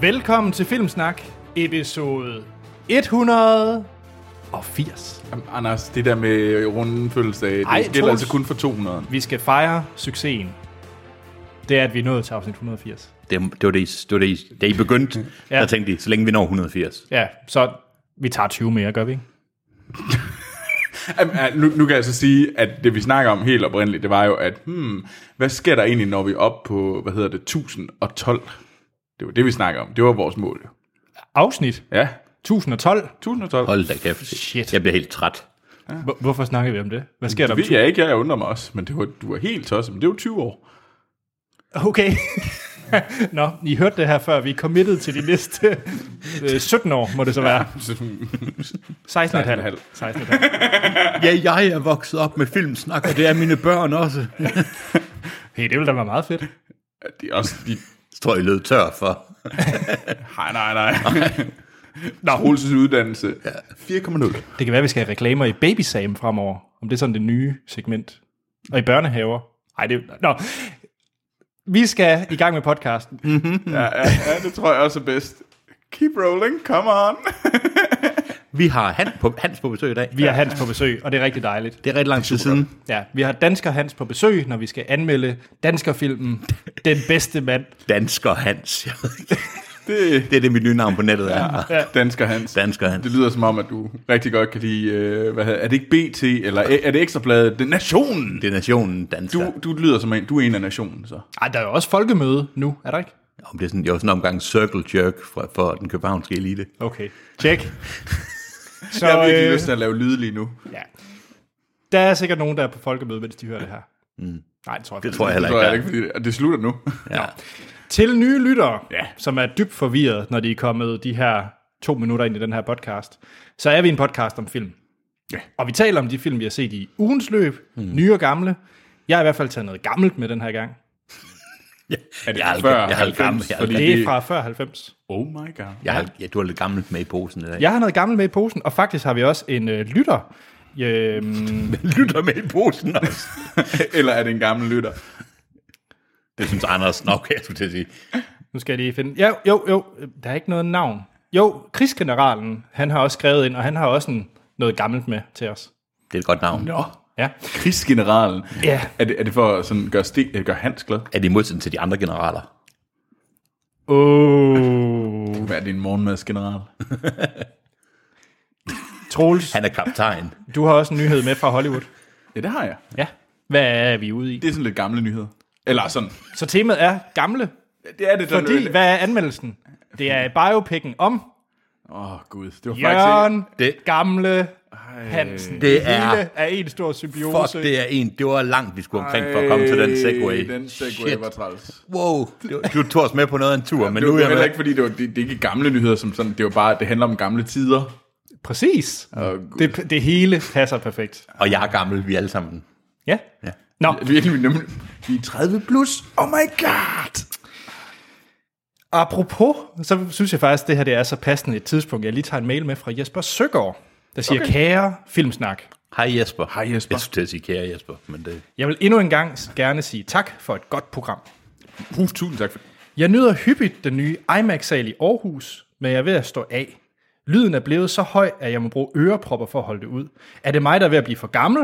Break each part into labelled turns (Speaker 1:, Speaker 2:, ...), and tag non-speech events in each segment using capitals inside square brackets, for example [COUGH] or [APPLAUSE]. Speaker 1: Velkommen til Filmsnak, episode 180.
Speaker 2: Jamen, Anders, det der med runden fødselsdag, det
Speaker 1: Ej,
Speaker 2: Ej, gælder
Speaker 1: Troels.
Speaker 2: altså kun for 200.
Speaker 1: Vi skal fejre succesen. Det er, at vi er nået til afsnit 180.
Speaker 3: Det, det var det, I- det, var det I- da I begyndte, [LAUGHS] ja. der tænkte I, så længe vi når 180.
Speaker 1: Ja, så vi tager 20 mere, gør vi ikke?
Speaker 2: Jamen, ja, nu, nu kan jeg så sige, at det vi snakker om helt oprindeligt, det var jo, at hmm, hvad sker der egentlig, når vi er oppe på, hvad hedder det, 1012? Det var det, vi snakker om. Det var vores mål. jo.
Speaker 1: Afsnit
Speaker 2: Ja,
Speaker 1: 1012.
Speaker 2: 1012.
Speaker 3: Hold da kæft.
Speaker 1: Shit.
Speaker 3: Jeg bliver helt træt.
Speaker 1: Hvor- Hvorfor snakker vi om det? Hvad sker der?
Speaker 2: Det
Speaker 1: om
Speaker 2: ved jeg ikke, jeg undrer mig også, men det var, du var helt tosset, men det var 20 år.
Speaker 1: tu- Okay. [LAUGHS] Nå, I hørte det her før. Vi er committed til de næste øh, 17 år, må det så være. 16,5.
Speaker 2: 16,5.
Speaker 1: 16,5.
Speaker 3: Ja, jeg er vokset op med filmsnak, og det er mine børn også.
Speaker 1: Hey, det ville da være meget fedt.
Speaker 2: det er også de...
Speaker 3: Så tror jeg, I lød tør for.
Speaker 2: Nej, nej, nej. Nå, Troelses uddannelse. 4,0.
Speaker 1: Det kan være, at vi skal have reklamer i Babysam fremover. Om det er sådan det nye segment. Og i børnehaver. Ej, det er... Nå. Vi skal i gang med podcasten.
Speaker 2: Ja, ja, ja, det tror jeg også er bedst. Keep rolling, come on.
Speaker 3: Vi har Hans på, Hans på besøg i dag.
Speaker 1: Vi har Hans på besøg, og det er rigtig dejligt.
Speaker 3: Det er ret lang tid siden.
Speaker 1: Ja, vi har Dansker Hans på besøg, når vi skal anmelde danskerfilmen Den Bedste Mand.
Speaker 3: Dansker Hans. Jeg ved ikke.
Speaker 2: Det,
Speaker 3: Det er det, mit nye navn på nettet er.
Speaker 2: Dansker Hans.
Speaker 3: Dansker Hans.
Speaker 2: Det lyder som om, at du rigtig godt kan lide, øh, hvad hedder, er det ikke BT, eller E- er er det Ekstrabladet? Det er Nationen!
Speaker 3: Det er nationen dansker.
Speaker 2: Du, du lyder som en, du er en af nationen, så.
Speaker 1: Ej, der er jo også folkemøde nu, er der ikke?
Speaker 3: Om det er sådan, jo sådan en omgang circle jerk for, for den københavnske elite.
Speaker 1: Okay, tjek. Så,
Speaker 2: Jeg har virkelig
Speaker 1: øh,
Speaker 2: lyst til at lave lyde lige nu.
Speaker 1: ja. Der er sikkert nogen, der er på folkemøde, mens de hører det her. Mm. Nej, det tror jeg
Speaker 3: Det
Speaker 1: faktisk
Speaker 3: tror
Speaker 2: Det
Speaker 3: jeg heller
Speaker 2: tror jeg ikke,
Speaker 3: ikke.
Speaker 2: fordi og det slutter
Speaker 3: [LAUGHS]
Speaker 2: nu.
Speaker 3: der er. Ja.
Speaker 1: Til nye lyttere, ja.
Speaker 2: Ja.
Speaker 1: som er dybt forvirret, når de er kommet de her to minutter ind i den her podcast, så er vi en podcast om film. Ja. Og vi taler om de film, vi har set i ugens løb, mm. nye og gamle. Jeg har i hvert fald taget noget gammelt med den her gang.
Speaker 2: Er det
Speaker 3: Jeg er
Speaker 2: før
Speaker 3: gammel- jeg er
Speaker 2: 90,
Speaker 3: gammel- jeg er
Speaker 2: fordi-
Speaker 1: Det er fra før 90.
Speaker 2: Oh my god.
Speaker 3: Jeg har, ja, du har lidt gammelt med i posen i dag.
Speaker 1: Jeg har noget gammelt med i posen, og faktisk har vi også en øh, lytter. [LAUGHS] Øhm,
Speaker 3: lytter med i posen også. [LAUGHS]
Speaker 2: Eller er det en gammel lytter?
Speaker 3: Det synes Anders. Nå, okay, jeg skulle til at sige.
Speaker 1: nu skal jeg lige finde... Jo, jo, jo, øh, der er ikke noget navn. Jo, krigsgeneralen, han har også skrevet ind, og han har også en, noget gammelt med til os.
Speaker 3: Det er et godt navn.
Speaker 2: Nå.
Speaker 1: Ja,
Speaker 2: Krigsgeneralen.
Speaker 1: Ja.
Speaker 2: Er, det, er det for at sådan, gøre, sti, øh, gøre Hans glad?
Speaker 3: Er det i modsætning til de andre generaler?
Speaker 1: oh.
Speaker 2: Hvad er din morgenmadsgeneral?
Speaker 1: Troels,
Speaker 3: Han er kaptajn.
Speaker 1: du har også en nyhed med fra Hollywood.
Speaker 2: Ja, det har jeg.
Speaker 1: [LAUGHS] Ja. Hvad er vi ude i?
Speaker 2: Det er sådan lidt gamle nyheder. Eller sådan.
Speaker 1: Så temaet er gamle,
Speaker 2: Det er det, der
Speaker 1: fordi hvad er anmeldelsen? Det er biopikken [LAUGHS] om
Speaker 2: Åh, oh, gud. Det var faktisk...
Speaker 1: Jørgen altså, det.
Speaker 3: Det-
Speaker 1: Gamle Hansen.
Speaker 3: Det er-
Speaker 1: Hele er en stor symbiose.
Speaker 3: Fuck, det er en. Det var langt, vi skulle omkring for at komme til den segway.
Speaker 2: Den segway
Speaker 3: Shit.
Speaker 2: var træls.
Speaker 3: Wow, det var- du tog os med på noget af en tur, men
Speaker 2: Men det
Speaker 3: nu
Speaker 2: var
Speaker 3: er jeg
Speaker 2: heller
Speaker 3: med.
Speaker 2: ikke, fordi det, var, det, det er ikke gamle nyheder som sådan. Det var bare, det handler om gamle tider.
Speaker 1: Præcis.
Speaker 2: Og [LAUGHS] det
Speaker 1: Det, det hele passer perfekt.
Speaker 3: Og jeg er gammel, vi er alle sammen.
Speaker 1: Ja. ja. Nå,
Speaker 2: er virkelig nemlig... Vi er 30 plus. Oh my god!
Speaker 1: apropos, så synes jeg faktisk, at det her det er så passende et tidspunkt. Jeg lige tager en mail med fra Jesper Søgaard, der siger, okay. kære Filmsnak,
Speaker 3: Hej Jesper.
Speaker 2: Hej, Jesper.
Speaker 3: Jeg skulle til at sige kære Jesper, men det...
Speaker 1: jeg vil endnu en gang gerne sige tak for et godt program.
Speaker 2: Uh, tusind tak for
Speaker 1: Jeg nyder hyppigt den nye IMAX-sal i Aarhus, men jeg er ved at stå af. Lyden er blevet så høj, at jeg må bruge ørepropper for at holde det ud. Er det mig, der er ved at blive for gammel?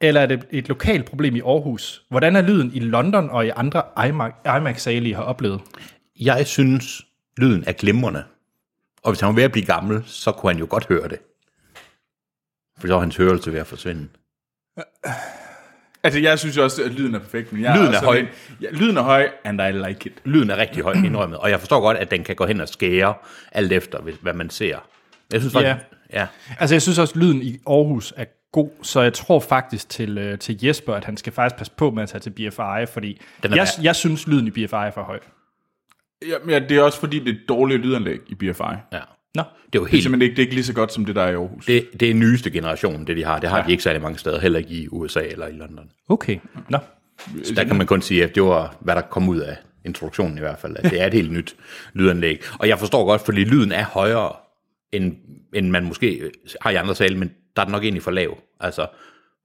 Speaker 1: Eller er det et lokalt problem i Aarhus? Hvordan er lyden i London og i andre IMA- IMAX-sale, I har oplevet?
Speaker 3: Jeg synes, lyden er glimrende. Og hvis han var ved at blive gammel, så kunne han jo godt høre det. For så var hans hørelse ved at forsvinde.
Speaker 2: Altså, jeg synes jo også, at lyden er perfekt, men jeg
Speaker 3: Lyden
Speaker 2: også
Speaker 3: er
Speaker 2: sådan
Speaker 3: høj.
Speaker 2: en- Ja, lyden er høj, and I like it.
Speaker 3: Lyden er rigtig højt indrømmet, og jeg forstår godt, at den kan gå hen og skære alt efter, hvis- hvad man ser. Jeg synes faktisk... Ja.
Speaker 1: Altså, jeg synes også, at lyden i Aarhus er god, så jeg tror faktisk til, øh, til Jesper, at han skal faktisk passe på med at tage til BFI, fordi
Speaker 3: Den er
Speaker 1: jeg,
Speaker 3: værd.
Speaker 1: jeg synes, lyden i BFI er for høj.
Speaker 2: Jamen, ja, det er også fordi, det er et dårligt lydanlæg i BFI. Det er
Speaker 3: ja.
Speaker 1: Nå,
Speaker 3: Det er jo helt
Speaker 2: simpelthen ikke, det er ikke lige så godt, som det der er i Aarhus.
Speaker 3: Det, det er nyeste generation, det de har. Det har ja. de ikke særlig mange steder, heller ikke i USA eller i London.
Speaker 1: okay. Nå.
Speaker 3: Så der kan man kun sige, at det var, hvad der kom ud af introduktionen i hvert fald, at det er et helt nyt lydanlæg. Og jeg forstår godt, fordi lyden er højere, end, end man måske har i andre sale, men der er den nok egentlig for lav. Altså,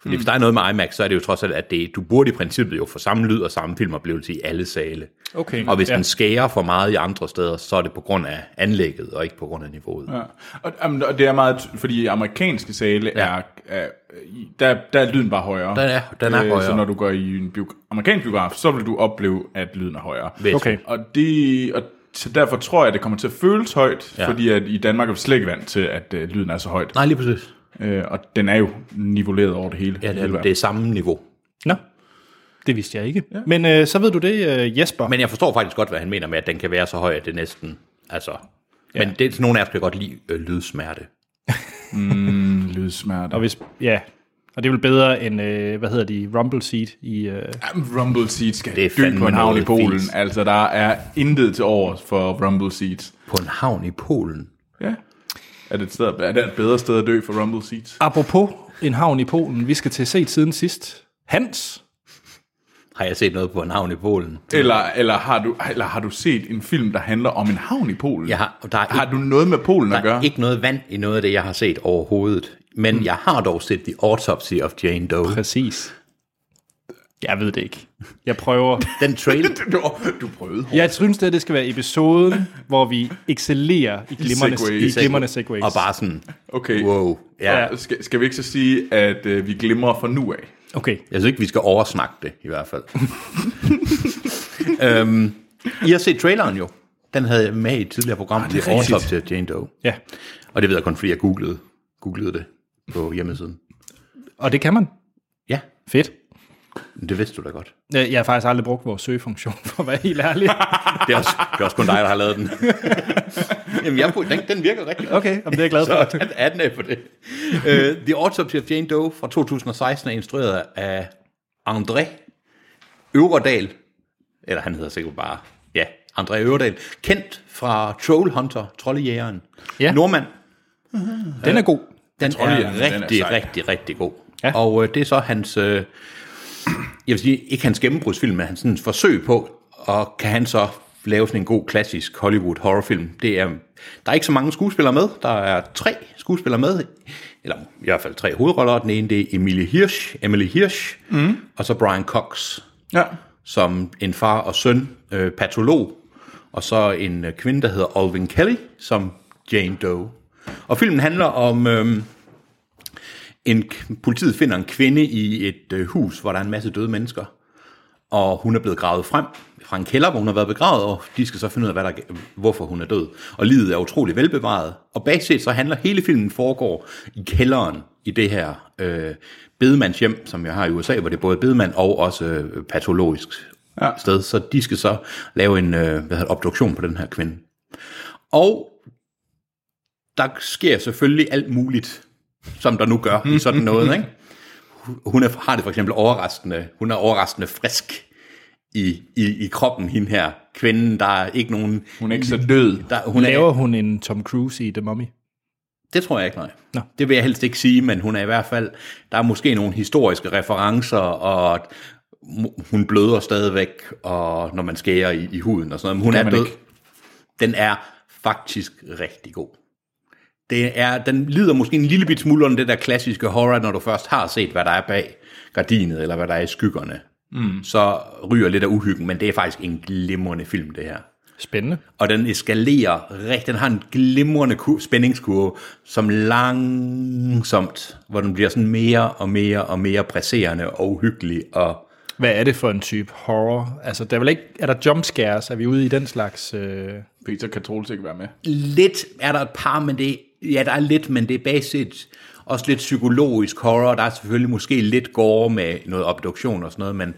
Speaker 3: Fordi mm. hvis der er noget med IMAX, så er det jo trods alt, at det, du burde i princippet jo få samme lyd og samme filmoplevelse i alle sale.
Speaker 1: Okay.
Speaker 3: Og hvis
Speaker 1: ja.
Speaker 3: ja. den skærer for meget i andre steder, så er det på grund af anlægget, og ikke på grund af niveauet. Ja.
Speaker 2: Ja. Og, jamen, og det er meget, ty- fordi amerikanske sale ja. er, er i- der, der er lyden bare højere. Øh,
Speaker 3: Den er- den er højere.
Speaker 2: Så når du går i en bio, amerikansk biograf, så vil du opleve, at lyden er højere.
Speaker 1: Okay.
Speaker 2: Og, det, og så derfor tror jeg, at det kommer til at føles højt, ja.
Speaker 3: Ja.
Speaker 2: fordi at i Danmark er vi slet ikke vant til, at øh, lyden er så højt.
Speaker 3: Nej, lige præcis.
Speaker 2: Øh, og den er jo nivelleret over det hele.
Speaker 3: Ja, det, er,
Speaker 2: Hele
Speaker 3: det er samme niveau.
Speaker 1: Nå, det vidste jeg ikke. Ja. Men øh, så ved du det, øh, Jesper. Men,
Speaker 3: Men jeg forstår faktisk godt, hvad han mener med, at den kan være så høj, at det næsten... Altså, ja. Men det, nogle af os kan godt lide øh, lydsmerte.
Speaker 2: verden. lydsmerte.
Speaker 1: og hvis, ja, og det er vel bedre end, øh, hvad hedder de, rumble seat i... Øh,
Speaker 2: Jamen, Rumble Seeds skal
Speaker 3: Det er
Speaker 2: det dø på
Speaker 3: fandme
Speaker 2: en havn i
Speaker 3: noget
Speaker 2: Polen.
Speaker 3: fis.
Speaker 2: Altså, der er intet til overs for Rumble Seeds.
Speaker 3: På en havn i Polen.
Speaker 2: Ja. Er det, et sted, er det et bedre sted at dø for Rumble Seeds?
Speaker 1: apropos en havn i Polen, vi skal til set siden sidst. Hans,
Speaker 3: Har jeg set noget på en havn i Polen?
Speaker 2: Eller, eller, har du, eller har du set en film, der handler om en havn i Polen?
Speaker 3: Jeg har, og der er
Speaker 2: Har du noget med Polen at
Speaker 3: Der er
Speaker 2: gøre?
Speaker 3: ikke noget vand i noget af det, jeg har set overhovedet. Men mm. jeg har dog set The Autopsy of Jane
Speaker 1: [LAUGHS]
Speaker 3: Doe.
Speaker 1: Præcis. Jeg ved det ikke. Jeg prøver.
Speaker 3: Den trailer,
Speaker 2: [LAUGHS] Du, du prøvede hårdt.
Speaker 1: Jeg synes, det, her, det skal være episoden, hvor vi excellerer i glimrende,
Speaker 2: segways.
Speaker 1: i glimrende segways.
Speaker 3: og bare sådan,
Speaker 2: Okay.
Speaker 3: wow. Ja.
Speaker 2: Ja. Skal, skal vi ikke så sige, at øh, vi glimrer fra nu af?
Speaker 1: Okay.
Speaker 3: Jeg synes ikke, vi skal oversnakke det, i hvert fald. [LAUGHS] øhm, I har set traileren jo. Den havde jeg med i et tidligere program, ah, The
Speaker 2: rigtigt.
Speaker 3: Autopsy of Jane Doe.
Speaker 1: Ja.
Speaker 3: Og det ved jeg kun, fordi jeg googlede, googlede det på hjemmesiden.
Speaker 1: Og det kan man.
Speaker 3: Ja,
Speaker 1: Fedt.
Speaker 3: det vidste du da godt.
Speaker 1: Øh, Jeg har faktisk aldrig brugt vores søgefunktion, for at være helt ærlig.
Speaker 3: Det er også, det er også kun dig, der har lavet den. [LAUGHS] Jamen, jeg, den, den virker rigtig godt.
Speaker 1: Okay, jamen, det er jeg glad for.
Speaker 3: Så han er den af for det. Uh, The Autopsy of Jane Doe fra 2016 er instrueret af André Øvredal. Eller han hedder sikkert bare, ja, André Øvredal. Kendt fra Trollhunter, Trollejægeren.
Speaker 1: Ja.
Speaker 3: Nordmand.
Speaker 1: øh, Den er god.
Speaker 3: Den er,
Speaker 2: Trolljægeren, den er
Speaker 3: rigtig,
Speaker 2: sej.
Speaker 3: rigtig, rigtig god.
Speaker 1: Ja.
Speaker 3: Ja. Og øh, det er så hans, øh, jeg vil sige, ikke hans gennembrudsfilm, men hans sådan, forsøg på, og kan han så lave sådan en god klassisk Hollywood horrorfilm. Det er, der er ikke så mange skuespillere med. Der er tre skuespillere med, eller i hvert fald tre hovedroller. Den ene det er Emilie Hirsch, Emily Hirsch, mm. og så Brian Cox
Speaker 2: Ja.
Speaker 3: som en far og søn øh, patolog, og så en øh, kvinde, der hedder Alvin Kelly, som Jane Doe. Og filmen handler om, øh, en, k- politiet finder en kvinde i et øh, hus, hvor der er en masse døde mennesker, og hun er blevet gravet frem fra en kælder, hvor hun har været begravet, og de skal så finde ud af, hvad der, hvorfor hun er død. Og livet er utrolig velbevaret, og bagset så handler hele filmen foregår i kælderen i det her øh, bedemandshjem, som jeg har i USA, hvor det er både bedemand og også øh, patologisk ja. sted. Så de skal så lave en øh, hvad hedder, det, obduktion på den her kvinde. Og der sker selvfølgelig alt muligt, som der nu gør i sådan noget. Ikke? Hun er, har det for eksempel overraskende, hun er overraskende frisk i, i, i kroppen, hende her kvinden, der er ikke nogen...
Speaker 2: Hun er ikke
Speaker 3: Mm.
Speaker 2: så død.
Speaker 3: Der, hun er,
Speaker 1: Laver hun en Tom Cruise i The Mummy?
Speaker 3: det tror jeg ikke, nej.
Speaker 1: Nå.
Speaker 3: Det vil jeg helst ikke sige, men hun er i hvert fald... Der er måske nogle historiske referencer, og at mu- hun bløder stadigvæk, og når man skærer i, i huden og sådan noget. Men hun
Speaker 2: kan
Speaker 3: er
Speaker 2: man
Speaker 3: død.
Speaker 2: ikke.
Speaker 3: Den er faktisk rigtig god. Det er, den lider måske en lille bit smule under det der klassiske horror, når du først har set, hvad der er bag gardinet, eller hvad der er i skyggerne. Mm. Så ryger lidt af uhyggen, men det er faktisk en glimrende film, det her
Speaker 1: Spændende.
Speaker 3: og den eskalerer rigtig. Den har en glimrende kur- spændingskurve, som langsomt, hvor den bliver sådan mere og mere og mere presserende og uhyggelig. Og
Speaker 1: Hvad er det for en type horror? Altså, der er vel ikke... Er der jumpscares? Er vi ude i den slags... Øh...
Speaker 2: Peter kan troligt ikke være med.
Speaker 3: lidt er der et par, men det ja, der er lidt, men det er basis også lidt psykologisk horror. Der er selvfølgelig måske lidt gore med noget obduktion og sådan noget, men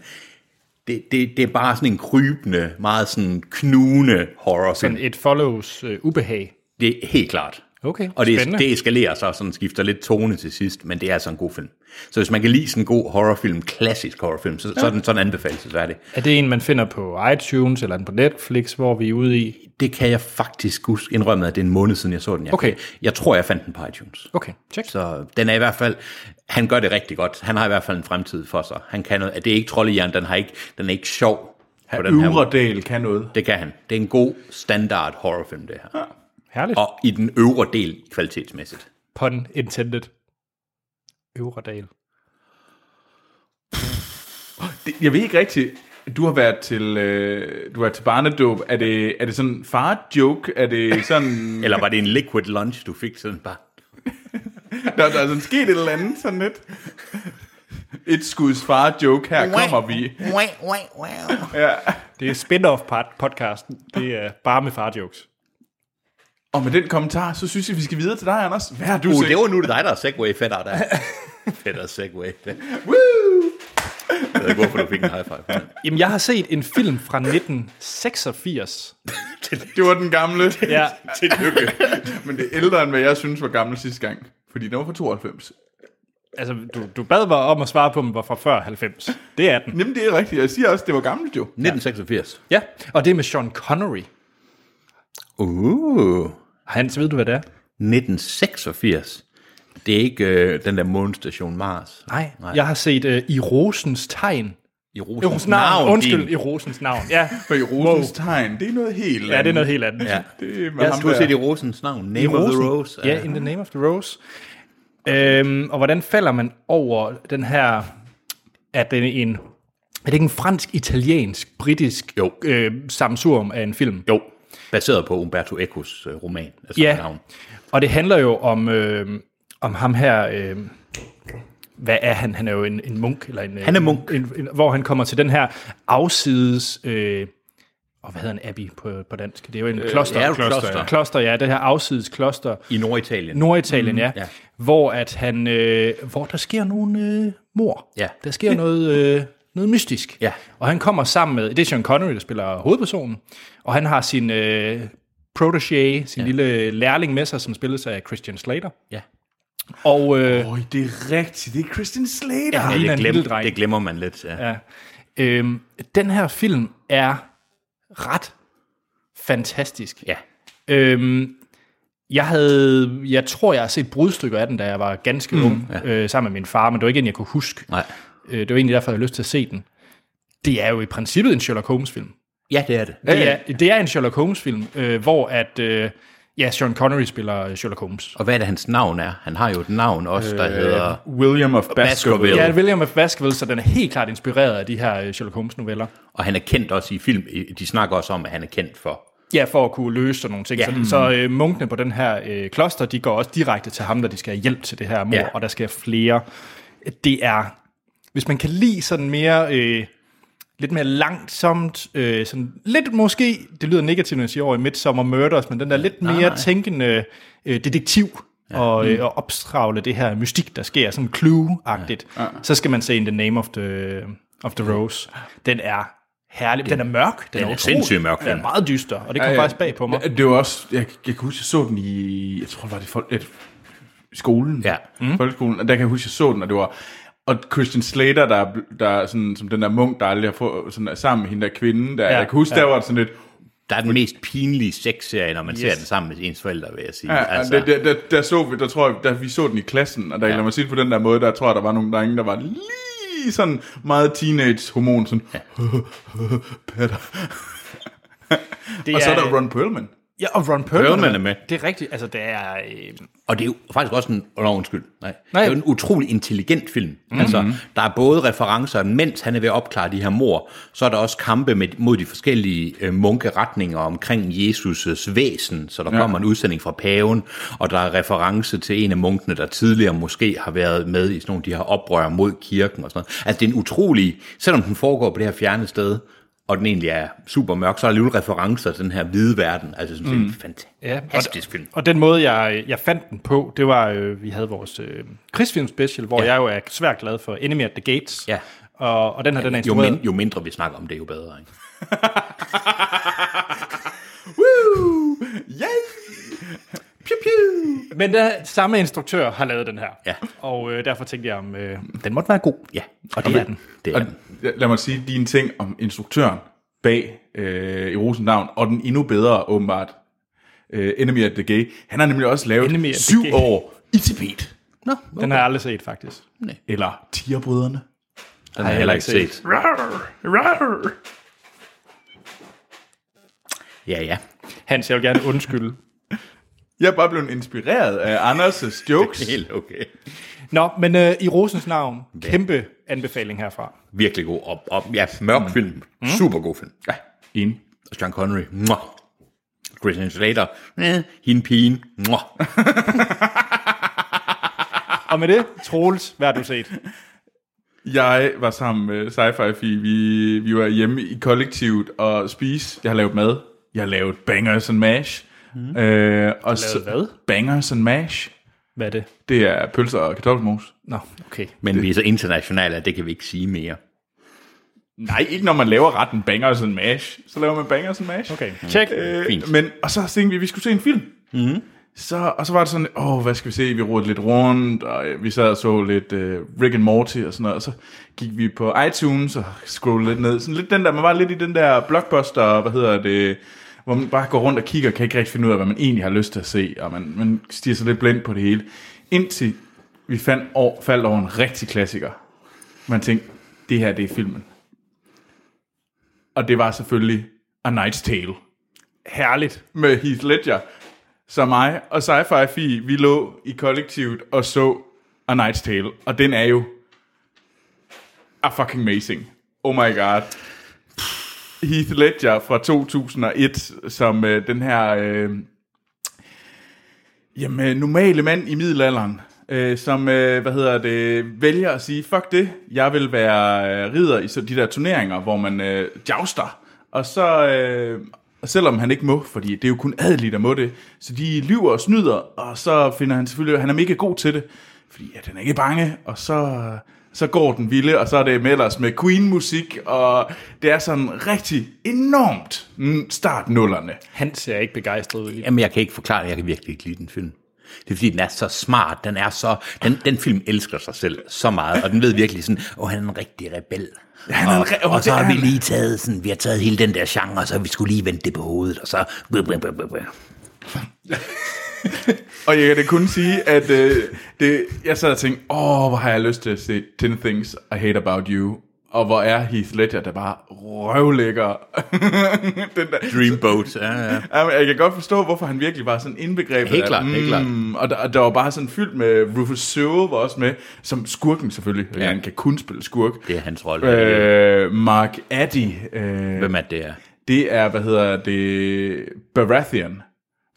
Speaker 3: det, det, det er bare sådan en krybende, meget sådan knugende horrorfilm.
Speaker 1: Et follows øh, ubehag?
Speaker 3: Det er helt klart.
Speaker 1: Okay,
Speaker 3: Og det,
Speaker 1: spændende.
Speaker 3: det eskalerer så, og sådan skifter lidt tone til sidst, men det er altså en god film. Så hvis man kan lide sådan en god horrorfilm, klassisk horrorfilm, så, så er den sådan en anbefaling, så er det.
Speaker 1: Er det en, man finder på iTunes eller en på Netflix, hvor vi er ude i?
Speaker 3: Det kan jeg faktisk huske indrømme, at det er en måned siden, jeg så den. Jeg,
Speaker 1: Okay.
Speaker 3: jeg tror, jeg fandt den på iTunes.
Speaker 1: Okay, tjek.
Speaker 3: Så den er i hvert fald, han gør det rigtig godt. Han har i hvert fald en fremtid for sig. Han kan noget, det er ikke troldejern, den, har ikke, den er ikke sjov på den her måde.
Speaker 2: Øvredal kan noget.
Speaker 3: Det kan han. Det er en god standard horrorfilm, det her.
Speaker 1: Herligt. Og...
Speaker 3: Og i den øvre del kvalitetsmæssigt.
Speaker 1: Pun intended. Øvredal.
Speaker 2: Det, jeg ved ikke rigtigt, du har været til, øh, du har været til barnedåb. Er det, er det sådan en far-joke? Er
Speaker 3: [LAUGHS]
Speaker 2: det sådan...
Speaker 3: Eller var det en liquid lunch, du fik sådan bare?
Speaker 2: Der, der er sådan sket et eller andet, sådan lidt. Et skuds far-joke, her kommer vi.
Speaker 1: Det er spin-off pod- podcasten. Det er bare med farjokes.
Speaker 2: Og med den kommentar, så synes jeg, vi skal videre til dig, Anders. Hvad har du
Speaker 3: Uh,
Speaker 2: set?
Speaker 3: det var nu dig, der er segway fætter der. fætter segway. Jeg
Speaker 2: Woo!
Speaker 3: ved ikke, hvorfor du fik en high five. men
Speaker 1: Jamen, jeg har set en film fra 1986.
Speaker 2: Det var den gamle.
Speaker 1: [LAUGHS] Ja,
Speaker 2: Tillykke. Men det er ældre, end hvad jeg synes var gammel sidste gang. Fordi den var fra 92.
Speaker 1: altså, du, du bad mig om at svare på, om den var fra før 90. Det er den.
Speaker 2: Jamen, det er rigtigt. Jeg siger også, det var gammelt jo.
Speaker 3: 1986.
Speaker 1: Ja, og det er med Sean Connery.
Speaker 3: Uh.
Speaker 1: Hans, ved du, hvad det er?
Speaker 3: 1986. Det er ikke øh, den der månestation Mars.
Speaker 1: Nej. Jeg har set uh, I Rosens Tegn.
Speaker 3: I
Speaker 1: I
Speaker 3: Rosens
Speaker 1: Rosens navn.
Speaker 3: navn,
Speaker 1: Undskyld,
Speaker 3: din-
Speaker 1: I Rosens navn. Ja,
Speaker 2: For i Rosens tegn, det er noget helt
Speaker 1: ja det er noget helt andet.
Speaker 3: Ja.
Speaker 2: Det er med
Speaker 3: Jeg
Speaker 2: ham
Speaker 3: du har
Speaker 2: der.
Speaker 3: set i Rosens navn. Name of the Rose.
Speaker 1: Ja, In the Name of the Rose. Øhm, og hvordan falder man over den her, at den er en, er det ikke en fransk, italiensk, britisk
Speaker 3: Jo.
Speaker 1: øh, samsum af en film?
Speaker 3: Jo, baseret på Umberto Ecos øh, roman af samme
Speaker 1: Ja,
Speaker 3: navn.
Speaker 1: og det handler jo om, øh, om ham her, øh, hvad er han? Han er jo en, en munk. Eller en, øh,
Speaker 3: Han er munk.
Speaker 1: En, en, hvor han kommer til den her afsides... Øh, og hvad hedder en abbey på, på dansk? Øh, Det er jo en kloster.
Speaker 3: ja, kloster.
Speaker 1: kloster, ja. Det her afsides kloster.
Speaker 3: I Norditalien.
Speaker 1: Norditalien, mm, ja,
Speaker 3: ja.
Speaker 1: ja. Hvor, at han, øh, hvor der sker nogle øh, mor.
Speaker 3: Ja.
Speaker 1: Der sker noget, øh, noget mystisk.
Speaker 3: Ja.
Speaker 1: Og han kommer sammen med, det er Sean Connery, der spiller hovedpersonen, og han har sin øh, protégé, sin ja. lille lærling med sig, som spilles af Christian Slater.
Speaker 3: ja.
Speaker 1: Og øh,
Speaker 2: Øj, det er rigtigt. Det er Christian Slater.
Speaker 1: Ja.
Speaker 3: Ja,
Speaker 1: Ligner
Speaker 3: det,
Speaker 1: en
Speaker 3: glem,
Speaker 1: lille dreng.
Speaker 3: det glemmer man lidt. Ja. Ja.
Speaker 1: ja. øh, den her film er ret fantastisk.
Speaker 3: ja.
Speaker 1: Øhm, jeg havde, jeg tror, jeg har set brudstykker af den, da jeg var ganske mm, ung, ja. øh, sammen med min far, men det var ikke en, jeg kunne huske.
Speaker 3: Nej.
Speaker 1: Øh, det var egentlig derfor, jeg havde lyst til at se den. Det er jo i princippet en Sherlock Holmes-film.
Speaker 3: ja, det er det.
Speaker 1: Det er, det er en Sherlock Holmes-film, øh, hvor at, øh, ja, Sean Connery spiller Sherlock Holmes.
Speaker 3: Og hvad er det, hans navn er? Han har jo et navn også, der øh, hedder...
Speaker 2: William of Baskerville.
Speaker 3: Baskerville.
Speaker 1: Ja, William F. Baskerville, så den er helt klart inspireret af de her øh, Sherlock Holmes-noveller.
Speaker 3: Og han er kendt også i film. De snakker også om, at han er kendt for...
Speaker 1: Ja, for at kunne løse sådan nogle ting. Ja. Så, så øh, munkene på den her øh, kloster, de går også direkte til ham, når de skal have hjælp til det her mor,
Speaker 3: Ja.
Speaker 1: ja. og der skal flere. Det er, hvis man kan lide sådan mere, øh, lidt mere langsomt, øh, sådan lidt måske, det lyder negativt, når jeg siger over i Midsummer Murders, men den der lidt mere nej. tænkende øh, detektiv, ja. og, øh, og opstravle det her mystik, der sker, sådan clue-agtigt, ja. Ja. så skal man se In the Name of the, of the Rose. Den er herlig. Den er mørk. Den,
Speaker 3: er
Speaker 1: er utrolig-
Speaker 3: sindssygt mørk,
Speaker 1: Den er
Speaker 3: den.
Speaker 1: meget dyster, og det kom ja, ja. faktisk bag på mig.
Speaker 2: Ja, Det var også, jeg, jeg kan huske, jeg så den i, jeg tror, det var det folk, et, skolen.
Speaker 3: Ja.
Speaker 2: Mm. Folkeskolen. Og der kan jeg huske, jeg så den, og det var, og Christian Slater, der, er bl- der er sådan, som den der munk, der aldrig har fået, sådan, er sammen med hende der kvinde, der, ja.
Speaker 1: Ja,
Speaker 2: jeg kan huske, ja. der var sådan lidt,
Speaker 3: Der er den mest pinlige sexserie, når man yes. ser den sammen med ens forældre, vil jeg sige.
Speaker 2: Ja, altså. der, der, der, der, så vi, der tror jeg, der, vi så den i klassen, og der, ja. lad mig sige det på den der måde, der tror jeg, der var nogle drenge, der var lige sådan meget teenage-hormon, sådan, [LAUGHS] ja. Peter.
Speaker 1: Det
Speaker 2: og så er der
Speaker 1: øh,
Speaker 2: Ron Perlman.
Speaker 1: Ja, og Ron Perlman,
Speaker 3: Perlman er med.
Speaker 1: Det er rigtigt. Altså, det er... Øh,
Speaker 3: Og det er jo faktisk også en, oh, undskyld, nej, nej.
Speaker 1: Nej. Mhm.
Speaker 3: Det er jo en utrolig intelligent film. Mm-hmm. Altså, der er både referencer, mens han er ved at opklare de her mor, så er der også kampe med, mod de forskellige øh, munkeretninger omkring Jesus' væsen, så der ja. kommer en udsending fra paven, og der er reference til en af munkene, der tidligere måske har været med i sådan nogle af de her oprør mod kirken og sådan noget. Altså, det er en utrolig, selvom den foregår på det her fjerne sted, og den egentlig er super mørk, så er der alligevel referencer til den her hvide verden. Altså, sådan mm. en fantastisk film.
Speaker 1: Mhm. altså, og den måde, jeg, jeg fandt den på, det var, øh, vi havde vores øh, krigsfilm special, hvor
Speaker 3: Ja.
Speaker 1: ja. jeg jo er svært glad for Enemy at the Gates.
Speaker 3: Ja.
Speaker 1: Og, og den her, den er
Speaker 3: Jo,
Speaker 1: instrueret...
Speaker 3: min, jo mindre vi snakker om det, jo bedre. Ikke?
Speaker 2: Woo! Yay! Pew, pew!
Speaker 1: Men der, samme instruktør har lavet den her.
Speaker 3: Ja.
Speaker 1: Og øh, derfor tænkte jeg, om øh, den måtte være god.
Speaker 3: Ja,
Speaker 1: Og det er den.
Speaker 3: Det er
Speaker 2: Og
Speaker 3: den.
Speaker 2: ja, lad mig sige dine ting om instruktøren bag øh, i Rosendavn, og den endnu bedre åbenbart, øh, Enemy at the Gay. Han har nemlig også
Speaker 1: Enemy at
Speaker 2: lavet
Speaker 1: the
Speaker 2: syv
Speaker 1: Gay.
Speaker 2: år i Tibet.
Speaker 3: Nå,
Speaker 1: Den har jeg aldrig set, faktisk.
Speaker 2: Eller Tigerbrødrene.
Speaker 3: den har jeg heller ikke set.
Speaker 1: Rar, rar.
Speaker 3: Ja, ja.
Speaker 1: Hans, jeg vil gerne undskylde.
Speaker 2: Jeg er bare blevet inspireret af
Speaker 1: [LAUGHS]
Speaker 2: Anders' jokes.
Speaker 3: [LAUGHS] Helt okay.
Speaker 1: Nå, men øh, i Rosens navn, kæmpe anbefaling herfra.
Speaker 3: Virkelig god. Og, og ja, mørk mm. film. Super god film. Ja.
Speaker 2: Enig.
Speaker 3: Sean Connery. Mwah. Christian Slater. Eh, hende pigen. Mwah.
Speaker 1: Og med det, Troels, hvad har du set?
Speaker 2: Jeg var sammen med Sci-Fi, fordi vi, vi var hjemme i kollektivet og spise. Jeg har lavet mad. Jeg har lavet bangers and mash. Mm. Øh, og
Speaker 1: Mhm. Lavet hvad?
Speaker 2: Bangers and mash.
Speaker 1: Hvad er det?
Speaker 2: Det er pølser og kartoffelmos.
Speaker 1: Nå, okay.
Speaker 3: Men vi er så internationale, at det kan vi ikke sige mere.
Speaker 2: Nej, ikke når man laver retten bangers and mash. Så laver man bangers and mash.
Speaker 1: Okay, tjek.
Speaker 2: Øh,
Speaker 3: Fint.
Speaker 2: Men, og så tænkte vi, at vi skulle se en film. Mm. Så, og så var det sådan, åh, hvad skal vi se? Vi rodede lidt rundt, og øh, vi sad og så lidt øh, Rick and Morty og sådan noget. Og så gik vi på iTunes og scrollede lidt ned. Sådan lidt den der, man var lidt i den der blockbuster, hvad hedder det, hvor man bare går rundt og kigger og kan ikke rigtig finde ud af, hvad man egentlig har lyst til at se. Og man, man stiger sig lidt blind på det hele. Indtil vi fandt over, faldt over en rigtig klassiker. Man tænkte, det her, det er filmen. Og det var selvfølgelig A Night's Tale
Speaker 1: Herligt.
Speaker 2: med Heath Ledger. Så mig og Sci-Fi Fi, vi lå i kollektivet og så A Night's Tale, og den er jo a fucking amazing. Oh my god. Heath Ledger fra 2001, som øh, den her øh, jamen, øh, normale mand i middelalderen, øh, som øh, hvad hedder det, vælger at sige, fuck det, jeg vil være øh, ridder i så de der turneringer, hvor man øh, jouster. Og så, øh, selvom han ikke må, fordi det er jo kun adelige, der må det, så de lyver og snyder, og så finder han selvfølgelig, at han er mega god til det, fordi at han er ikke bange, og så, så går den vilde, og så er det med ellers med Queen-musik, og det er sådan rigtig enormt mm, startnullerne.
Speaker 1: Han ser ikke begejstret ud lige
Speaker 3: Jamen, jeg kan ikke forklare det. Jeg kan virkelig ikke lide den film. Det er fordi, den er så smart. Den, er så, den, den film elsker sig selv så meget, og den ved virkelig sådan, åh, han er en rigtig rebel.
Speaker 2: Han er en
Speaker 3: og,
Speaker 2: re- åh,
Speaker 3: og så
Speaker 2: det er
Speaker 3: har vi
Speaker 2: han.
Speaker 3: lige taget sådan, vi har taget hele den der genre, og så har vi skulle lige vende det på hovedet, og så...
Speaker 2: Og jeg kan da kun sige, at øh, det, jeg sad og tænkte, åh, hvor har jeg lyst til at se 10 Things I Hate About You. Og hvor er Heath Ledger, der bare røvlægger. den der,
Speaker 3: Dreamboat. Ja, ja.
Speaker 2: Jamen, jeg kan godt forstå, hvorfor han virkelig var sådan indbegrebet.
Speaker 3: Helt
Speaker 2: af, mm,
Speaker 3: klart, helt klart.
Speaker 2: Og der, og der var bare sådan fyldt med, Rufus Sewell var også med, som skurken selvfølgelig. Ja.
Speaker 3: Ja.
Speaker 2: Han kan kun spille skurk.
Speaker 3: Det er hans rolle.
Speaker 2: Øh, Mark Addy, øh,
Speaker 3: Hvem er det? er?
Speaker 2: det er, hvad hedder det, Baratheon.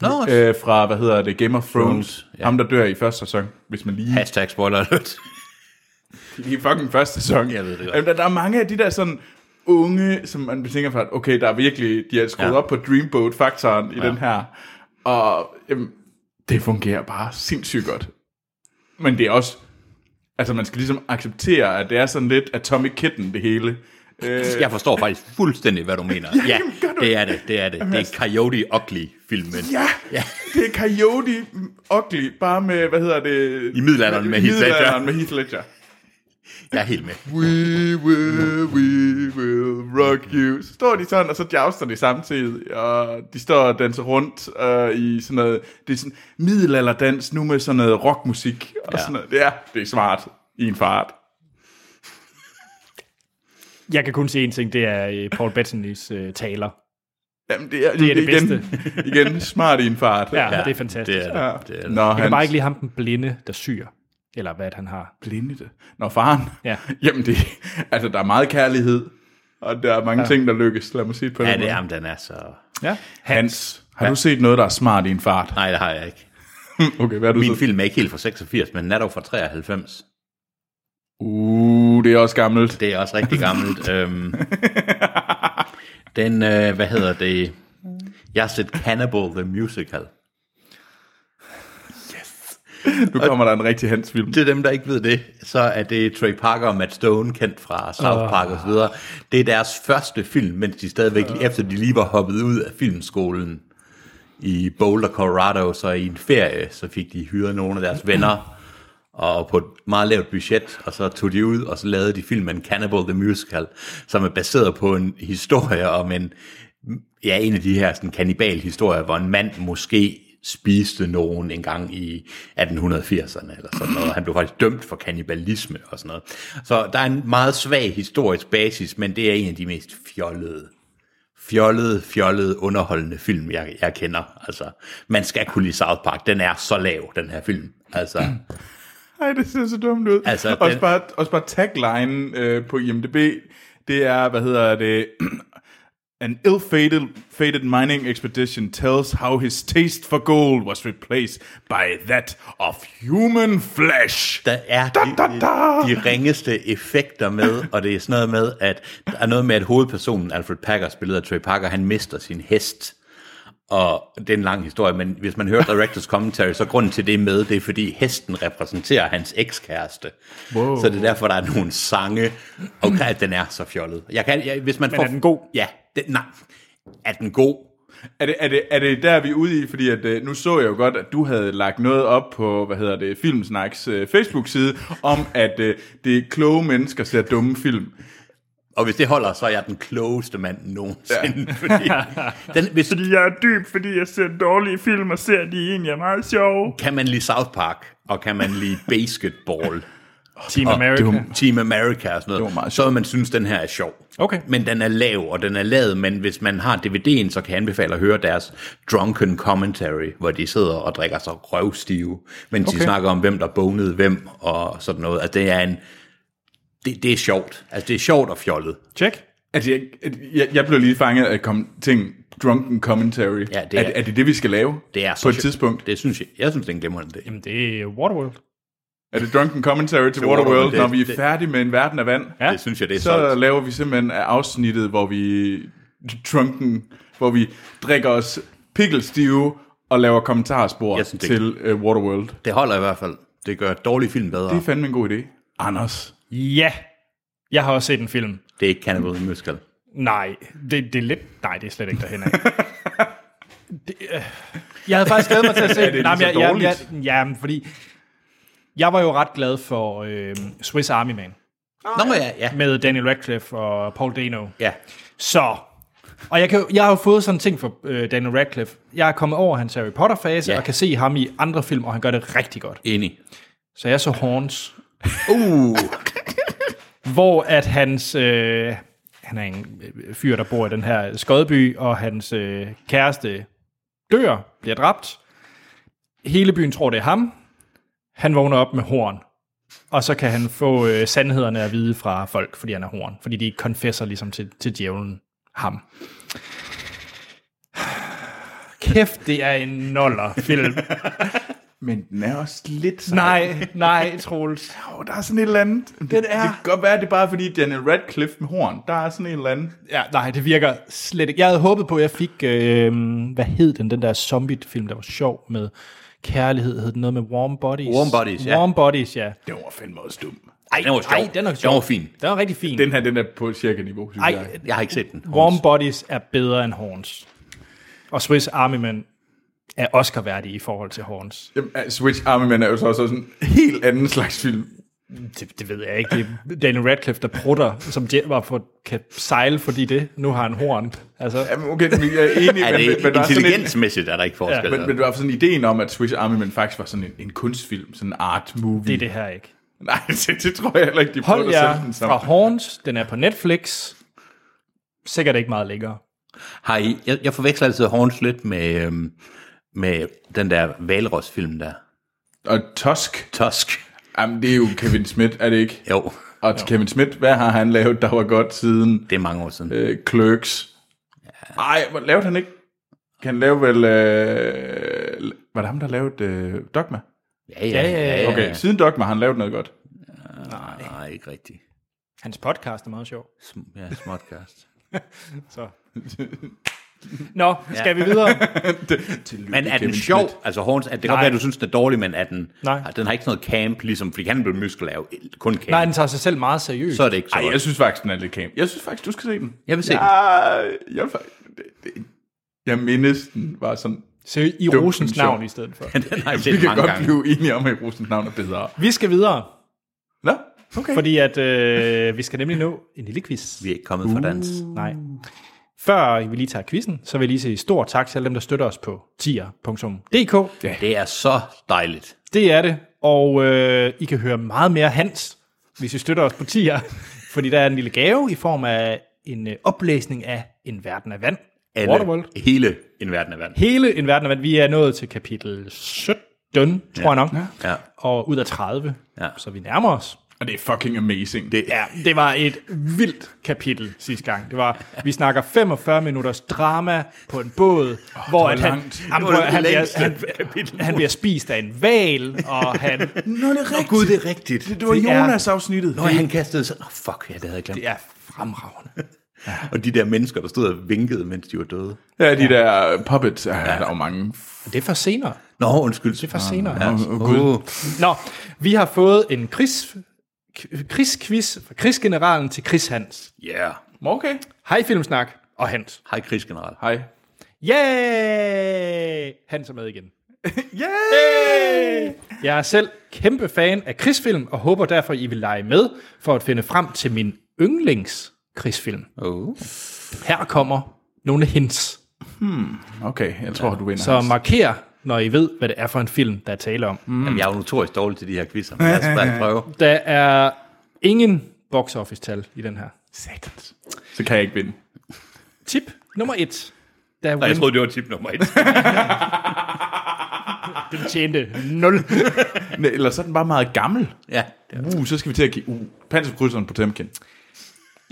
Speaker 3: Nå,
Speaker 2: Øh, fra, hvad hedder det, Game of Thrones. Thrones
Speaker 3: Thrones,
Speaker 2: ja.
Speaker 3: ja.
Speaker 2: Ham, der dør i første sæson, hvis man lige...
Speaker 3: hashtag spoiler alert.
Speaker 2: I fucking første sæson.
Speaker 3: Jeg ved det godt.
Speaker 2: Jamen, der, der er mange af de der sådan unge, som man tænker for, at okay, der er virkelig, de er skruet ja.
Speaker 3: Ja.
Speaker 2: op på Dreamboat-faktoren i ja. den her. Og jamen, det fungerer bare sindssygt godt. Men det er også, altså man skal ligesom acceptere, at det er sådan lidt Atomic Kitten, det hele. Øh,
Speaker 3: Jeg forstår faktisk fuldstændig, hvad du mener. Ja, det er det, det er det. Det er Coyote Ugly-filmen.
Speaker 2: Ja, ja,
Speaker 3: [LAUGHS]
Speaker 2: det er Coyote Ugly, bare med, hvad hedder det?
Speaker 3: I middelalderen med
Speaker 2: I
Speaker 3: Heath Ledger.
Speaker 2: middelalderen med Heath Ledger.
Speaker 3: Jeg er helt med.
Speaker 2: We will, we will rock you. Så står de sådan, og så jouster de samtidig, og de står og danser rundt øh, i sådan noget, det er sådan middelalderdans nu med sådan noget rockmusik, og ja.
Speaker 3: Ja.
Speaker 2: sådan noget. Ja, det er smart i en fart.
Speaker 1: Jeg kan kun se en ting, det er øh, Paul Bettany's øh, taler.
Speaker 2: Jamen, det er,
Speaker 1: Det er det
Speaker 2: igen, [LAUGHS] igen, smart i en fart.
Speaker 1: Ja, ja, det er fantastisk.
Speaker 3: Det
Speaker 1: Det er,
Speaker 2: Ja.
Speaker 3: er det. det, er det.
Speaker 2: Nå,
Speaker 1: jeg
Speaker 2: han
Speaker 1: kan bare ikke lige ham den blinde, der syr. Eller hvad det, han har.
Speaker 2: blinde det. Nå, faren.
Speaker 1: Ja.
Speaker 2: [LAUGHS] Jamen, det, altså, der er meget kærlighed, og der er mange ja. ting, der lykkes. Lad mig sige det på den
Speaker 3: Ja, det
Speaker 2: måde.
Speaker 3: er ham, den er så...
Speaker 1: Ja.
Speaker 2: Hans, har du set noget, der er smart i en fart? [LAUGHS]
Speaker 3: Nej, det har jeg ikke.
Speaker 2: Okay, hvad er du
Speaker 3: Min
Speaker 2: så?
Speaker 3: film er ikke helt fra 86, men den er dog fra 93.
Speaker 2: Uh, det er også gammelt.
Speaker 3: Det er også rigtig gammelt. øhm, den, øh, hvad hedder det? Jeg har set Cannibal the Musical.
Speaker 2: Nu kommer der en rigtig Hans-film.
Speaker 3: Til dem, der ikke ved det, så er det Trey Parker og Matt Stone, kendt fra South Park og så videre. Det er deres første film, mens de stadigvæk, efter de lige var hoppet ud af filmskolen i Boulder, Colorado, så i en ferie, så fik de hyret nogle af deres venner, og på et meget lavt budget, og så tog de ud, og så lavede de filmen Cannibal the Musical, som er baseret på en historie om en, ja, en af de her sådan, kannibalhistorier, hvor en mand måske spiste nogen en gang i 1880'erne eller sådan noget. Han blev faktisk dømt for kannibalisme og sådan noget. Så der er en meget svag historisk basis, men det er en af de mest fjollede fjollede, fjollede, underholdende film, jeg, jeg kender. Altså, man skal kunne lide South Park. Den er så lav, den her film. Altså,
Speaker 2: Ej, det ser så dumt ud.
Speaker 3: Altså,
Speaker 2: Altså,
Speaker 3: den-
Speaker 2: også, bare, også bare tagline øh, på IMDb, det er, hvad hedder det... [CLEARS THROAT] An ill-fated fated mining expedition tells how his taste for gold was replaced by that of human flesh.
Speaker 3: der er de, de ringeste effekter med, og det er sådan noget med, at der er noget med, at hovedpersonen, Alfred Packer, spillet af Trey Parker, han mister sin hest. Og det er en lang historie, men hvis man hører Directors Commentary, så er grunden til det er med, det er fordi hesten repræsenterer hans ekskæreste. Wow. Så det er derfor, der er nogle sange. Okay, at den er så fjollet. Jeg kan, jeg, hvis man men får,
Speaker 1: er den god?
Speaker 3: Ja, det, nej. Er den god?
Speaker 2: Er det, er, det, er det der, vi er ude i? Fordi at, øh, nu så jeg jo godt, at du havde lagt noget op på, hvad hedder det, Filmsnaks øh, Facebook-side, om at øh, det er kloge mennesker ser dumme film.
Speaker 3: Og hvis det holder, så er jeg den klogeste mand nogensinde. Ja. Fordi den, hvis,
Speaker 4: Fordi jeg er dyb, fordi jeg ser dårlige film, og ser at de egentlig er meget sjove.
Speaker 3: kan man lide South Park, og kan man lide basketball,
Speaker 1: Team America.
Speaker 3: Team America og sådan
Speaker 2: Det var meget
Speaker 3: noget, så vil man synes, den her er sjov.
Speaker 1: Okay.
Speaker 3: Men den er lav, og den er lavet, men hvis man har DVD'en, så kan jeg anbefale at høre deres drunken commentary, hvor de sidder og drikker sig røvstive, mens okay. de
Speaker 1: Okay.
Speaker 3: snakker om, hvem der bonede hvem og sådan noget. Altså, det er en... Det, det er sjovt. Altså, det er sjovt og fjollet.
Speaker 1: Check.
Speaker 2: Altså, jeg, jeg, jeg blev lige fanget af kom, ting, drunken commentary.
Speaker 3: Ja, det er-
Speaker 2: er, er det det, vi skal lave?
Speaker 3: Det er så
Speaker 2: På et
Speaker 3: sjovt.
Speaker 2: tidspunkt.
Speaker 3: Det synes jeg. Jeg synes, det er en glimrende idé.
Speaker 1: Jamen, det er Waterworld.
Speaker 2: Er det drunken commentary til
Speaker 3: Waterworld,
Speaker 2: Waterworld,
Speaker 3: det-
Speaker 2: når vi er
Speaker 3: det-
Speaker 2: færdige med en verden af vand?
Speaker 1: Ja.
Speaker 3: Det synes jeg, det er
Speaker 2: Så
Speaker 3: solgt.
Speaker 2: laver vi simpelthen afsnittet, hvor vi drunken, hvor vi drikker os pikkelstive og laver kommentarspor
Speaker 3: Jeg synes, det-
Speaker 2: til uh, Waterworld. Det
Speaker 3: Det holder i hvert fald. Det gør dårlige film bedre.
Speaker 2: er fandme en god idé. Anders.
Speaker 1: Ja. Jeg har også set en film.
Speaker 3: Det er ikke Cannibal Musical.
Speaker 1: Nej, det, det er lidt... Nej, det er slet ikke derhen [LAUGHS] af. det, øh, jeg havde faktisk glædet mig til [LAUGHS] at se
Speaker 2: det
Speaker 1: den. Nej, men
Speaker 2: lige
Speaker 1: jeg,
Speaker 2: så
Speaker 1: jeg, jeg,
Speaker 2: dårligt?
Speaker 1: jamen, fordi... Jeg var jo ret glad for øh, Swiss Army Man
Speaker 3: Nå ja, ja.
Speaker 1: med Daniel Radcliffe og Paul Dano.
Speaker 3: Ja,
Speaker 1: Så, og jeg, kan, jo- jeg har jo fået sådan en ting for øh, Daniel Radcliffe. Jeg er kommet over hans Harry Potter-fase,
Speaker 3: Ja.
Speaker 1: og kan se ham i andre film, og han gør det rigtig godt.
Speaker 3: enig.
Speaker 1: Så jeg så Horns,
Speaker 3: Uh,
Speaker 1: hvor at hans... Øh, han er en øh, fyr, der bor i den her skodby, og hans øh, kæreste dør, bliver dræbt. Hele byen tror, det er ham. Han vågner op med horn. Og så kan han få øh, sandhederne at vide fra folk, fordi han er horn. Fordi de konfesser ligesom til, til djævlen ham. Kæft, det er en nollerfilm.
Speaker 2: Men den er også lidt sej.
Speaker 1: nej, nej, Troels.
Speaker 2: Åh, der er sådan et eller andet. Den er... Det kan godt være, at det er bare fordi Daniel Radcliffe med horn. Der er sådan et eller andet.
Speaker 1: Ja, nej, det virker slet ikke. Jeg havde håbet på, at jeg fik, øh, hvad hed den, den der zombie-film, der var sjov med kærlighed, hed den noget med Warm Bodies?
Speaker 3: Warm Bodies, ja.
Speaker 1: Warm Bodies, ja.
Speaker 2: Den var fandme også dum.
Speaker 3: ej, den var sjov.
Speaker 1: ej, den er sjov.
Speaker 3: Den var fin.
Speaker 1: Den var rigtig fin.
Speaker 2: Den her, den er på cirka niveau, synes jeg.
Speaker 1: Ej, øh,
Speaker 3: Jeg har ikke set den.
Speaker 1: Warm Bodies er bedre end Horns. Og Swiss Army Man er Oscar-værdig i forhold til Horns.
Speaker 2: Jamen, øh, Switch Army Man er jo så også sådan en helt anden slags film.
Speaker 1: Det, det ved jeg ikke. Det er Daniel Radcliffe, der prutter, som Jen var for, kan sejle, fordi det. Nu har han horn. Altså,
Speaker 2: Jamen, okay, men
Speaker 1: [LAUGHS]
Speaker 2: jeg er enig,
Speaker 3: Er
Speaker 2: men,
Speaker 3: det
Speaker 2: men, men, der er sådan en,
Speaker 3: intelligensmæssigt, er der ikke forskel?
Speaker 2: men, men der var sådan ideen om, at Switch Army Man faktisk var sådan en, en kunstfilm, sådan en art movie.
Speaker 1: det er det her ikke.
Speaker 2: Nej, det, det tror jeg heller ikke, de prøvede
Speaker 1: Hold
Speaker 2: at sælge
Speaker 1: jer
Speaker 2: den som.
Speaker 1: fra Horns. Den er på Netflix. Sikkert ikke meget længere.
Speaker 3: Har I, jeg, jeg forveksler altid Horns lidt med, øhm, med den der Valros-film der.
Speaker 2: Og Tusk,
Speaker 3: Tusk.
Speaker 2: jamen, det er jo Kevin Smith, er det ikke?
Speaker 3: Jo,
Speaker 2: Og Kevin Smith, hvad har han lavet, der var godt siden
Speaker 3: det er mange år siden.
Speaker 2: øh, Clerks? Ej, hvor lavede han ikke? Han lavede vel... Øh, var det ham, der lavede øh, Dogma?
Speaker 3: Ja, ja, ja. ja,
Speaker 2: Okay, siden Dogma har han lavet noget godt.
Speaker 3: Nej, ikke rigtigt.
Speaker 1: Hans podcast er meget sjov.
Speaker 3: Sm- Ja, småtgast.
Speaker 2: [LAUGHS]
Speaker 1: Så. Nå, skal vi videre?
Speaker 3: [LAUGHS] Men er den
Speaker 2: Kevin
Speaker 3: sjov? Altså Horns, at det kan godt være, du synes, den er dårlig, men er den,
Speaker 1: Nej.
Speaker 3: Ah, den har ikke sådan noget camp, ligesom, fordi han blev muskel er jo kun camp.
Speaker 1: Nej, den tager sig selv meget seriøst.
Speaker 3: Så er det ikke så
Speaker 2: Ej,
Speaker 3: godt. [LAUGHS]
Speaker 2: jeg synes faktisk, den er lidt kam. Jeg synes faktisk, du skal se den.
Speaker 3: Jeg vil se den.
Speaker 2: Ej, jeg, det, det, jeg mindes, den var sådan...
Speaker 1: Seriøst, I
Speaker 2: Dumt,
Speaker 1: Rosens
Speaker 2: men sjov.
Speaker 1: navn i stedet for.
Speaker 3: Den har jeg
Speaker 2: Vi
Speaker 3: set
Speaker 2: kan
Speaker 3: mange
Speaker 2: godt
Speaker 3: gange.
Speaker 2: blive enige om, at Rosens navn er bedre.
Speaker 1: Vi skal videre,
Speaker 2: Nå, okay.
Speaker 1: fordi at øh, vi skal nemlig nå en lille quiz.
Speaker 3: Vi er ikke kommet fra dans.
Speaker 1: Nej. Før vi lige tager quizzen, så vil jeg lige sige stor tak til alle dem, der støtter os på tier.dk.
Speaker 3: Det er så dejligt.
Speaker 1: Det er det, og øh, I kan høre meget mere Hans, [LAUGHS] hvis I støtter os på tier, fordi der er en lille gave i form af en øh, oplæsning af En verden af vand.
Speaker 3: Alle,
Speaker 1: Waterworld.
Speaker 3: Hele en verden af vand.
Speaker 1: Hele En verden af vand. Vi er nået til kapitel 17, tror jeg nok. Ja.
Speaker 3: Ja.
Speaker 1: Og ud af 30,
Speaker 3: Ja.
Speaker 1: ja. så vi nærmer os.
Speaker 2: Og det er fucking amazing. Det,
Speaker 1: Ja, det var et vildt kapitel sidste gang. Det var, vi snakker 45 minutters drama på en båd, oh, hvor at han,
Speaker 2: langt.
Speaker 1: han,
Speaker 3: Det var det
Speaker 1: han, bliver,
Speaker 3: længste
Speaker 1: han, han bliver spist af en val, og han,
Speaker 2: Nå, det er rigtigt.
Speaker 3: Gud, det er rigtigt.
Speaker 2: Det var
Speaker 1: Det er-
Speaker 2: Jonas-afsnittet.
Speaker 3: Nå, han kastede sig. Oh, fuck, ja, det havde jeg glemt.
Speaker 1: det er fremragende.
Speaker 3: Og de der mennesker, der stod og vinkede, mens de var døde.
Speaker 2: Ja, de der uh, puppets. Ja, der er jo mange.
Speaker 1: Det er for senere.
Speaker 3: Nå, undskyld.
Speaker 1: Det er for senere.
Speaker 3: Ja.
Speaker 2: Åh, Gud.
Speaker 3: Åh.
Speaker 1: Nå, vi har fået en krigs, k- krigsquiz fra krigsgeneralen til Chris Hans.
Speaker 3: Yeah.
Speaker 2: Okay.
Speaker 1: Hej Filmsnak og Hans.
Speaker 3: Hej, krigsgeneral.
Speaker 2: Hej.
Speaker 1: Yeah! Hans er med igen.
Speaker 2: Yay!
Speaker 1: Jeg er selv kæmpe fan af krigsfilm, og håber derfor, I vil lege med for at finde frem til min yndlings krigsfilm.
Speaker 3: Oh.
Speaker 1: Her kommer nogle hints,
Speaker 2: Okay, jeg tror, du vinder.
Speaker 1: så marker, når I ved, hvad det er for en film, der er tale om.
Speaker 3: Mm. Jamen, jeg er jo notorisk dårlig til de her quizzer, men lad os bare prøve.
Speaker 1: Der er ingen box office-tal i den her.
Speaker 2: Satans. Så kan jeg ikke vinde.
Speaker 1: Tip nummer et. Da
Speaker 3: Nej, jeg
Speaker 1: Wim
Speaker 3: troede, det var tip nummer et.
Speaker 1: den tjente 0.
Speaker 2: Nej, Eller så er den bare meget gammel.
Speaker 3: [LAUGHS] ja. det er-
Speaker 2: Uh, så skal vi til at give... Uh, panserkrydseren på Temkin.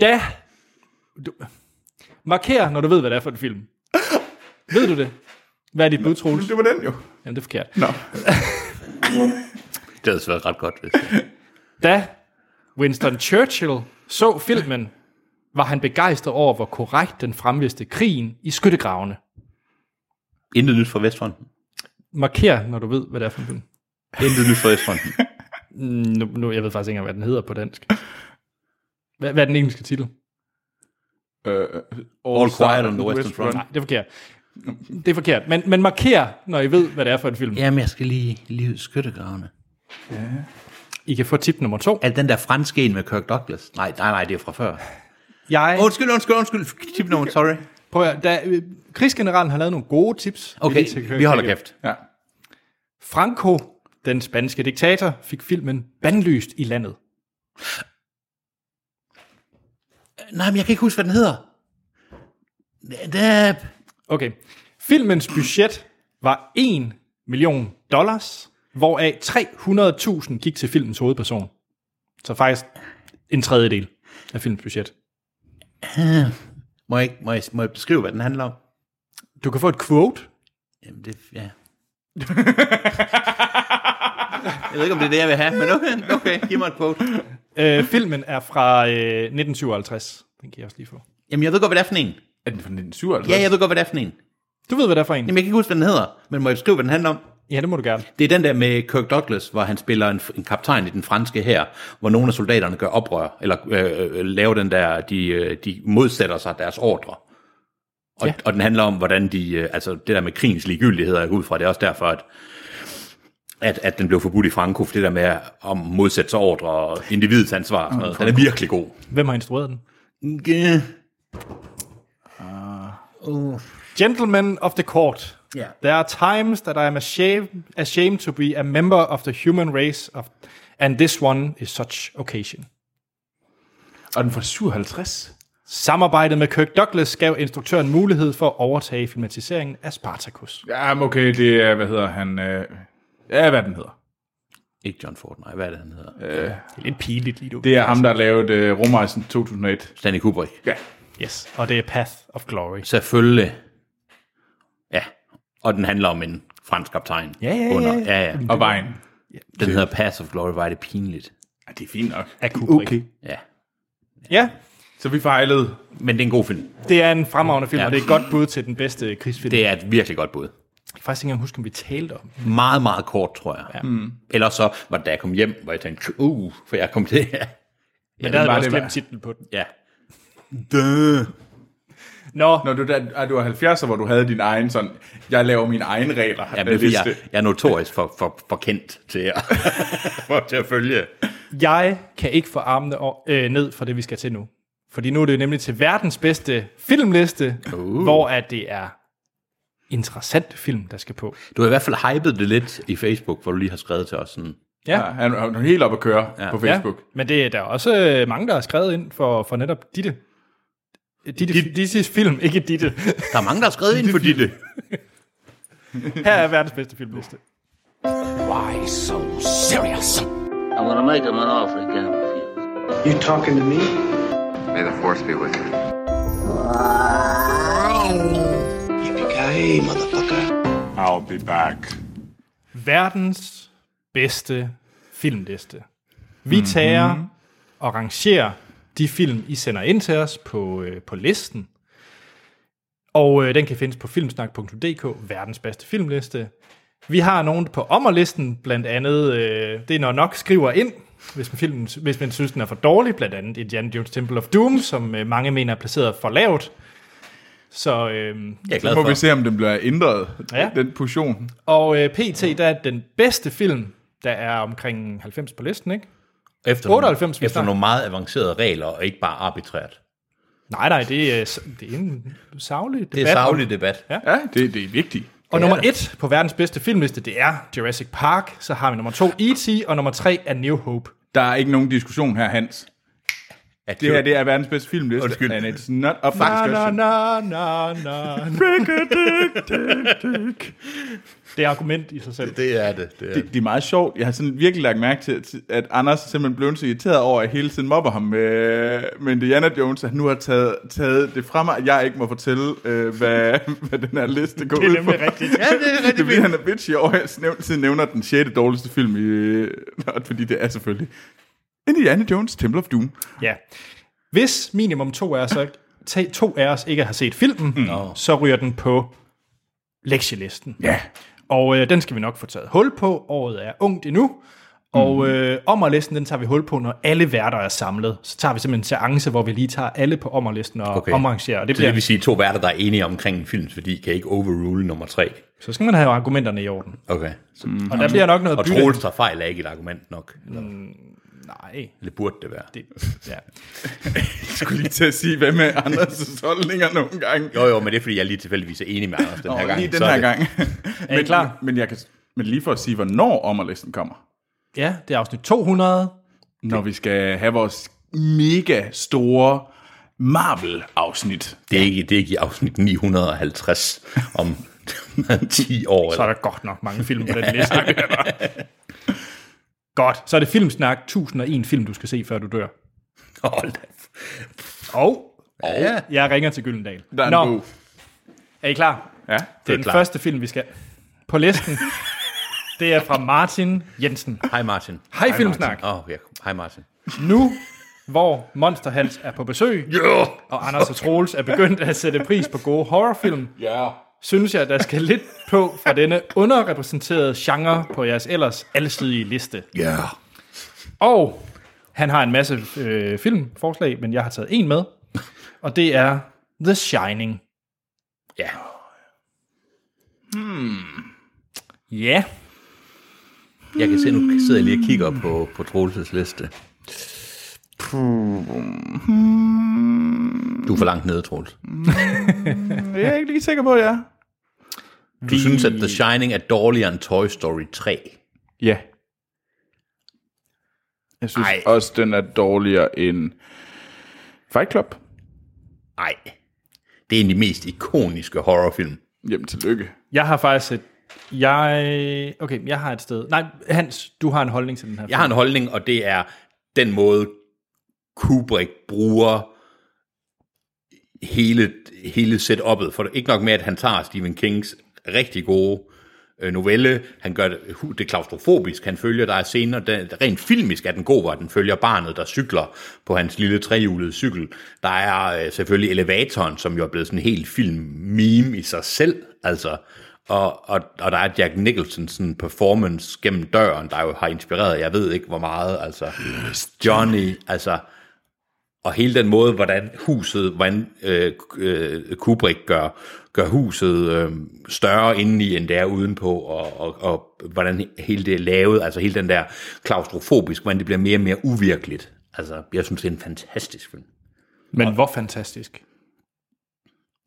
Speaker 1: Da... Du... Marker, når du ved, hvad det er for en film. ved du det? Hvad er dit bud, Troels?
Speaker 2: Det var den jo.
Speaker 1: Jamen, det er forkert.
Speaker 2: Nå.
Speaker 3: Det havde så været ret godt, hvis
Speaker 1: Da Winston Churchill så filmen, var han begejstret over, hvor korrekt den fremviste krigen i skyttegravene.
Speaker 3: Intet nyt fra Vestfronten.
Speaker 1: Marker, når du ved, hvad det er for en film.
Speaker 3: Intet nyt fra Vestfronten.
Speaker 1: Nu, nu, jeg ved faktisk ikke engang, hvad den hedder på dansk. Hvad, hvad er den engelske titel?
Speaker 2: Uh,
Speaker 3: All Quiet on the Western Front.
Speaker 1: Nej, det er forkert. Det er forkert. Men, men marker, når I ved, hvad det er for en film.
Speaker 3: [LAUGHS] Jamen, jeg skal lige lige skyttegravene.
Speaker 1: I kan få tip nummer to.
Speaker 3: Er det den der franske en med Kirk Douglas? Nej, nej, nej, det er fra før.
Speaker 1: Jeg,
Speaker 3: Undskyld, undskyld, undskyld. Tip nummer, sorry.
Speaker 1: prøv at, høre, da, øh, krigsgeneralen har lavet nogle gode tips.
Speaker 3: Okay,
Speaker 1: lige skal-
Speaker 3: vi holder kæft.
Speaker 2: Ja.
Speaker 1: Franco, den spanske diktator, fik filmen bandlyst i landet.
Speaker 3: Nej, men jeg kan ikke huske, hvad den hedder. Da,
Speaker 1: Okay. Filmens budget var 1 million dollars, hvoraf 300.000 gik til filmens hovedperson. Så faktisk en tredjedel af filmens budget.
Speaker 3: må, jeg, ikke- må, jeg, må jeg beskrive, hvad den handler om?
Speaker 1: Du kan få et quote.
Speaker 3: Jamen, det, ja. [LAUGHS] jeg ved ikke, om det er det, jeg vil have, men okay, okay giv mig et quote. [LAUGHS]
Speaker 1: Øh, filmen er fra øh, 1957. Den kan jeg også lige få.
Speaker 3: Jamen, jeg ved godt, hvad det er for en.
Speaker 2: Er den fra 1957?
Speaker 3: Ja, jeg ved godt, hvad det er for en.
Speaker 1: Du ved, hvad det er for en.
Speaker 3: Jamen, jeg kan ikke huske, hvad den hedder, men må jeg beskrive, hvad den handler om?
Speaker 1: Ja, det må du gerne.
Speaker 3: Det er den der med Kirk Douglas, hvor han spiller en, en kaptajn i den franske her, hvor nogle af soldaterne gør oprør, eller øh, øh, laver den der, de, øh, de modsætter sig deres ordre. Og, ja.
Speaker 1: Ja.
Speaker 3: og den handler om, hvordan de, øh, altså det der med krigens ligegyldighed, er jeg går ud fra, det er også derfor, at, at, at den blev forbudt i Franco, for det der med at om modsætte sig ordre og individets ansvar, og sådan
Speaker 1: Mm,
Speaker 3: noget. den er virkelig god.
Speaker 1: Hvem har instrueret den?
Speaker 3: Ja.
Speaker 1: Gentlemen of the Court.
Speaker 3: Ja.
Speaker 1: There are times that I am ashamed, ashamed to be a member of the human race, of, and this one is such occasion.
Speaker 2: Og den fra 57?
Speaker 1: Samarbejdet med Kirk Douglas gav instruktøren mulighed for at overtage filmatiseringen af Spartacus.
Speaker 2: Ja, men okay, det er, hvad hedder han? Øh, ja, hvad den hedder.
Speaker 3: Ikke John Ford, nej, hvad er det, han hedder?
Speaker 1: Det er lidt pinligt lige nu.
Speaker 2: Det er ham, der lavede øh, Rumrejsen 2001.
Speaker 3: Stanley Kubrick.
Speaker 2: Ja.
Speaker 1: Yes, og det er Path of Glory.
Speaker 3: Selvfølgelig. Ja, og den handler om en fransk kaptajn.
Speaker 1: Ja, ja, ja,
Speaker 3: Under,
Speaker 1: ja.
Speaker 3: ja, ja.
Speaker 2: Og vejen.
Speaker 3: Den hedder Pass of Glory, var det pinligt.
Speaker 2: Ja, det er fint nok.
Speaker 1: Af Kubrick.
Speaker 3: Ja.
Speaker 1: Ja,
Speaker 2: Så vi fejlede.
Speaker 3: Men det er en god film.
Speaker 1: det er en fremragende film,
Speaker 3: Ja.
Speaker 1: ja. og det er et godt bud til den bedste krigsfilm. Det.
Speaker 3: Det er et virkelig godt bud.
Speaker 1: Jeg kan faktisk ikke engang huske, om vi talte om. den.
Speaker 3: Meget, meget kort, tror jeg. Ja. Mm. Eller så var det, da jeg kom hjem, hvor jeg tænkte, uh, for jeg kom til. [LAUGHS] Ja.
Speaker 1: Men der havde
Speaker 2: var
Speaker 1: vi også
Speaker 2: det var-
Speaker 1: glemt titlen på den.
Speaker 3: ja.
Speaker 1: Nå,
Speaker 2: Når du, der, ah, du var 70'er, hvor du havde din egen sådan, jeg laver mine egne regler.
Speaker 3: Jamen, det er, fordi
Speaker 2: liste.
Speaker 3: jeg, jeg er notorisk for, for, for kendt til at, [LAUGHS] for, til at følge.
Speaker 1: jeg kan ikke få armene o- øh, ned for det, vi skal til nu. Fordi nu er det nemlig til verdens bedste filmliste, uh. hvor at det er interessante film, der skal på.
Speaker 3: Du har i hvert fald hypet det lidt i Facebook, hvor du lige har skrevet til os sådan,
Speaker 1: Ja.
Speaker 2: Ja, han, han er helt oppe at køre ja. på Facebook.
Speaker 1: Ja, men det, der er også øh, mange, der har skrevet ind for, for netop ditte Ditte, dit. Disses film, ikke Ditte. [LAUGHS]
Speaker 3: Der er mange, der har skrevet ind for det.
Speaker 1: Her er verdens bedste filmliste.
Speaker 5: Why so serious?
Speaker 6: I'm gonna make him an offer he can't refuse.
Speaker 7: You talking to me?
Speaker 8: May the force be with you.
Speaker 7: Yippee-ki-yay, motherfucker.
Speaker 5: I'll be back.
Speaker 1: Verdens bedste filmliste. Vi tager og rangerer de film, I sender ind til os på, øh, på listen. Og øh, den kan findes på filmsnak.dk, verdens bedste filmliste. Vi har nogen på ommerlisten, blandt andet, øh, det er når nok skriver ind, hvis man, filmen, hvis man synes, den er for dårlig, blandt andet Indiana Jones Temple of Doom, som øh, mange mener er placeret for lavt. Så øh,
Speaker 3: Jeg er glad
Speaker 2: Så må vi
Speaker 3: for.
Speaker 2: se, om den bliver ændret,
Speaker 1: Ja.
Speaker 2: ja. den position.
Speaker 1: Og øh, PT, der er den bedste film, der er omkring 90 på listen, ikke?
Speaker 3: Efter,
Speaker 1: 98, vi
Speaker 3: efter
Speaker 1: snakker.
Speaker 3: nogle meget avancerede regler, og ikke bare arbitrært.
Speaker 1: Nej, nej, det er, det er en savlig debat.
Speaker 3: Det er savlig debat.
Speaker 2: Ja, det, det er vigtigt.
Speaker 1: Og nummer et på verdens bedste filmliste, det er Jurassic Park. Så har vi nummer to, E.T., og nummer tre er New Hope.
Speaker 2: Der er ikke nogen diskussion her, Hans.
Speaker 3: At
Speaker 2: Det her, det er verdens bedste filmliste,
Speaker 3: Undskyld.
Speaker 2: and it's not up for
Speaker 1: Na, na,
Speaker 2: discussion.
Speaker 1: na, na, na. Det er argument i sig selv.
Speaker 3: det er det. det, er det.
Speaker 2: Det, det er meget sjovt. Jeg har sådan virkelig lagt mærke til, at- at Anders er simpelthen blev så irriteret over, at jeg hele tiden mobber ham øh, med, med Indiana Jones, at han nu har taget, taget det fra mig, at jeg ikke må fortælle, øh, hvad, [LAUGHS] hvad den her liste går
Speaker 1: Det er
Speaker 2: ud på.
Speaker 1: nemlig rigtigt.
Speaker 3: Ja,
Speaker 2: [LAUGHS]
Speaker 3: det er
Speaker 2: Det er
Speaker 3: rigtig
Speaker 2: fordi,
Speaker 3: vildt.
Speaker 2: han er bitchy over, at jeg snæv- altid nævner den sjette dårligste film, i, [LAUGHS] øh, fordi det er selvfølgelig Indiana Jones, Temple of Doom.
Speaker 1: Ja. Hvis minimum to af os, ta- to af os ikke har set filmen, mm. så ryger den på lektielisten.
Speaker 2: Ja.
Speaker 1: Og øh, den skal vi nok få taget hul på. Året er ungt endnu. Og øh, ommerlisten, den tager vi hul på, når alle værter er samlet. Så tager vi simpelthen en seance, hvor vi lige tager alle på ommerlisten og okay.
Speaker 3: Okay.
Speaker 1: omrangerer. Og det
Speaker 3: Så det
Speaker 1: bliver,
Speaker 3: vil sige, to værter, der er enige omkring en films værdi, kan ikke overrule nummer tre.
Speaker 1: så skal man have argumenterne i orden.
Speaker 3: Okay.
Speaker 1: Mm. Og der bliver nok noget
Speaker 3: Mhm. Og
Speaker 1: bytte.
Speaker 3: Troels tager fejl er ikke et argument nok. Eller,
Speaker 1: Nej.
Speaker 3: eller burde det være.
Speaker 1: Det, ja.
Speaker 2: Jeg skulle lige til at sige, hvad med Anders' holdninger nogle gange.
Speaker 3: [LAUGHS] Jo, jo, men det er, fordi jeg lige tilfældigvis er enig med Anders den
Speaker 2: Og
Speaker 3: her gang.
Speaker 2: lige den
Speaker 3: så er
Speaker 2: her
Speaker 3: det-
Speaker 2: gang.
Speaker 1: Er I klar?
Speaker 2: Men, jeg kan, men lige for at sige, hvornår ommerlisten kommer.
Speaker 1: ja, det er afsnit 200.
Speaker 2: Når vi skal have vores mega store Marvel-afsnit.
Speaker 3: Det er ikke, det er ikke i afsnit 950 om [LAUGHS] 10 år.
Speaker 1: Så er
Speaker 3: Eller.
Speaker 1: der godt nok mange film på den liste. godt. Så er det filmsnak 1001 film, du skal se, før du dør.
Speaker 3: Hold da.
Speaker 1: Og
Speaker 3: Ja.
Speaker 1: jeg ringer til Gyldendal.
Speaker 2: Der er
Speaker 1: Nå,
Speaker 2: en bog.
Speaker 1: er I klar?
Speaker 2: Ja.
Speaker 1: Det er den
Speaker 3: klar.
Speaker 1: første film, vi skal på [LAUGHS] listen. Det er fra Martin Jensen.
Speaker 3: Hej Martin.
Speaker 1: Hej, Filmsnak.
Speaker 3: Åh, oh, ja. Hej Martin.
Speaker 1: Nu, hvor Monster Hans er på besøg,
Speaker 3: Yeah.
Speaker 1: og Anders og Troels er begyndt at sætte pris på gode horrorfilm,
Speaker 2: Ja.
Speaker 1: synes jeg, der skal lidt på fra denne underrepræsenterede genre på jeres ellers alsidige liste.
Speaker 3: Ja.
Speaker 1: Og han har en masse øh, filmforslag, men jeg har taget en med, og det er The Shining.
Speaker 3: Ja.
Speaker 1: Ja, yeah.
Speaker 3: Jeg kan se, nu sidder jeg lige og kigger på, på Troelses liste.
Speaker 1: Hmm.
Speaker 3: Du er for langt nede, Troels.
Speaker 2: Jeg er ikke lige sikker på, ja.
Speaker 3: Du synes, at The Shining er dårligere end Toy Story 3.
Speaker 2: Ja. Jeg synes Ej. også, den er dårligere end Fight Club.
Speaker 3: Nej. Det er en af de mest ikoniske horrorfilm.
Speaker 2: Jamen, tillykke.
Speaker 1: jeg har faktisk et... Jeg, okay, jeg har et sted. Nej, Hans, du har en holdning til den her.
Speaker 3: Jeg har en holdning, og det er den måde, Kubrick bruger hele, hele setup'et. For ikke nok med, at han tager Stephen Kings rigtig gode øh, novelle, han gør det, hu- det klaustrofobisk, han følger der er scener, der, rent filmisk er den god, hvor den følger barnet, der cykler på hans lille trehjulede cykel. Der er øh, selvfølgelig elevatoren, som jo er blevet sådan en helt film-meme i sig selv, altså. Og, og, og der er Jack Nicholson's sådan performance gennem døren, der jo har inspireret, jeg ved ikke hvor meget, altså. Johnny, altså. Og hele den måde, hvordan huset, hvordan øh, øh, Kubrick gør, gør huset øh, større indeni, end det er udenpå, og, og, og hvordan hele det er lavet, altså hele den der klaustrofobisk, hvordan det bliver mere og mere uvirkeligt. Altså, jeg synes, det er en fantastisk film.
Speaker 1: Men hvor fantastisk.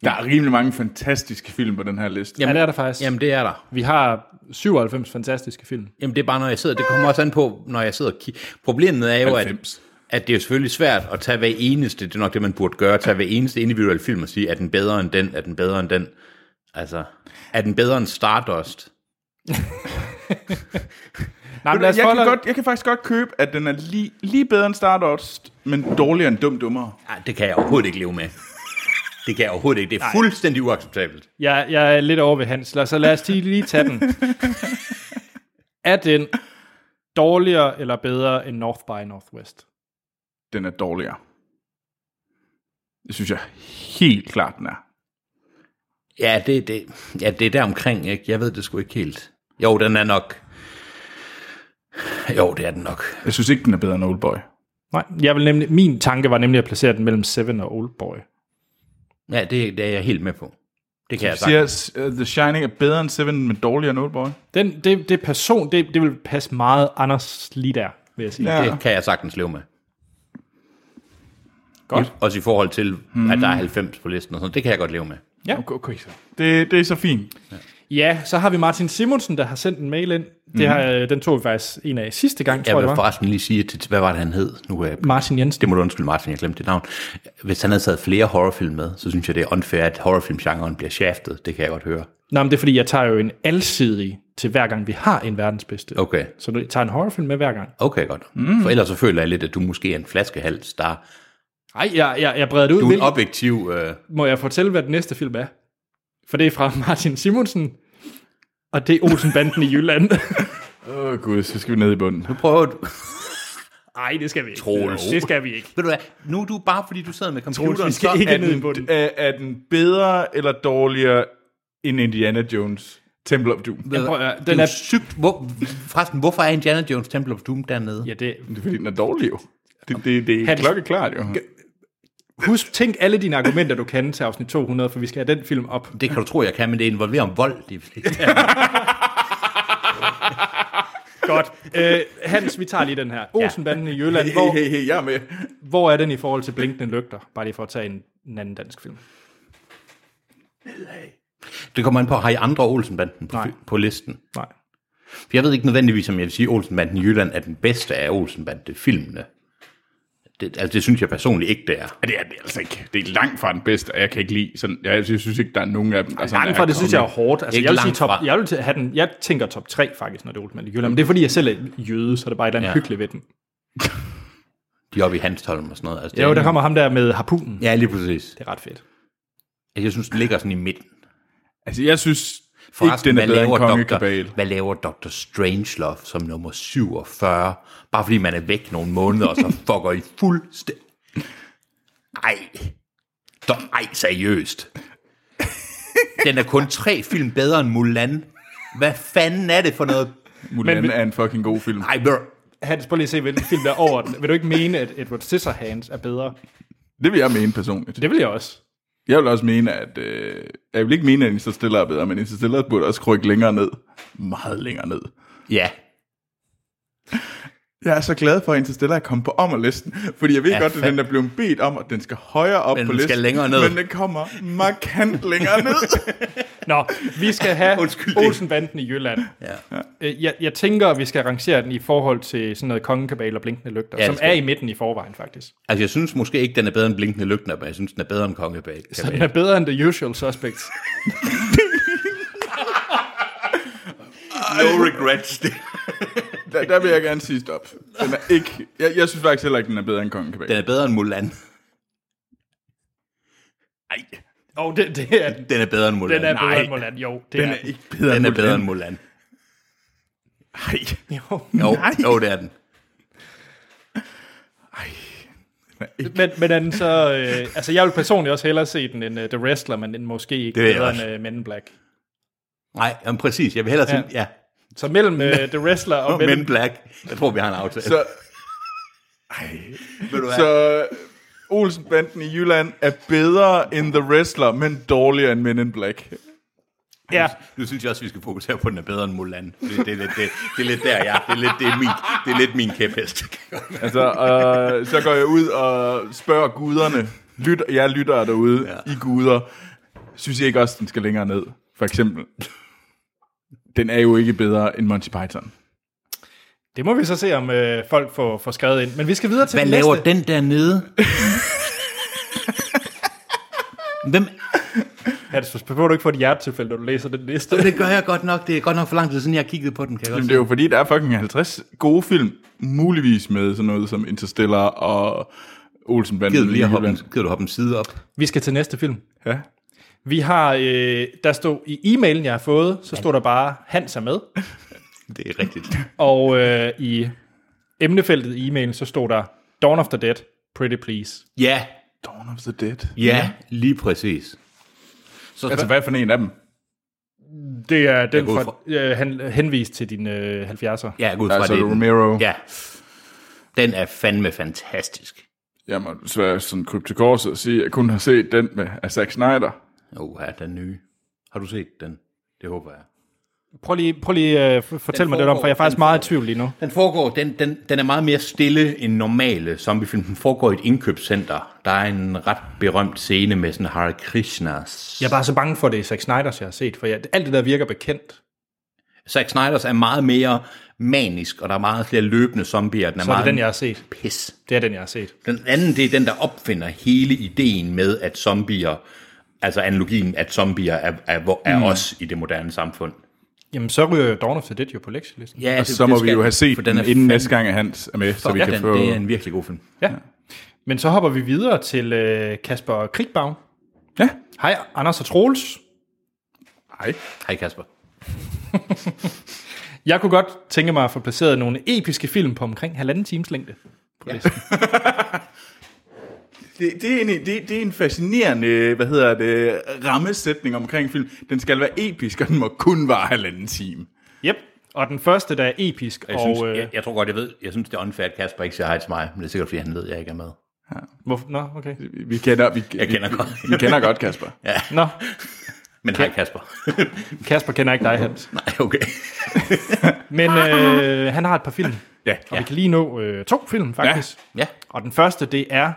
Speaker 2: Der er rimelig mange fantastiske film på den her liste.
Speaker 1: Jamen, ja, det er der faktisk. Jamen,
Speaker 3: Jamen, det er der.
Speaker 1: vi har 97 fantastiske film.
Speaker 3: Jamen, det er bare, når jeg sidder, det kommer også an på, når jeg sidder og kigger. Problemet er jo, at...
Speaker 2: 90.
Speaker 3: at det er selvfølgelig svært at tage hver eneste, det er nok det, man burde gøre, tage hver eneste individuelle film og sige, er den bedre end den, er den bedre end den? Altså, er den bedre end Stardust?
Speaker 1: Nej, men lad
Speaker 2: Jeg
Speaker 1: os
Speaker 2: kan,
Speaker 1: holde...
Speaker 2: godt, jeg kan faktisk godt købe, at den er lige, lige bedre end Stardust, men dårligere end Dum Dummere.
Speaker 3: Ej, Ah, det kan jeg overhovedet ikke leve med. Det kan jeg overhovedet ikke. Det er fuldstændig uacceptabelt.
Speaker 1: Jeg, jeg er lidt over ved Hans, lad- så lad os lige, lige tage
Speaker 2: [LAUGHS]
Speaker 1: den. er den dårligere eller bedre end North by Northwest?
Speaker 2: Den er dårligere. Det synes jeg helt klart, den er.
Speaker 3: Ja, det, det, ja, det er der omkring, ikke? Jeg ved det sgu ikke helt. Jo, den er nok... Jo, det er den nok.
Speaker 2: Jeg synes ikke, den er bedre end Oldboy.
Speaker 1: Nej, jeg vil nemlig, min tanke var nemlig at placere den mellem Seven og Oldboy.
Speaker 3: Ja, det, det er jeg helt med på. Det kan jeg
Speaker 2: Jeg
Speaker 3: sige.
Speaker 2: siger, uh, The Shining er bedre end Seven, men dårligere end Oldboy.
Speaker 1: Den, det, det person, det, det vil passe meget Anders lige der, vil jeg sige. Ja.
Speaker 3: Det kan jeg sagtens leve med. Godt. Hmm. Også i forhold til, at der er 90 på listen og sådan Det kan jeg godt leve med.
Speaker 2: Okay, okay så. Det, det er så fint.
Speaker 1: ja, så har vi Martin Simonsen, der har sendt en mail ind. Det mm-hmm. har,
Speaker 3: Mhm.
Speaker 1: øh, den tog vi faktisk en af sidste gang, tror
Speaker 3: Jeg
Speaker 1: jeg,
Speaker 3: vil
Speaker 1: det var.
Speaker 3: forresten lige sige, til, hvad var det, han hed? Nu er jeg
Speaker 1: Martin Jensen.
Speaker 3: Det må du undskylde, Martin, jeg glemte dit navn. Hvis han havde taget flere horrorfilm med, så synes jeg, det er unfair, at horrorfilmgenren bliver shaftet. Det kan jeg godt høre.
Speaker 1: Nej, men det er fordi, jeg tager jo en alsidig til hver gang, vi har en verdens bedste.
Speaker 3: Okay,
Speaker 1: Så du tager en horrorfilm med hver gang.
Speaker 3: okay godt. Mm. For ellers så føler jeg lidt, at du måske er en flaskehals. Der,
Speaker 1: Nej, jeg, jeg, jeg breder det ud.
Speaker 3: du er en
Speaker 1: Vil-
Speaker 3: objektiv... Øh,
Speaker 1: Må jeg fortælle, hvad den næste film er? For det er fra [LAUGHS] Martin Simonsen, og det er Olsenbanden i Jylland. [LAUGHS]
Speaker 2: Åh oh, gud, så skal vi ned i bunden.
Speaker 3: prøver du...
Speaker 1: Nej, det skal vi ikke.
Speaker 3: Troels.
Speaker 1: Det skal vi ikke.
Speaker 3: [LAUGHS] Ved du hvad, nu er du bare, fordi du sidder med computeren,
Speaker 1: vi skal
Speaker 3: så
Speaker 1: ikke
Speaker 3: er
Speaker 1: ned i
Speaker 3: den-
Speaker 1: bunden.
Speaker 2: Er, er den bedre eller dårligere end Indiana Jones? Temple of Doom.
Speaker 3: Ved du hvad,
Speaker 1: Prøv at høre,
Speaker 3: det
Speaker 1: den
Speaker 3: er jo
Speaker 1: er-
Speaker 3: sygt. Hvor, forresten, hvorfor er Indiana Jones Temple of Doom dernede?
Speaker 1: Ja, det...
Speaker 2: Det er fordi, den er dårlig jo. Det, det, det er
Speaker 1: Hans-
Speaker 2: klokkeklart jo.
Speaker 1: Husk, tænk alle dine argumenter, du kan til afsnit 200, for vi skal have den film op.
Speaker 3: Det kan du tro, jeg kan, men det involverer om vold. De fleste.
Speaker 1: Godt. Øh, Hans, vi tager lige den her. Olsenbanden i Jylland, [LAUGHS]
Speaker 2: Hey,
Speaker 1: hvor,
Speaker 2: hey, hey, jeg er med.
Speaker 1: hvor er den i forhold til Blinkende Lygter? Bare lige for at tage en, en anden dansk film.
Speaker 3: Det kommer an på, har I andre Olsenbanden på,
Speaker 1: Nej.
Speaker 3: på listen?
Speaker 1: Nej.
Speaker 3: For jeg ved ikke nødvendigvis, om jeg vil sige, at Olsenbanden i Jylland er den bedste af Olsenbande-filmene. Det, altså, det synes jeg personligt ikke, det er.
Speaker 2: Ja, Det er det altså ikke. Det er langt fra den bedste, og jeg kan ikke lide sådan... Jeg, jeg synes ikke, der er nogen af dem, der sådan
Speaker 1: Langt fra, det synes jeg er hårdt. Altså,
Speaker 3: Ikke
Speaker 1: jeg vil sige
Speaker 3: langt
Speaker 1: top,
Speaker 3: fra.
Speaker 1: jeg, vil t- have den, jeg tænker top 3 faktisk, når det er Olsenbanden i Jylland. Men det er fordi, jeg selv er jøde, så er det er bare et eller andet
Speaker 3: Ja.
Speaker 1: ja. hyggeligt ved den.
Speaker 3: De er oppe i Hanstholm og sådan noget. Altså, det
Speaker 1: Jo,
Speaker 3: er
Speaker 1: der kommer ham der med harpunen.
Speaker 3: Ja, lige præcis.
Speaker 1: Det er ret fedt.
Speaker 3: Altså, Jeg synes, den ligger sådan i midten.
Speaker 2: Altså, jeg synes
Speaker 3: Forresten,
Speaker 2: ikke, den
Speaker 3: hvad
Speaker 2: er bedre end
Speaker 3: laver,
Speaker 2: Konge
Speaker 3: Dr.,
Speaker 2: Kabal.
Speaker 3: hvad laver Dr. Strangelove som nummer 47? Bare fordi man er væk nogle måneder,
Speaker 2: [LAUGHS]
Speaker 3: og så fucker I fuldstændig... Ej. Do- Ej, seriøst. Den er kun tre film bedre end Mulan. Hvad fanden er det for noget?
Speaker 2: Mulan
Speaker 1: Men-
Speaker 2: er en fucking god film.
Speaker 3: Ej, brr.
Speaker 1: Hans, prøv lige at se, hvilken film der er over den. Vil du ikke mene, at Edward Scissorhands er bedre?
Speaker 2: Det vil jeg mene personligt.
Speaker 1: Det vil jeg også.
Speaker 2: Jeg vil også mene, at... Øh, jeg vil ikke mene, at Interstellar er bedre, men Interstellar burde også krykke længere ned. Meget længere ned.
Speaker 3: Ja,
Speaker 2: Jeg er så glad for, at Interstellar er kommet på ommerlisten, fordi jeg ved
Speaker 3: Ja,
Speaker 2: ja, godt, at
Speaker 3: fa-
Speaker 2: den er blevet bedt om, at den skal højere op
Speaker 3: Men
Speaker 2: på
Speaker 3: den skal
Speaker 2: listen.
Speaker 3: længere ned.
Speaker 2: Men den kommer markant længere [LAUGHS] ned.
Speaker 1: Nå, vi skal [LAUGHS] have
Speaker 3: Undskyld det.
Speaker 1: Olsenbanden i Jylland.
Speaker 3: ja.
Speaker 1: Øh, Jeg, jeg tænker, at vi skal arrangere den i forhold til sådan noget kongekabal og blinkende lygter,
Speaker 3: Ja, det
Speaker 1: som
Speaker 3: skal
Speaker 1: er
Speaker 3: vi.
Speaker 1: i midten i forvejen faktisk.
Speaker 3: Altså, jeg synes måske ikke, den er bedre end Blinkende Lygtner, men jeg synes, den er bedre end Kongebag.
Speaker 1: Så den er bedre end The Usual [LAUGHS] Suspects.
Speaker 3: No regrets.
Speaker 2: Der, der vil jeg gerne sige stop. Den er ikke, jeg, jeg synes faktisk heller ikke, den er bedre end Kongen
Speaker 3: [LAUGHS] Den
Speaker 2: Kabal.
Speaker 3: er bedre end Mulan. Ej,
Speaker 1: Og oh, det, det er den.
Speaker 3: den er bedre end Mulan.
Speaker 1: Den er bedre
Speaker 3: Nej,
Speaker 1: end Moland. Jo, det
Speaker 2: Den
Speaker 1: er
Speaker 2: er
Speaker 1: den.
Speaker 2: ikke bedre
Speaker 3: Den
Speaker 2: end
Speaker 3: er bedre end
Speaker 2: Mulan.
Speaker 3: Mulan.
Speaker 2: Nej,
Speaker 1: Jo.
Speaker 3: Jo, jo, det er den.
Speaker 1: Men, men er den så... Øh, altså, jeg vil personligt også hellere se den end uh, The Wrestler, men den måske ikke
Speaker 3: Det vil jeg
Speaker 1: bedre
Speaker 3: også.
Speaker 1: end uh, Men in Black.
Speaker 3: Nej, jamen, præcis. Jeg vil hellere sige, ja,
Speaker 1: Så mellem uh, The Wrestler og Men,
Speaker 3: Men Black. Jeg tror, vi har en aftale.
Speaker 2: så,
Speaker 3: Ved du hvad?
Speaker 2: så Olsenbanden i Jylland er bedre end The Wrestler, men dårligere end Men in Black.
Speaker 1: ja,
Speaker 3: Nu synes jeg også, vi skal fokusere på, at den er bedre end Mulan. Det, det, er lidt- det, det er lidt der, ja. Det er lidt, det er min, det er lidt min kæphest.
Speaker 2: Altså, øh, så går jeg ud og spørger guderne. Lyt, jeg lytter derude
Speaker 3: Ja.
Speaker 2: ja. i guder. Synes jeg ikke også, den skal længere ned? For eksempel. Den er jo ikke bedre end Monty Python.
Speaker 1: Det må vi så se, om øh, folk får, får skrevet ind. Men vi skal videre til
Speaker 3: Hvad
Speaker 1: den
Speaker 3: laver
Speaker 1: næste.
Speaker 3: den der nede? Hvem?
Speaker 1: Hans, pas på, du ikke får et hjertetilfælde, når du læser den næste.
Speaker 3: Det gør jeg godt nok. Det er godt nok for lang tid siden, jeg har kigget på den, kan jeg godt
Speaker 2: Jamen, det er jo fordi, der er fucking 50 gode film, muligvis med sådan noget som Interstellar og Olsenbanden.
Speaker 3: Gider du lige at hoppe en,
Speaker 2: Jylland.
Speaker 3: gider du hoppe en side op?
Speaker 1: Vi skal til næste film.
Speaker 2: Ja.
Speaker 1: Vi har, øh, der stod i e-mailen, jeg har fået, så stod der bare, Hans er med.
Speaker 3: Det er rigtigt.
Speaker 1: Og øh, i emnefeltet i e-mailen, så stod der, Dawn of the Dead, Pretty Please.
Speaker 3: [LAUGHS] Ja,
Speaker 2: Dawn of the Dead.
Speaker 3: ja, lige præcis. Så
Speaker 2: Altså, hvad for en af dem?
Speaker 1: Det er den,
Speaker 3: går ud
Speaker 1: fra, øh, han henvist til din øh, 70'er.
Speaker 3: Ja, jeg går ud fra
Speaker 2: Altså,
Speaker 3: det. er den.
Speaker 2: Romero.
Speaker 3: Ja. Den er fandme fantastisk.
Speaker 2: Jeg må desværre sådan krybe til korset og sige, at jeg kun har set den med af Zack Snyder.
Speaker 3: Åh, ja, den nye. Har du set den? Det håber jeg.
Speaker 1: Prøv lige, prøv lige øh, f- fortæl
Speaker 3: Den
Speaker 1: mig lidt om, for jeg er
Speaker 3: foregår-
Speaker 1: faktisk
Speaker 3: den
Speaker 1: meget i
Speaker 3: foregår.
Speaker 1: tvivl lige nu.
Speaker 3: Den foregår, den, den, den er meget mere stille end normale zombiefilm. Den foregår i et indkøbscenter. Der er en ret berømt scene med sådan Hare Krishnas.
Speaker 1: Jeg er bare så bange for, at det er Zack Snyder's, jeg har set, for jeg, alt det der virker bekendt.
Speaker 3: Zack Snyder's er meget mere manisk, og der er meget flere løbende zombier. Den er
Speaker 1: Så er
Speaker 3: meget
Speaker 1: det den, jeg har set.
Speaker 3: pis.
Speaker 1: Det er den, jeg har set.
Speaker 3: Den anden, det er den, der opfinder hele ideen med, at zombier, altså analogien, at zombier er, er, vo- er mm. os i det moderne samfund.
Speaker 1: Jamen, så ryger Dawn of the Dead jo på lektielisten.
Speaker 3: Ja,
Speaker 2: Og så må vi jo have set den, inden næste gang, at Hans er med, så vi
Speaker 3: ja,
Speaker 2: kan
Speaker 3: den,
Speaker 2: få...
Speaker 3: Det er en virkelig god film.
Speaker 1: Ja. Men så hopper vi videre til øh, Kasper Krigbaum.
Speaker 2: Ja,
Speaker 1: Hej, Anders og Troels.
Speaker 2: hej.
Speaker 3: Hej Kasper.
Speaker 1: Jeg kunne godt tænke mig at få placeret nogle episke film på omkring halvanden times længde.
Speaker 2: Det, det, er en, det, det er en fascinerende, hvad hedder det, rammesætning omkring film. Den skal være episk, og den må kun vare halvanden time.
Speaker 1: Yep. Og den første, der er episk,
Speaker 3: Jeg,
Speaker 1: og
Speaker 3: synes,
Speaker 1: øh,
Speaker 3: jeg, jeg tror godt, jeg ved, jeg synes, det er unfair, at Kasper ikke siger hej til mig, men det er sikkert, fordi han ved, at jeg ikke er med.
Speaker 1: Hvorfor? Nå, okay.
Speaker 2: Vi- Vi kender, vi,
Speaker 3: Jeg kender
Speaker 2: vi,
Speaker 3: godt.
Speaker 2: vi kender godt Kasper.
Speaker 1: Nå,
Speaker 3: Men hej Kasper. [LAUGHS]
Speaker 1: Kasper kender ikke dig, Hans.
Speaker 3: Nej, okay.
Speaker 1: Men øh, han har et par film,
Speaker 2: Ja.
Speaker 1: og vi kan lige nå øh, to film, faktisk. Ja.
Speaker 3: Ja,
Speaker 1: Og den første, det er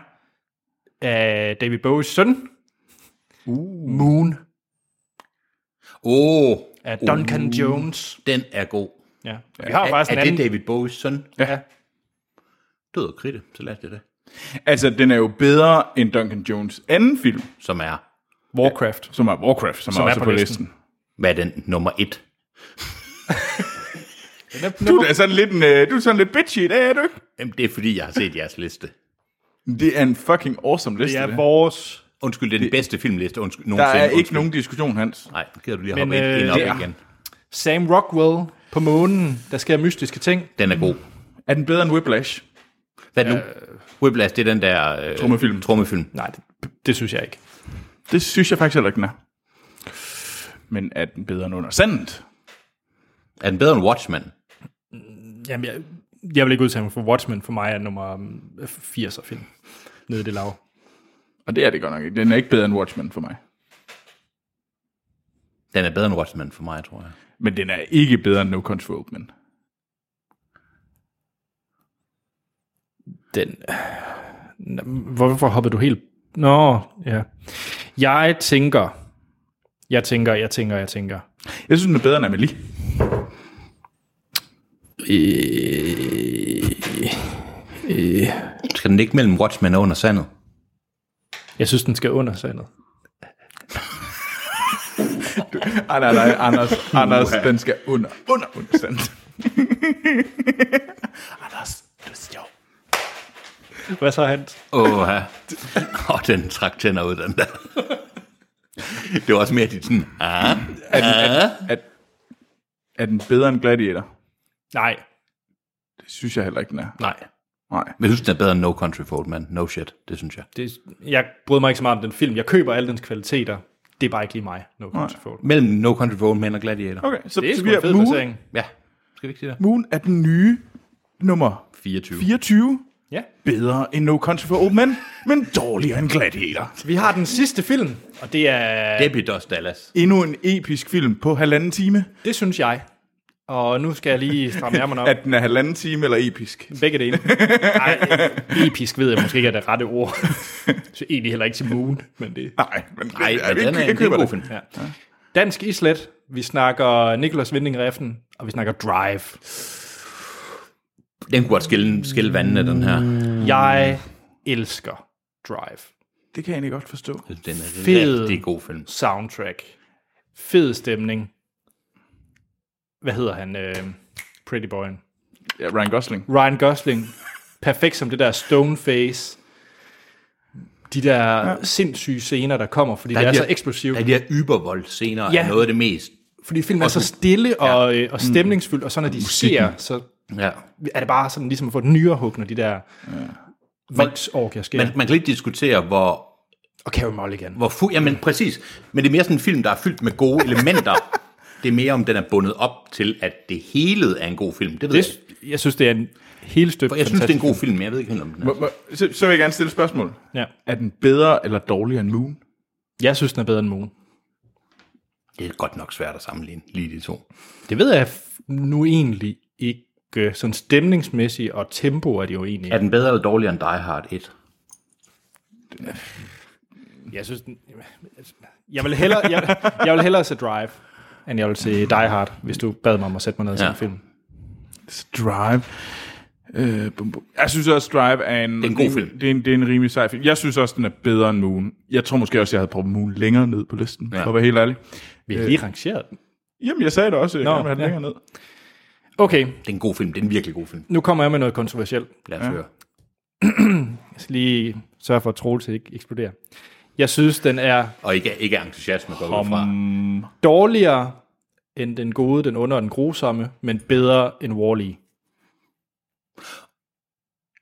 Speaker 1: af David Bowies søn. Uh. Moon
Speaker 3: åh, oh,
Speaker 1: af Duncan uh. Jones.
Speaker 3: den er god.
Speaker 1: Ja. Og vi har
Speaker 3: er,
Speaker 1: faktisk en
Speaker 3: er
Speaker 1: anden.
Speaker 3: det David Bowies søn?
Speaker 2: Ja.
Speaker 3: Død og kritte, så lad det det.
Speaker 2: Altså, den er jo bedre end Duncan Jones' anden film,
Speaker 3: Som er,
Speaker 1: Warcraft.
Speaker 2: som er Warcraft, som, som er også er på listen.
Speaker 3: hvad er den, nummer et?
Speaker 2: Du er da sådan lidt, en, øh, du er sådan lidt bitchy i dag, er du ikke?
Speaker 3: Jamen, det er fordi, jeg har set jeres liste.
Speaker 2: Det er en fucking awesome
Speaker 1: Det
Speaker 2: liste.
Speaker 1: er
Speaker 2: det.
Speaker 1: vores...
Speaker 3: Undskyld, det er den bedste filmliste undskyld,
Speaker 2: Der
Speaker 3: nogensinde.
Speaker 2: er ikke
Speaker 3: undskyld.
Speaker 2: nogen diskussion, Hans.
Speaker 3: Nej, gider du lige
Speaker 1: Men,
Speaker 3: hoppe ind, ind
Speaker 1: øh,
Speaker 3: op
Speaker 1: det er-
Speaker 3: igen.
Speaker 1: Sam Rockwell på månen, der sker mystiske ting.
Speaker 3: Den er god.
Speaker 2: Er den bedre end Whiplash?
Speaker 3: Hvad er det nu? Whiplash, det er den der... Øh,
Speaker 2: Trommefilm.
Speaker 3: Trummefilm.
Speaker 1: Nej, det, det synes jeg ikke.
Speaker 2: Det synes jeg faktisk heller ikke, den er. Men er den bedre end under sandet?
Speaker 3: Er den bedre end Watchmen?
Speaker 1: Jamen, jeg, jeg vil ikke udtale mig for Watchmen. For mig er nummer 80'er film. Nede i det lav.
Speaker 2: Og det er det godt nok ikke. Den er ikke bedre end Watchmen for mig.
Speaker 3: Den er bedre end Watchmen for mig, tror jeg.
Speaker 2: Men den er ikke bedre end No Control, men...
Speaker 1: Den... Nå, Hvorfor hoppede du helt... Nå, ja. Jeg tænker... Jeg tænker, jeg tænker, jeg tænker.
Speaker 2: Jeg synes, den er bedre end Amelie.
Speaker 3: Skal den ligge mellem Watchmen og Under Sandet?
Speaker 1: Jeg synes, den skal under sandet.
Speaker 2: Ej, nej, nej, [LAUGHS] Anders, Anders, den skal under, under, under sandet. Anders, du er sjov.
Speaker 1: Hvad så, Hans?
Speaker 2: [LAUGHS]
Speaker 3: Åh, ja. Og den trak tænder ud, den der. Det var også mere dit sådan, ah.
Speaker 2: Er den, er, er, er den bedre end Gladiator?
Speaker 1: Nej,
Speaker 2: Det synes jeg heller ikke, den er.
Speaker 1: nej.
Speaker 2: Nej.
Speaker 3: Men jeg synes, den er bedre end No Country for Old Men. No shit, det synes jeg.
Speaker 1: Det, jeg bryder mig ikke så meget om den film. Jeg køber alle dens kvaliteter. Det er bare ikke lige mig. No Control.
Speaker 3: Mellem No Country for Old Men og Gladiator.
Speaker 2: Okay, så,
Speaker 1: Det er
Speaker 2: så
Speaker 1: sgu
Speaker 2: vi
Speaker 1: en
Speaker 2: er
Speaker 1: fed
Speaker 2: Moon,
Speaker 1: placering.
Speaker 3: Ja. Skal vi ikke sige det?
Speaker 2: Moon er den nye nummer
Speaker 3: 24.
Speaker 2: 24.
Speaker 1: Ja.
Speaker 2: Bedre end No Country for Old Men, men dårligere end Gladiator.
Speaker 1: Vi har den sidste film, og det er... Det,
Speaker 3: Debbie Does Dallas.
Speaker 2: Endnu en episk film på halvanden time.
Speaker 1: det synes jeg. Og nu skal jeg lige
Speaker 3: [LAUGHS]
Speaker 1: stramme ærmerne op.
Speaker 2: At den er halvanden time eller episk?
Speaker 1: Begge dele. [LAUGHS] Ej, episk ved jeg måske ikke er det rette ord. Så egentlig heller ikke til Moon, men det...
Speaker 2: Nej, men,
Speaker 3: Nej,
Speaker 2: jeg-
Speaker 3: men
Speaker 2: jeg-
Speaker 3: den er
Speaker 2: jeg
Speaker 3: en
Speaker 2: køber
Speaker 3: god
Speaker 2: det.
Speaker 3: film.
Speaker 1: Ja. Dansk Mm. Islet. Vi snakker Nikolas Vinding Refn, og vi snakker Drive.
Speaker 3: Den kunne godt skille, skille vandene, den her.
Speaker 1: Jeg elsker Drive.
Speaker 2: Det kan jeg egentlig godt forstå.
Speaker 3: Den er en
Speaker 1: Fed.
Speaker 3: rigtig god film.
Speaker 1: Soundtrack. Fed stemning. Hvad hedder han? Øh, Pretty Boy'en.
Speaker 2: Ja, Ryan Gosling.
Speaker 1: Ryan Gosling. Perfekt som det der stone face. De der ja. sindssyge scener, der kommer, fordi det er så eksplosivt.
Speaker 3: Der er de her ybervold scener
Speaker 1: Ja.
Speaker 3: ja. er noget af det mest.
Speaker 1: Fordi filmen er så stille og, øh, og stemningsfyldt, og så når de ser, så
Speaker 3: Ja.
Speaker 1: er det bare sådan ligesom at få et nyrehug, når de der ja. voldsorgier sker.
Speaker 3: Man, man kan lidt diskutere, hvor
Speaker 1: og Carey Mulligan.
Speaker 3: Hvor fu- Jamen præcis. Men det er mere sådan en film, der er fyldt med gode elementer. det er mere, om den er bundet op til, at det hele er en god film. Det ved jeg
Speaker 1: Det,
Speaker 3: ikke.
Speaker 1: jeg synes, det er en helt støbt
Speaker 3: For jeg synes, det er en god film, men jeg ved ikke helt, om den er.
Speaker 2: Må- må- Så, så vil jeg gerne stille et spørgsmål.
Speaker 1: Ja.
Speaker 2: Er den bedre eller dårligere end Moon?
Speaker 1: Jeg synes, den er bedre end Moon.
Speaker 3: Det er godt nok svært at sammenligne lige de to.
Speaker 1: Det ved jeg f- nu egentlig ikke. øh, Sådan stemningsmæssigt og tempo er det jo egentlig.
Speaker 3: Er den bedre eller dårligere end Die Hard 1?
Speaker 1: Jeg synes, den, jeg vil hellere, jeg, jeg vil hellere se Drive, end jeg vil se Die Hard, hvis du bad mig om at sætte mig ned til
Speaker 3: Ja.
Speaker 1: en film.
Speaker 2: Drive. Øh, bum, bum. jeg synes også, Drive er en, det
Speaker 3: er en god film.
Speaker 2: Det er en, det er en rimelig sej film. Jeg synes også, den er bedre end Moon. Jeg tror måske også, jeg havde proppet Moon længere ned på listen, ja. for at være helt ærlig.
Speaker 1: Vi har lige rangeret den.
Speaker 2: Jamen, jeg sagde det også, jeg
Speaker 1: Nå,
Speaker 2: gerne ville have den
Speaker 1: ja.
Speaker 2: længere ned.
Speaker 1: Okay,
Speaker 3: Det er en god film. Det er en virkelig god film.
Speaker 1: nu kommer jeg med noget kontroversielt.
Speaker 3: Lad os ja. høre.
Speaker 1: Jeg skal lige sørge for, at Troels ikke eksploderer. Jeg synes, den er
Speaker 3: Og ikke, ikke er entusiasme går ud fra.
Speaker 1: dårligere end den gode, den onde og den grusomme, men bedre end Wall-E.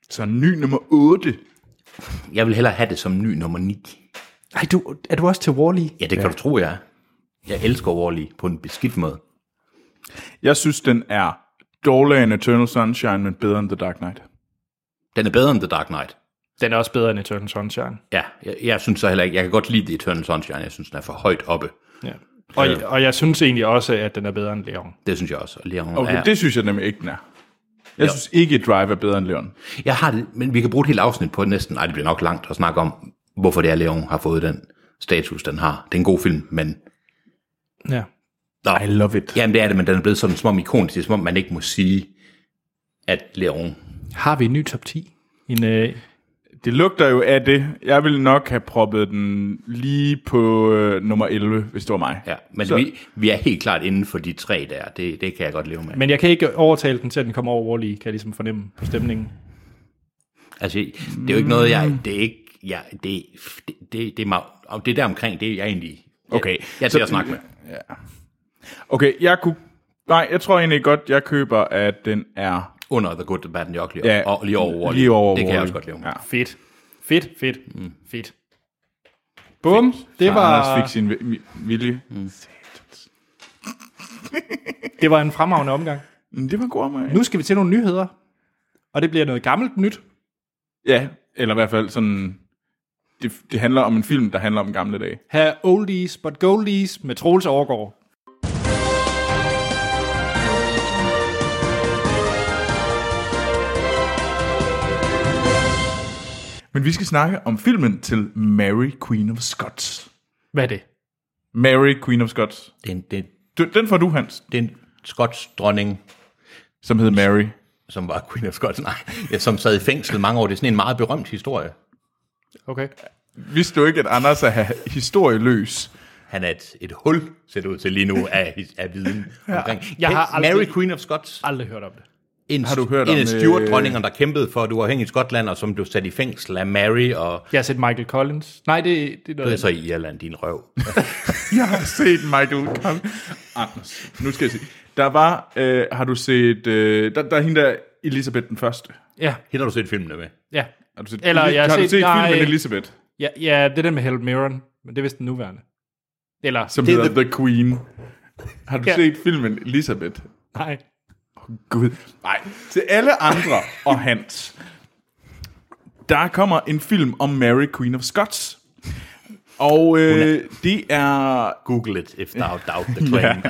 Speaker 2: Så ny nummer 8.
Speaker 3: Jeg vil hellere have det som ny nummer 9.
Speaker 1: Ej, du, er du også til Wall-E?
Speaker 3: Ja, det kan ja. du tro, jeg er. Jeg elsker Wall-E på en beskidt måde.
Speaker 2: Jeg synes, den er dårligere end Eternal Sunshine, men bedre end The Dark Knight.
Speaker 3: Den er bedre end The Dark Knight.
Speaker 1: Den er også bedre end Eternal Sunshine.
Speaker 3: Ja, jeg, jeg synes så heller ikke. Jeg kan godt lide The Eternal Sunshine. Jeg synes, den er for højt oppe.
Speaker 1: Ja. Og, og jeg synes egentlig også, at den er bedre end Leon.
Speaker 3: Det synes jeg også. Og Leon
Speaker 2: Okay,
Speaker 3: er,
Speaker 2: det synes jeg nemlig ikke, den er. Jeg synes ikke, Drive er bedre end Leon.
Speaker 3: Jeg har det, men vi kan bruge et helt afsnit på det næsten. Nej, det bliver nok langt at snakke om, hvorfor det er, Leon har fået den status, den har. Det er en god film, men...
Speaker 1: Ja.
Speaker 3: Nå,
Speaker 2: I love it.
Speaker 3: jamen det er det, men den er blevet sådan som om ikonisk. Det er som om, man ikke må sige, at Leon...
Speaker 1: Har vi en ny top 10? En, øh,
Speaker 2: Det lugter jo af det. Jeg ville nok have proppet den lige på øh, nummer 11, hvis det var mig.
Speaker 3: Ja, men
Speaker 2: Så-
Speaker 3: vi, vi er helt klart inden for de tre der. Det, det kan jeg godt leve med. Men,
Speaker 1: men jeg kan ikke overtale den til, at den kommer over Wall-E, kan jeg ligesom fornemme på stemningen.
Speaker 3: altså, det er jo ikke noget,
Speaker 2: Mm.
Speaker 3: jeg... Det er ikke... Jeg, det, det, det, det, er mig, og det der omkring, det er jeg egentlig...
Speaker 2: Okay,
Speaker 3: Jeg, jeg er til at snakke med.
Speaker 2: Okay, jeg kunne... Nej, jeg tror egentlig godt, jeg køber, at den er...
Speaker 3: Under The Good, The Bad and The Ugly.
Speaker 2: Ja,
Speaker 3: Ja, og lige over Wall-E.
Speaker 2: lige over
Speaker 3: Det kan jeg
Speaker 2: Wall-E.
Speaker 3: også godt leve med.
Speaker 2: Ja.
Speaker 1: Fedt. Fedt, fedt, mm. fedt. Bum, det
Speaker 2: Anders
Speaker 1: var,
Speaker 2: fik sin vi- mi- vilje. Mm.
Speaker 1: det var en fremragende omgang.
Speaker 2: Det var en god omgang.
Speaker 1: Nu skal vi til nogle nyheder, og det bliver noget gammelt nyt.
Speaker 2: Ja, eller i hvert fald sådan... Det, det handler om en film, der handler om gamle dage.
Speaker 1: Her er oldies but goldies med Troels Overgaard.
Speaker 2: Men vi skal snakke om filmen til Mary Queen of Scots.
Speaker 1: Hvad er det?
Speaker 2: Mary Queen of Scots.
Speaker 3: Det er en, det er en
Speaker 2: Du- Den får du, Hans,
Speaker 3: det er en skotsk dronning,
Speaker 2: som hedder Mary.
Speaker 3: som var Queen of Scots, nej, ja, som sad i fængsel mange år. Det er sådan en meget berømt historie.
Speaker 1: Okay.
Speaker 2: Vidste du ikke, at Anders er historieløs?
Speaker 3: Han er et, et hul, ser det ud til lige nu, af, af viden omkring.
Speaker 1: Jeg har
Speaker 3: Hey,
Speaker 1: aldrig-
Speaker 3: Mary Queen of Scots,
Speaker 1: Aldrig hørt om det.
Speaker 3: en,
Speaker 2: Har du hørt
Speaker 3: en
Speaker 2: om, øh,
Speaker 3: af Stuart-dronningerne, der kæmpede for, at du var i Skotland, og som blev sat i fængsel af Mary, og
Speaker 1: Jeg har set Michael Collins. Nej, det, det er
Speaker 3: du er
Speaker 1: noget.
Speaker 3: så i Irland, din røv. [LAUGHS]
Speaker 2: Jeg har set Michael Col- Anders, nu skal jeg se. Der var, øh, har du set, øh, der, der er hende der, Elisabeth den Første.
Speaker 1: Ja,
Speaker 3: Hende har du set filmene med.
Speaker 1: ja.
Speaker 2: Har du set,
Speaker 1: Eller jeg har
Speaker 2: har
Speaker 1: set-
Speaker 2: du set
Speaker 1: nej.
Speaker 2: filmen Elisabeth,
Speaker 1: Ja, ja det er den med Helen Mirren, men det er vist den nuværende. Eller,
Speaker 2: som
Speaker 3: Det er
Speaker 2: hedder the... the Queen? Har du
Speaker 1: Ja.
Speaker 2: ja. set filmen Elisabeth?
Speaker 1: nej.
Speaker 2: Gud, nej. Til alle andre og Hans. Der kommer en film om Mary Queen of Scots. Og øh, det er
Speaker 3: Google it, if thou doubt the claim.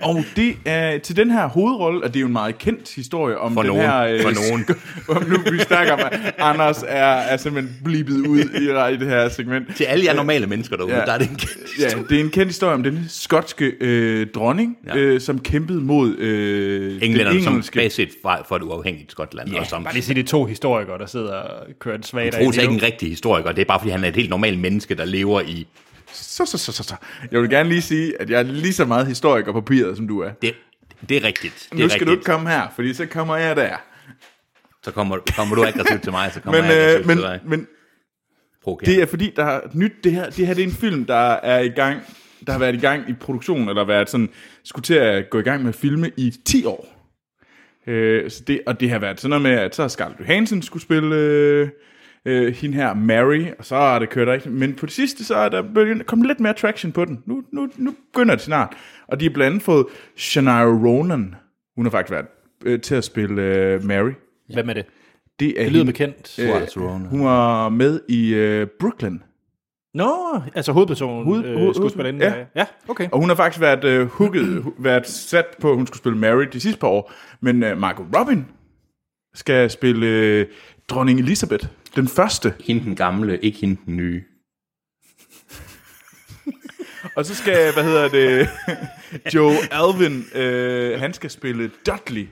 Speaker 2: Og det er til den her hovedrolle, og det er jo en meget kendt historie om
Speaker 3: For
Speaker 2: den
Speaker 3: nogen.
Speaker 2: her... øh,
Speaker 3: For nogen.
Speaker 2: [LAUGHS] Om nu vi snakker om, at Anders er, er simpelthen blippet ud i, i det her segment.
Speaker 3: Til alle jer normale mennesker derude,
Speaker 2: Ja.
Speaker 3: der er det en kendt
Speaker 2: Ja,
Speaker 3: historie.
Speaker 2: det er en kendt historie om den skotske øh, dronning, ja.
Speaker 3: Ja.
Speaker 2: øh, som kæmpede mod øh,
Speaker 3: Englænderne,
Speaker 2: den
Speaker 3: som
Speaker 2: engelske...
Speaker 3: basisk set var for et uafhængigt Skotland. Ja, og som
Speaker 1: Bare lige sige, det er to historikere, der sidder og kører en svag dag.
Speaker 3: Troels er ikke en rigtig historiker, det er bare fordi, han er et helt normalt menneske, der lever i...
Speaker 2: Så, så, så, så, så. Jeg vil gerne lige sige, at jeg er lige så meget historiker på papiret, som du er.
Speaker 3: Det, det er rigtigt. Det
Speaker 2: Nu
Speaker 3: er
Speaker 2: skal
Speaker 3: rigtigt.
Speaker 2: du ikke komme her, fordi så kommer jeg der.
Speaker 3: Så kommer, kommer du aggressivt til mig, så kommer
Speaker 2: Men,
Speaker 3: men, jeg aggressivt
Speaker 2: øh, men,
Speaker 3: til dig.
Speaker 2: men
Speaker 3: Provokerende.
Speaker 2: Det er fordi, der er nyt det her. Det her det er en film, der er i gang, der har været i gang i produktion, eller været sådan, skulle til at gå i gang med at filme i 10 år. Øh, så det, og det har været sådan noget med, at så har Scarlett Johansson skulle spille øh, øh, hende her, Mary, og så er det kørt rigtig. Men på det sidste, så er der begyndt, kommet lidt mere traction på den. Nu, nu, nu begynder det snart. Og de har blandt andet fået Shania Ronan, hun har faktisk været øh, til at spille øh, Mary.
Speaker 1: Hvem er det?
Speaker 2: Det, er
Speaker 1: Det lyder
Speaker 2: hende-
Speaker 1: bekendt.
Speaker 3: Suarez Ronan.
Speaker 2: Hun var med i øh, Brooklyn.
Speaker 1: Nå, altså hovedpersonen,
Speaker 2: Hoved-
Speaker 1: øh,
Speaker 2: hoved-
Speaker 1: skuespillerinden.
Speaker 2: ja.
Speaker 1: der er- ja, okay.
Speaker 2: Og hun har faktisk været øh, hooket, hu- været sat på, at hun skulle spille Mary de sidste par år. Men øh, Margot Robin skal spille øh, dronning Elizabeth, den første.
Speaker 3: Hende den gamle, ikke hende den nye.
Speaker 2: Og så skal, hvad hedder det, [LAUGHS] Joe Alvin, øh, han skal spille Dudley,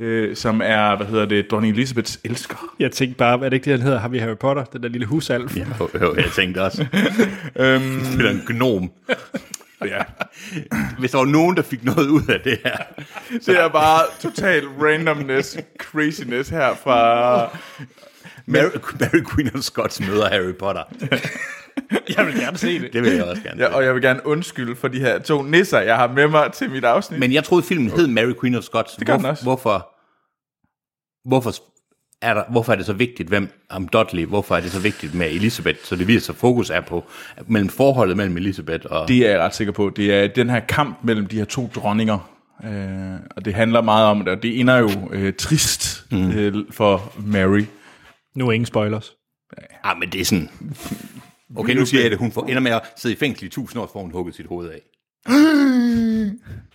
Speaker 2: øh, som er, hvad hedder det, dronning Elizabeths elsker.
Speaker 1: Jeg tænkte bare, er det ikke det, han hedder? Har vi Harry Potter? Den der lille husalf? Ja.
Speaker 3: Jo, jo, jeg tænkte
Speaker 2: [LAUGHS]
Speaker 3: også. øhm... Det er en gnom.
Speaker 2: Ja.
Speaker 3: Hvis der var nogen, der fik noget ud af det her.
Speaker 2: Det er bare total randomness, craziness her fra...
Speaker 3: Mary, Mary Queen of Scots møder Harry Potter.
Speaker 1: Jeg vil gerne se det.
Speaker 3: Det vil jeg også gerne.
Speaker 2: Ja, og jeg vil gerne undskylde for de her to nisser, jeg har med mig til mit afsnit.
Speaker 3: Men jeg troede, filmen hed Mary Queen of Scots. Det
Speaker 2: gør den også.
Speaker 3: Hvorfor, hvorfor, er der, hvorfor er det så vigtigt, hvem om Dudley? Hvorfor er det så vigtigt med Elisabeth? Så det viser sig, fokus er på mellem forholdet mellem Elisabeth og...
Speaker 2: Det er jeg ret sikker på. Det er den her kamp mellem de her to dronninger. Øh, og det handler meget om det, og det ender jo øh, trist mm. øh, for Mary.
Speaker 1: Nu er ingen spoilers.
Speaker 3: Ah, men det er sådan... Okay, nu siger jeg det. Hun får, ender med at sidde i fængsel i tusind år, for hun hugget sit hoved af.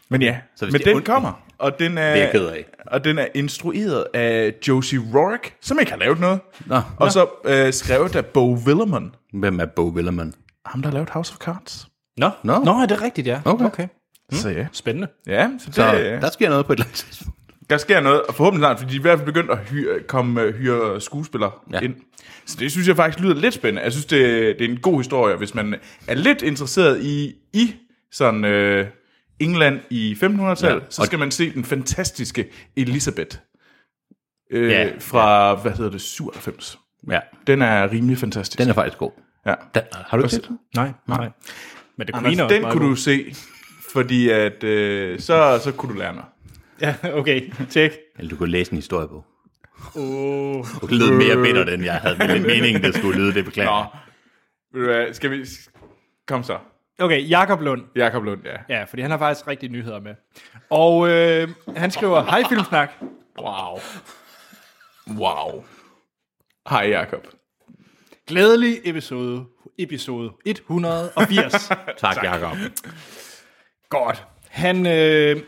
Speaker 2: Men ja,
Speaker 3: Så hvis
Speaker 2: men
Speaker 3: det
Speaker 2: den
Speaker 3: und-
Speaker 2: kommer, og den er,
Speaker 3: Det er jeg ked af.
Speaker 2: og den er instrueret af Josie Rourke, som ikke har lavet noget.
Speaker 3: Nå,
Speaker 2: Og så øh, skrevet af Bo Willimon,
Speaker 3: hvem er Bo Willerman?
Speaker 2: ham der har lavet House of Cards.
Speaker 1: Nå,
Speaker 3: Nå.
Speaker 1: Nå er det rigtigt, ja.
Speaker 3: Okay.
Speaker 2: Mm. Så ja,
Speaker 1: Spændende.
Speaker 2: ja så,
Speaker 3: Så
Speaker 2: så det,
Speaker 3: der sker noget på et eller andet tidspunkt.
Speaker 2: der sker noget, og forhåbentlig snart, fordi de er i hvert fald begyndt at hyre, komme, øh, hyre skuespillere ja.
Speaker 3: Ja.
Speaker 2: ind. Så det synes jeg faktisk lyder lidt spændende. Jeg synes, det, det er en god historie, hvis man er lidt interesseret i, i sådan øh, England i 1500-tallet, ja.
Speaker 3: Ja,
Speaker 2: så
Speaker 3: og-
Speaker 2: skal man se den fantastiske Elisabeth øh,
Speaker 3: Ja,
Speaker 2: ja. fra, hvad hedder det, 97.
Speaker 3: Ja,
Speaker 2: Den er rimelig fantastisk.
Speaker 3: den er faktisk god.
Speaker 2: ja.
Speaker 3: Den, har du ikke set den?
Speaker 1: Nej, nej. Men det
Speaker 2: Anders,
Speaker 1: griner også
Speaker 2: den
Speaker 1: meget
Speaker 2: kunne du
Speaker 1: godt.
Speaker 2: se, fordi at, øh, så, så kunne du lære noget.
Speaker 1: Ja, okay. Tjek.
Speaker 3: Eller du kunne læse en historie på.
Speaker 1: Oh.
Speaker 3: Det lød mere bitter, end jeg havde med meningen, det skulle lyde. Det beklager
Speaker 2: Nå,
Speaker 3: jeg.
Speaker 2: ved du hvad, skal vi... Kom så.
Speaker 1: Okay, Jakob Lund.
Speaker 2: Jakob Lund, ja.
Speaker 1: Ja, fordi han har faktisk rigtige nyheder med. Og øh, han skriver, hej Filmsnak.
Speaker 2: Wow. Wow. Hej Jakob.
Speaker 1: Glædelig episode, episode 180.
Speaker 3: Tak, tak. Jacob.
Speaker 1: Godt. Han øh,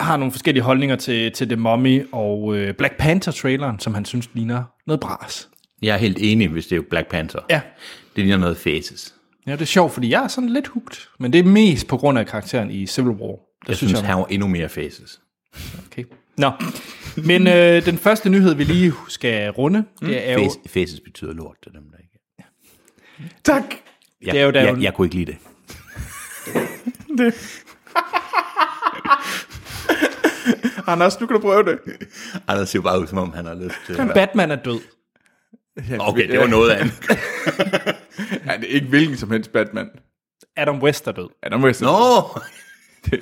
Speaker 1: har nogle forskellige holdninger til, til The Mummy og øh, Black Panther-traileren, som han synes ligner noget bras.
Speaker 3: Jeg er helt enig, hvis det er jo Black Panther.
Speaker 1: Ja.
Speaker 3: Det ligner noget faces.
Speaker 1: Ja, det er sjovt, fordi jeg er sådan lidt hugt. Men det er mest på grund af karakteren i Civil War. Der
Speaker 3: Jeg synes, han var endnu mere faces.
Speaker 1: Okay. Nå, men øh, den første nyhed, vi lige skal runde,
Speaker 3: Mm.
Speaker 1: det er jo...
Speaker 3: Face, faces betyder lort til dem, der ikke
Speaker 2: Tak.
Speaker 3: jeg,
Speaker 1: Det er jo, der er
Speaker 3: jeg,
Speaker 1: jo-
Speaker 3: jeg kunne ikke lide det.
Speaker 2: Anders, nu kan du prøve det.
Speaker 3: Anders ser jo bare ud, som om han har lyst til
Speaker 1: Batman er død.
Speaker 3: Okay, det var noget andet.
Speaker 2: Ja, det er ikke hvilken som helst Batman.
Speaker 1: Adam West er død.
Speaker 2: Ja, der må jeg sige.
Speaker 3: [LAUGHS] Nå! [LAUGHS]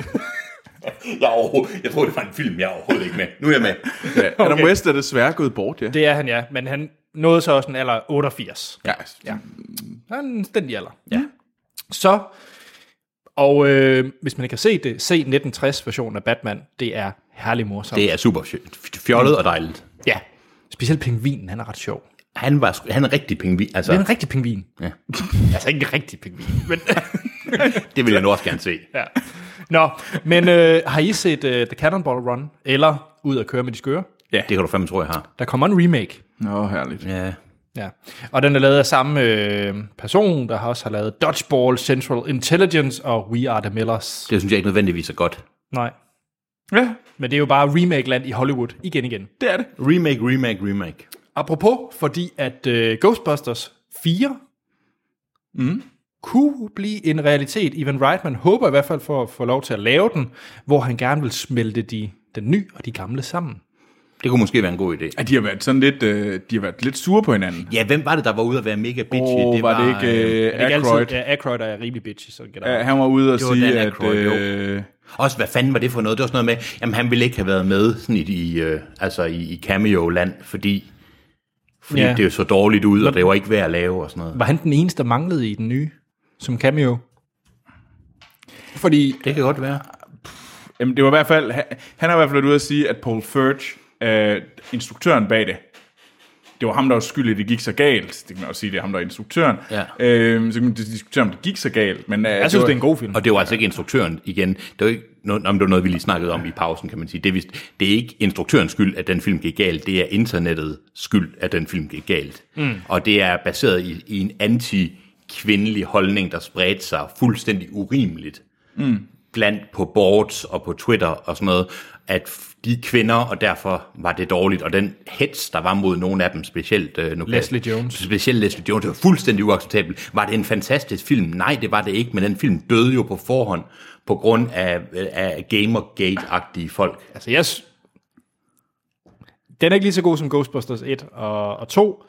Speaker 3: Jeg, er overhovedet- jeg troede, det var en film. Jeg er overhovedet ikke med. Nu er jeg med.
Speaker 2: Ja, Adam okay. West er desværre gået bort, ja.
Speaker 1: Det er han, ja. Men han nåede så også en alder af 88.
Speaker 2: Ja, ja.
Speaker 1: Han er en stændig alder. Ja. Så, og øh, hvis man ikke har set det, se 1960-versionen af Batman. Det er herlig morsomt.
Speaker 3: Det er super fjollet og dejligt.
Speaker 1: Ja. Specielt pingvinen, han er ret sjov.
Speaker 3: Han, var, sgu- han er rigtig pingvin. Altså,
Speaker 1: Det er en rigtig pingvin.
Speaker 3: Ja.
Speaker 1: [LAUGHS] altså ikke en rigtig pingvin, men...
Speaker 3: det vil jeg nu også gerne se.
Speaker 1: ja. Nå, men øh, har I set øh, The Cannonball Run, eller Ud at køre med de skøre?
Speaker 3: Ja. Det kan du fandme tro, jeg har.
Speaker 1: Der kommer en remake.
Speaker 2: Nå, herligt.
Speaker 3: Ja.
Speaker 1: Ja, og den er lavet af samme øh, person, der har også har lavet Dodgeball, Central Intelligence og We Are The Millers.
Speaker 3: Det synes jeg ikke nødvendigvis er godt.
Speaker 1: Nej,
Speaker 2: Ja,
Speaker 1: men det er jo bare remake-land i Hollywood, igen igen.
Speaker 2: det er det.
Speaker 3: Remake, remake, remake.
Speaker 1: Apropos, fordi at øh, Ghostbusters 4 mm. kunne blive en realitet. Ivan Reitman håber i hvert fald for at få lov til at lave den, hvor han gerne vil smelte de, den nye og de gamle sammen.
Speaker 3: Det kunne måske være en god idé.
Speaker 2: Ja, de har været sådan lidt, øh, de har været lidt sure på hinanden.
Speaker 3: Ja, hvem var det, der var ude at være mega bitchy?
Speaker 2: Åh, var det ikke
Speaker 1: Er
Speaker 2: øh,
Speaker 1: det ikke
Speaker 2: Aykroyd?
Speaker 1: altid, ja, Aykroyd er rimelig bitchy, sådan
Speaker 2: Ja,
Speaker 1: generelt.
Speaker 2: han var ude og
Speaker 3: Det var
Speaker 2: sige,
Speaker 3: Dan
Speaker 2: at...
Speaker 3: Aykroyd, jo.
Speaker 2: øh,
Speaker 3: Også, hvad fanden var det for noget? Det var sådan noget med, jamen han ville ikke have været med sådan i, i, øh, altså i, i cameo-land, fordi, fordi
Speaker 1: Ja.
Speaker 3: ja. det så dårligt ud, og det var ikke værd at lave og sådan noget.
Speaker 1: Var han den eneste, der manglede i den nye, som cameo?
Speaker 2: fordi
Speaker 3: Det kan godt være.
Speaker 2: jamen, det var i hvert fald... Han, han har i hvert fald været ude og sige, at Paul Furch, øh, instruktøren bag det, det var ham, der var skyld i, at det gik så galt. Det kan man også sige, det er ham, der er instruktøren.
Speaker 3: Ja.
Speaker 2: Øh, så kan man diskutere, om det gik så galt. Men, øh,
Speaker 1: Jeg synes, det er en god film.
Speaker 3: Og det var altså ikke instruktøren igen. Det var, ikke noget, om det var noget, vi lige snakkede om i pausen, kan man sige. Det er, vist, det er ikke instruktørens skyld, at den film gik galt. Det er internettet skyld, at den film gik galt. Mm. Og det er baseret i, i en anti-kvindelig holdning, der spredte sig fuldstændig urimeligt. Mm. Blandt på boards og på Twitter og sådan noget, at f- de er kvinder, og derfor var det dårligt. Og den hets, der var mod nogle af dem, specielt... Øh, nu kan-
Speaker 1: Leslie Jones.
Speaker 3: specielt Leslie Jones, det var fuldstændig uacceptabelt. Var det en fantastisk film? Nej, det var det ikke, men den film døde jo på forhånd på grund af, af Gamergate-agtige folk.
Speaker 1: Altså, jeg... s- Den er ikke lige så god som Ghostbusters 1 og, og 2.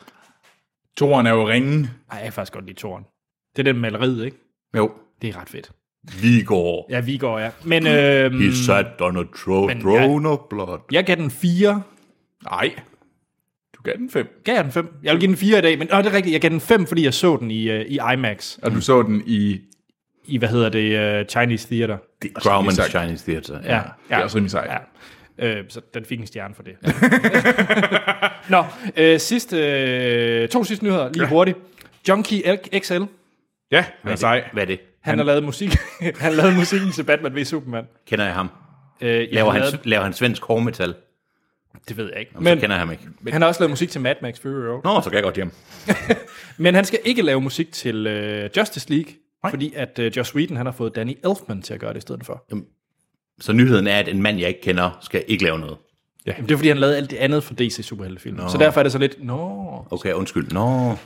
Speaker 2: Toren er jo ringen.
Speaker 1: Nej, jeg kan faktisk godt lide 2'eren. Det er den maleriet, ikke?
Speaker 3: Jo.
Speaker 1: Det er ret fedt.
Speaker 3: Vigor,
Speaker 1: Ja, vi går, ja. Men øhm,
Speaker 3: he sat on a tro-
Speaker 1: Men
Speaker 3: throne of blood.
Speaker 1: jeg gav den 4.
Speaker 2: Nej. Du gav den fem.
Speaker 1: Gav jeg den 5? Jeg vil give den 4 i dag, men åh, det er rigtigt. Jeg gav den 5, fordi jeg så den i, øh, i IMAX.
Speaker 2: Og du så den i...
Speaker 1: I, hvad hedder det, øh, Chinese Theater.
Speaker 2: Det er også rimelig
Speaker 3: Grauman's
Speaker 2: sejt.
Speaker 3: Chinese Theater.
Speaker 1: Ja,
Speaker 2: Det er også rimelig sejt.
Speaker 1: Ja. Øh, så den fik en stjerne for det. [LAUGHS] Nå, øh, sidste, øh, to sidste nyheder, lige hurtigt. Junkie XL, han,
Speaker 2: Ja, han er sej.
Speaker 3: Hvad er det?
Speaker 1: han har lavet musik. [LAUGHS] han har lavet musikken til Batman v Superman.
Speaker 3: Kender jeg ham?
Speaker 1: Øh,
Speaker 3: Laver
Speaker 1: han
Speaker 3: han,
Speaker 1: lavede-
Speaker 3: laver han svensk hårdmetal?
Speaker 1: Det ved jeg ikke.
Speaker 3: Men,
Speaker 1: Men
Speaker 3: så kender jeg ham ikke.
Speaker 1: han har også lavet musik til Mad Max Fury Road.
Speaker 3: Nå, så kan jeg godt hjem.
Speaker 1: Men han skal ikke lave musik til øh, Justice League, Nej. fordi at øh, Joss Whedon han har fået Danny Elfman til at gøre det i stedet for.
Speaker 3: Så nyheden er, at en mand, jeg ikke kender, skal ikke lave noget.
Speaker 1: Ja. Jamen, det er fordi, han lavede alt det andet for DC superheltefilm. Så derfor er det så lidt, nå.
Speaker 3: Okay, undskyld. Nå.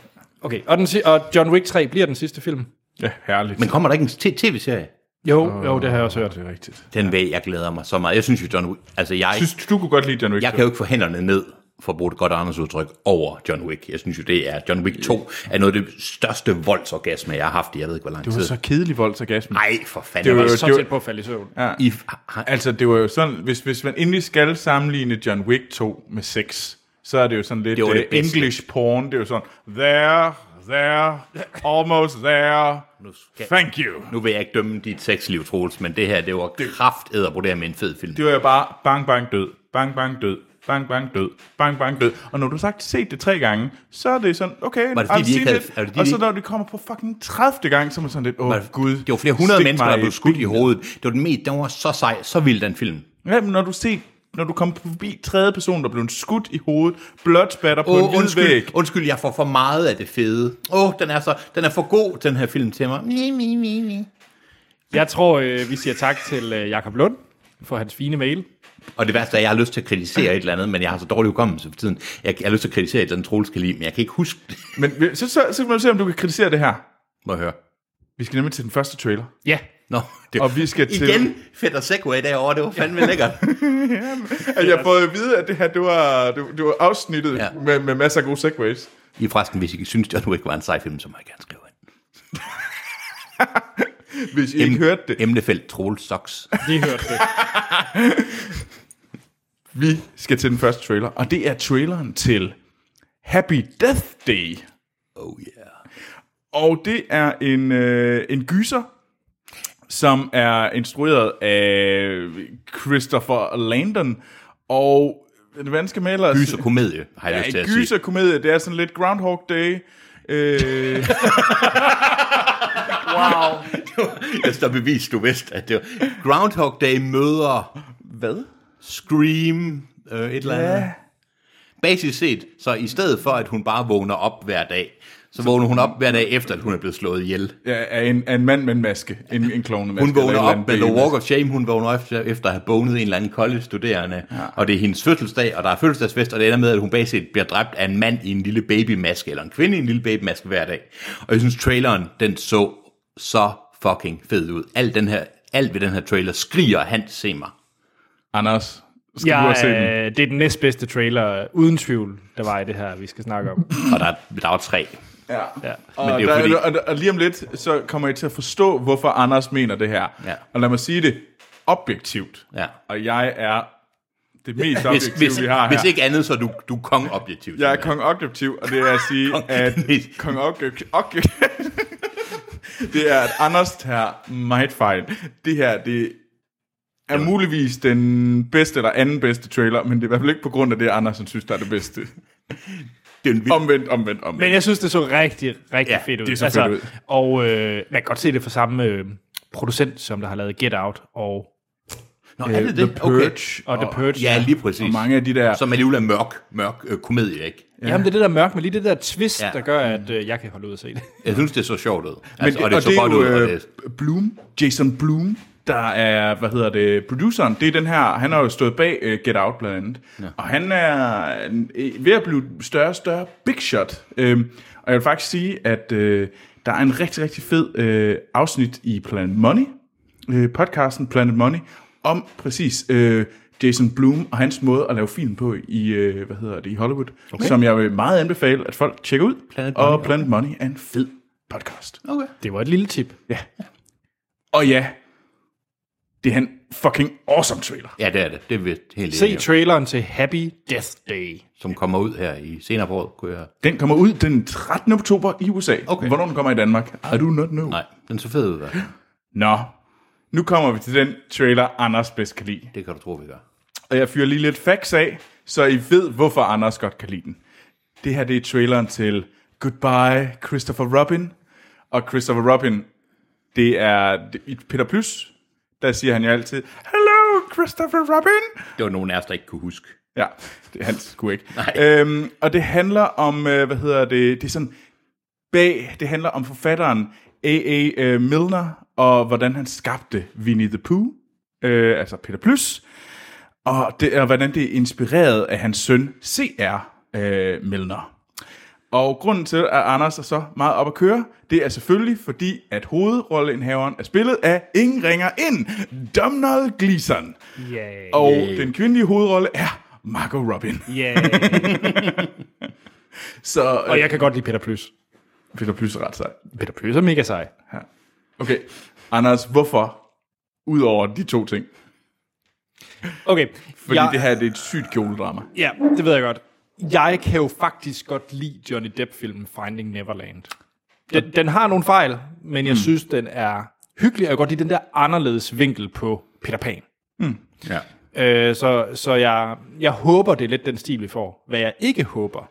Speaker 1: Okay, og, den, si- og John Wick 3 bliver den sidste film.
Speaker 2: Ja, herligt.
Speaker 3: Men kommer der ikke en t- tv-serie?
Speaker 1: Jo, oh. jo, det har jeg også hørt.
Speaker 2: det er rigtigt.
Speaker 3: Den væg, jeg glæder mig så meget. Jeg synes jo, John Wick... Altså, jeg,
Speaker 2: Synes du, du kunne godt lide John Wick?
Speaker 3: jeg kan jo ikke få hænderne ned, for at bruge et godt Anders udtryk, over John Wick. Jeg synes jo, det er... John Wick 2 er noget af det største voldsorgasme, jeg har haft i jeg ved ikke, hvor lang
Speaker 2: Det var
Speaker 3: tid.
Speaker 2: så kedelig voldsorgasme.
Speaker 3: Nej, for fanden.
Speaker 2: Det var jo-
Speaker 1: Så
Speaker 2: det var-
Speaker 1: tæt på at falde i søvn. Ja.
Speaker 3: I, har,
Speaker 2: Altså, det var jo sådan, hvis, hvis man endelig skal sammenligne John Wick 2 med 6, så er det jo sådan lidt
Speaker 3: Det var det
Speaker 2: øh,
Speaker 3: bedste.
Speaker 2: English porn. Det er jo sådan, there, there, almost there,
Speaker 3: skal-
Speaker 2: thank you.
Speaker 3: nu vil jeg ikke dømme dit sexliv, Troels, men det her, det var kraft med en fed film.
Speaker 2: Det var jo bare bang, bang, død, bang, bang, død, bang, bang, død, bang, bang, død. Og når du har sagt set det tre gange, så er det sådan, okay,
Speaker 3: Var det fordi,
Speaker 2: I've
Speaker 3: de ikke
Speaker 2: seen
Speaker 3: havde-
Speaker 2: it.
Speaker 3: er det fordi,
Speaker 2: Og så
Speaker 3: de-
Speaker 2: når det kommer på fucking 30. gang, så er man sådan lidt, åh oh, gud.
Speaker 3: det var flere hundrede
Speaker 2: stik
Speaker 3: mennesker,
Speaker 2: mig
Speaker 3: der
Speaker 2: i
Speaker 3: blev skudt i
Speaker 2: benet.
Speaker 3: hovedet. Det var den mest, den var så sej, så vild den film.
Speaker 2: Ja, men når du set, når du kom forbi tredje person, der blev en skudt i hovedet, blodspatter på en
Speaker 3: Åh,
Speaker 2: hvid
Speaker 3: undskyld,
Speaker 2: væg.
Speaker 3: undskyld, jeg får for meget af det fede. Åh, oh, den er så, den er for god, den her film til mig. Mi, mi, mi, mi.
Speaker 1: Jeg tror, øh, vi siger tak til øh, Jakob Lund for hans fine mail.
Speaker 3: Og det værste er, at jeg har lyst til at kritisere et eller andet, men jeg har så dårlig hukommelse for tiden. Jeg, jeg har lyst til at kritisere et eller andet Troels kan lide, men jeg kan ikke huske det.
Speaker 2: Men vi- så, så, så kan man se, om du kan kritisere det her.
Speaker 3: Må jeg høre.
Speaker 2: Vi skal nemlig til den første trailer.
Speaker 1: Ja.
Speaker 3: Nå, det
Speaker 2: Og vi skal til...
Speaker 3: Igen, fedt og segway derovre, det var fandme lækkert.
Speaker 2: At [LAUGHS] jeg har fået at vide, at det her, det var, det, det var afsnittet ja.
Speaker 3: Ja.
Speaker 2: med, med masser af gode segways.
Speaker 3: I forresten, hvis I synes, John Wick var en sej film, så må jeg gerne skrive ind.
Speaker 2: Hvis I ikke hørte det.
Speaker 3: Emnefelt Troels Socks.
Speaker 1: Lige hørt det.
Speaker 2: Vi skal til den første trailer, og det er traileren til Happy Death Day.
Speaker 3: Oh yeah.
Speaker 2: Og det er en, øh, en gyser, som er instrueret af Christopher Landon. Og den danske maler...
Speaker 3: Gyserkomedie, har jeg ja, lyst til
Speaker 2: Ja,
Speaker 3: at sige.
Speaker 2: gyserkomedie, det er sådan lidt Groundhog Day. Øh,
Speaker 3: Altså, der bevis, du vidste, at det var Groundhog Day møder... Hvad? Scream, øh, et eller andet. Ja. Basisk set, så i stedet for, at hun bare vågner op hver dag, så vågner hun op hver dag efter, at hun er blevet slået ihjel.
Speaker 2: ja, er en, er en mand med en maske. En, en klovnemaske.
Speaker 3: Hun vågner
Speaker 2: eller et eller
Speaker 3: op med
Speaker 2: andet
Speaker 3: The
Speaker 2: ben.
Speaker 3: Walk of Shame, hun vågner op efter- efter at have bonet en eller anden college studerende, ja. og det er hendes fødselsdag, og der er fødselsdagsfest, og det ender med, at hun basisk set bliver dræbt af en mand i en lille babymaske, eller en kvinde i en lille babymaske hver dag. Og jeg synes, traileren, den så så fucking fed ud. Alt, den her, alt ved den her trailer skriger, han se mig.
Speaker 2: Anders, skal ja, du
Speaker 1: Jeg,
Speaker 2: også se den?
Speaker 1: øh, det er den næstbedste trailer, uden tvivl, der var i det her, vi skal snakke om.
Speaker 3: Og der, der var tre.
Speaker 2: Ja.
Speaker 1: Ja.
Speaker 2: Og,
Speaker 3: Men det er jo
Speaker 2: der,
Speaker 3: fordi-
Speaker 2: og, og lige om lidt, så kommer I til at forstå, hvorfor Anders mener det her.
Speaker 3: Ja.
Speaker 2: Og lad mig sige det objektivt.
Speaker 3: Ja.
Speaker 2: Og jeg er det mest
Speaker 3: Hvis,
Speaker 2: objektive,
Speaker 3: hvis,
Speaker 2: vi har
Speaker 3: hvis
Speaker 2: her.
Speaker 3: ikke andet, så er du, du er kong-objektiv.
Speaker 2: Jeg er kong objektiv, og det er at sige,
Speaker 3: [LAUGHS] Kong-
Speaker 2: at kong objektiv... [LAUGHS] det er, at Anders tager meget fejl. Det her, det er muligvis den bedste eller anden bedste trailer, men det er i hvert fald ikke på grund af det, Andersen synes, der er det bedste.
Speaker 3: Det er en vild,
Speaker 2: Omvendt, omvendt, omvendt.
Speaker 1: Men jeg synes, det så rigtig, rigtig
Speaker 3: Ja,
Speaker 1: ja, fedt ud. Altså,
Speaker 2: det så fedt ud.
Speaker 1: Og øh, man kan godt se det fra samme øh, producent, som der har lavet Get Out og,
Speaker 3: Nå, er det
Speaker 2: The
Speaker 3: det?
Speaker 2: Purge.
Speaker 1: og, og The Purge.
Speaker 3: Ja, lige præcis.
Speaker 2: Og mange af de der...
Speaker 3: Som alligevel er mørk, mørk øh, komedie, ikke?
Speaker 1: Ja. Jamen, det er det der mørke, men lige det der twist,
Speaker 3: Ja.
Speaker 1: ja. der gør, at øh, jeg kan holde ud at se det.
Speaker 3: Jeg synes, det så sjovt ud. Altså,
Speaker 2: Men det,
Speaker 3: og det så
Speaker 2: er
Speaker 3: godt
Speaker 2: jo,
Speaker 3: ud. Og
Speaker 2: øh,
Speaker 3: det,
Speaker 2: Bloom, Jason Bloom, der er, hvad hedder det, produceren, det er den her, han har jo stået bag uh, Get Out blandt andet, ja. og han er øh, ved at blive større og større big shot, øhm, og jeg vil faktisk sige, at øh, der er en rigtig, rigtig fed øh, afsnit i Planet Money, øh, podcasten Planet Money, om præcis øh, Jason Bloom og hans måde at lave film på i, øh, hvad hedder det, i Hollywood, okay. som jeg vil meget anbefale, at folk tjekker ud,
Speaker 3: Planet
Speaker 2: og
Speaker 3: Money,
Speaker 2: Planet Money er en fed podcast.
Speaker 1: Det var et lille tip.
Speaker 2: Og ja, det er en fucking awesome trailer.
Speaker 3: ja, det er det. Det er vi helt
Speaker 1: Se
Speaker 3: enige om,
Speaker 1: traileren til Happy Death Day.
Speaker 3: som kommer ud her i senere på året, kunne jeg...
Speaker 2: Den kommer ud den 13. oktober i USA.
Speaker 3: Okay.
Speaker 2: Hvornår den kommer i Danmark, I do not know.
Speaker 3: Nej, den så fed ud, hva'?
Speaker 2: Nå, nu kommer vi til den trailer, Anders bedst kan lide.
Speaker 3: Det kan du tro, vi gør.
Speaker 2: Og jeg fyrer lige lidt facts af, så I ved, hvorfor Anders godt kan lide den. Det her, det er traileren til Goodbye Christopher Robin. Og Christopher Robin, det er det- i Peter Plus. Der siger han jo altid, Hello Christopher Robin!
Speaker 3: Det var nogen af os, der ikke kunne huske.
Speaker 2: Ja, det er han sgu ikke. Øhm, og det handler om, øh, hvad hedder det, det er sådan bag, det handler om forfatteren A.A. Øh, Milner, og hvordan han skabte Winnie the Pooh, øh, altså Peter Plus, og, det, og hvordan det er inspireret af hans søn C.R. Øh, Milner. Og grunden til, at Anders er så meget op at køre, det er selvfølgelig fordi, at hovedrolleindhaveren er spillet af ingen ringer ind, Domhnall Gleeson.
Speaker 1: Yay.
Speaker 2: Og den kvindelige hovedrolle er Margot Robin.
Speaker 1: Yay.
Speaker 2: Så
Speaker 1: Og
Speaker 2: øh,
Speaker 1: jeg kan godt lide Peter Plys.
Speaker 2: Peter Plys er ret sej.
Speaker 1: Peter Plys er mega sej.
Speaker 2: Okay, Anders, hvorfor? Udover de to ting.
Speaker 1: Okay,
Speaker 2: Fordi
Speaker 1: jeg,
Speaker 2: det her det er et sygt kjoledrama.
Speaker 1: ja, det ved jeg godt. Jeg kan jo faktisk godt lide Johnny Depp-filmen Finding Neverland. Den, den har nogle fejl, men jeg mm. synes, den er hyggelig, og jeg kan godt lide den der anderledes vinkel på Peter Pan.
Speaker 3: Mm. Ja.
Speaker 1: Øh, så så jeg, jeg håber, det er lidt den stil, vi får. Hvad jeg ikke håber,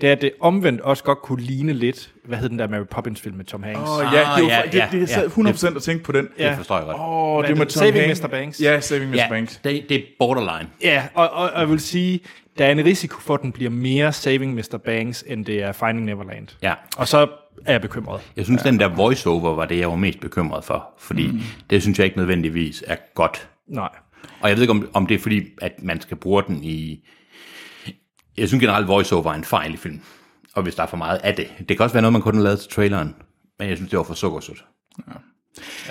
Speaker 1: det er, at det omvendt også godt kunne ligne lidt, hvad hed den der Mary Poppins-film med Tom Hanks?
Speaker 2: Og ja, det,
Speaker 3: ja,
Speaker 2: var,
Speaker 3: ja,
Speaker 2: det, det, jeg sad
Speaker 3: ja.
Speaker 2: 100% og tænkte på den.
Speaker 3: Det forstår jeg godt.
Speaker 2: Oh, det
Speaker 1: er
Speaker 2: med
Speaker 1: det?
Speaker 2: Tom
Speaker 1: Saving
Speaker 2: Hanks.
Speaker 1: Mr. Banks?
Speaker 2: Ja, Saving Mr.
Speaker 3: Ja,
Speaker 2: Banks.
Speaker 3: det, det er borderline.
Speaker 1: Ja, og, og, og jeg vil sige, der er en risiko for, at den bliver mere Saving Mr. Banks, end det er Finding Neverland.
Speaker 3: Ja.
Speaker 1: Og så er jeg bekymret.
Speaker 3: Jeg synes, den der voiceover var det, jeg var mest bekymret for. Fordi mm. det synes jeg ikke nødvendigvis er godt.
Speaker 1: Nej.
Speaker 3: Og jeg ved ikke, om, om det er fordi, at man skal bruge den i... Jeg synes generelt, voiceover er en fejl i film. Og hvis der er for meget af det. Det kan også være noget, man kun har lavet til traileren. Men jeg synes, det var for sukkersødt.
Speaker 1: Ja,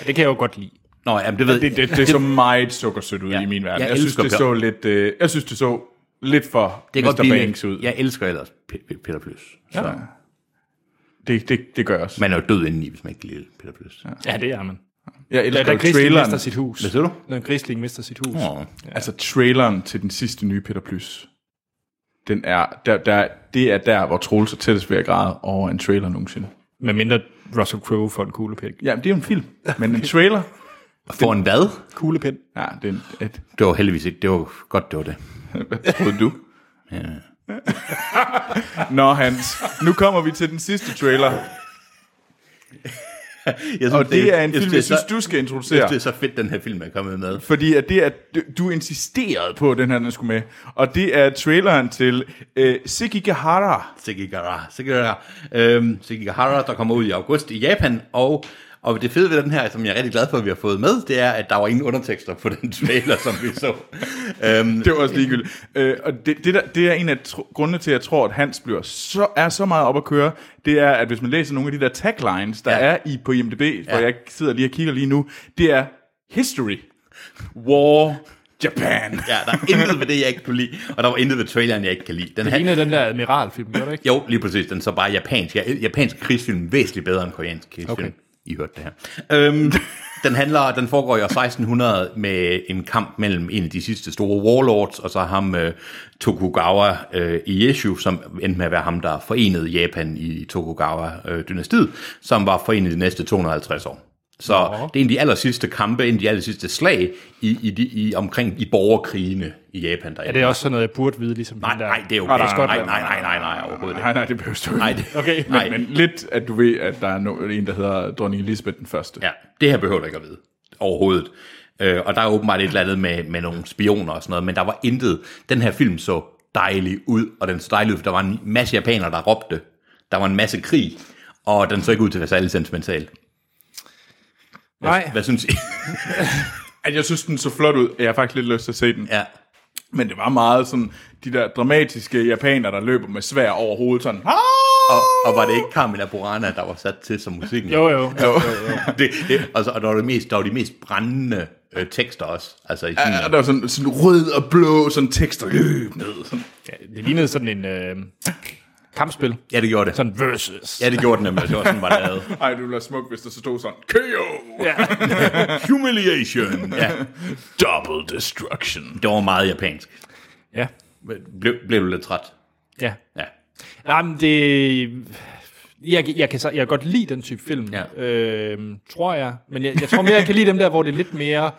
Speaker 1: det kan jeg jo godt lide.
Speaker 3: Nå, jamen, det ved jeg.
Speaker 2: Det, det, det så meget sukkersødt ud
Speaker 3: Ja.
Speaker 2: i min verden.
Speaker 3: Jeg
Speaker 2: Jeg, synes,
Speaker 3: elsker
Speaker 2: det så lidt, øh, jeg synes, det så lidt for
Speaker 3: Det kan
Speaker 2: Mr.
Speaker 3: godt blive
Speaker 2: Banks ud.
Speaker 3: Jeg elsker ellers P- P- Peter Plys. Ja. Så
Speaker 2: Det, det, det gør jeg også.
Speaker 3: man er jo død indeni, hvis man ikke kan lide Peter Plys. Ja.
Speaker 1: Ja, det er man.
Speaker 2: Jeg
Speaker 1: Ja,
Speaker 2: elsker
Speaker 1: da
Speaker 2: jo
Speaker 1: Grisling mister
Speaker 2: traileren.
Speaker 1: sit hus.
Speaker 3: Hvad siger du?
Speaker 1: Når Grisling mister sit hus.
Speaker 3: Åh.
Speaker 2: Altså traileren til den sidste nye Peter Plys. Den er, der, der, det er der, hvor Troels er tættest ved at græde over en trailer nogensinde.
Speaker 1: Med mindre Russell Crowe får en kuglepæk.
Speaker 2: Ja, det er jo en film, men en trailer,
Speaker 3: For en hvad?
Speaker 2: Kuglepind. Ja, det er en, et,
Speaker 3: Det var heldigvis ikke. Det var godt, det var det.
Speaker 2: hvad troede du? [LAUGHS] Nå, Hans. Nu kommer vi til den sidste trailer.
Speaker 3: Jeg synes,
Speaker 2: Og det er en
Speaker 3: jeg
Speaker 2: film, jeg synes, du skal
Speaker 3: Jeg synes, det
Speaker 2: introducere.
Speaker 3: er så fedt, den her film er kommet med.
Speaker 2: Fordi at det er, du insisterede på, at den her den skulle med. Og det er traileren til øh, Sekigahara.
Speaker 3: Sekigahara, Sekigahara, øhm, Sekigahara, der kommer ud i august i Japan, og, og det fede ved den her, som jeg er rigtig glad for, at vi har fået med, det er, at der var ingen undertekster på den trailer, som vi så. øhm,
Speaker 2: [LAUGHS] Det var også ligegyldigt. Øh, og det, det, der, det er en af tr- grundene til, at jeg tror, at Hans bliver så, er så meget op at køre, det er, at hvis man læser nogle af de der taglines, der ja.
Speaker 3: Ja.
Speaker 2: er i på IMDb, hvor
Speaker 3: Ja.
Speaker 2: jeg sidder lige og kigger lige nu, det er History, War, Japan.
Speaker 3: ja, der er intet ved det, jeg ikke kunne lide, og der var intet ved traileren, jeg ikke kan lide. Den
Speaker 1: Det
Speaker 3: her,
Speaker 1: lignede den der admiralfilm, gør det ikke?
Speaker 3: jo, lige præcis, den er så bare japansk. Ja, japansk krigsfilm er væsentligt bedre end koreansk krigsfilm.
Speaker 1: Okay.
Speaker 3: Okay. I hørte det her. Øhm, [LAUGHS] den handler, den foregår i år 1600 med en kamp mellem en af de sidste store warlords, og så ham øh, Tokugawa øh, Ieyasu, som endte med at være ham, der forenede Japan i Tokugawa-dynastiet, som var forenet de næste 250 år. Så det er en af de aller sidste kampe, en af de aller sidste slag i, i, de, i omkring i borgerkrigene i Japan. Der
Speaker 1: Er det også sådan noget, jeg burde vide, ligesom
Speaker 3: Nej,
Speaker 1: den der?
Speaker 3: nej, det er
Speaker 1: Ah,
Speaker 3: okay.
Speaker 1: der
Speaker 3: Nej, nej,
Speaker 1: Skotland.
Speaker 3: nej, nej, nej, nej, overhovedet ikke.
Speaker 2: Nej, nej, det behøver du ikke. [LAUGHS]
Speaker 3: Nej, det,
Speaker 1: Okay,
Speaker 3: nej.
Speaker 2: Men lidt, at du ved, at der er no- en, der hedder dronning Elisabeth den første.
Speaker 3: Ja, det her behøver du ikke at vide overhovedet. Øh, og der er åbenbart et eller andet med, med nogle spioner og sådan noget, men der var intet. Den her film så dejlig ud, og den så dejlig ud, for der var en masse japanere, der råbte. Der var en masse krig, og den så ikke ud til at være særlig sentimental.
Speaker 1: nej.
Speaker 3: Hvad synes I? [LAUGHS]
Speaker 2: At jeg synes, den så flot ud, at jeg har faktisk lidt lyst til at se den.
Speaker 3: ja.
Speaker 2: Men det var meget sådan, de der dramatiske japanere, der løber med svær over hovedet, sådan, "Ah!"
Speaker 3: Og, og var det ikke Carmela Burana, der var sat til som musikken?
Speaker 1: Jo, jo.
Speaker 3: jo, jo. [LAUGHS] det, det, og, så, og der var, det mest, der var de mest brændende øh, tekster også. Altså i sådan,
Speaker 2: Ja, der var sådan, sådan rød og blå sådan tekster løb ned. Sådan.
Speaker 1: Ja, det lignede sådan en øh, kampspil.
Speaker 3: ja, det gjorde det.
Speaker 1: Sådan versus.
Speaker 3: Ja, det gjorde den nemlig. Det var sådan, var lavet.
Speaker 2: Ej, det ville være smukt, hvis der så stod sådan, KO!
Speaker 1: Ja.
Speaker 3: Humiliation! Ja,
Speaker 2: Double destruction.
Speaker 3: det var meget japansk.
Speaker 1: ja.
Speaker 3: Blev, blev du lidt træt?
Speaker 1: ja.
Speaker 3: Ja.
Speaker 1: Nej, men det... Jeg, jeg, kan, så- jeg kan godt lide den type film,
Speaker 3: Ja.
Speaker 1: øh, tror jeg. Men jeg, jeg tror mere, jeg kan lide dem der, hvor det er lidt mere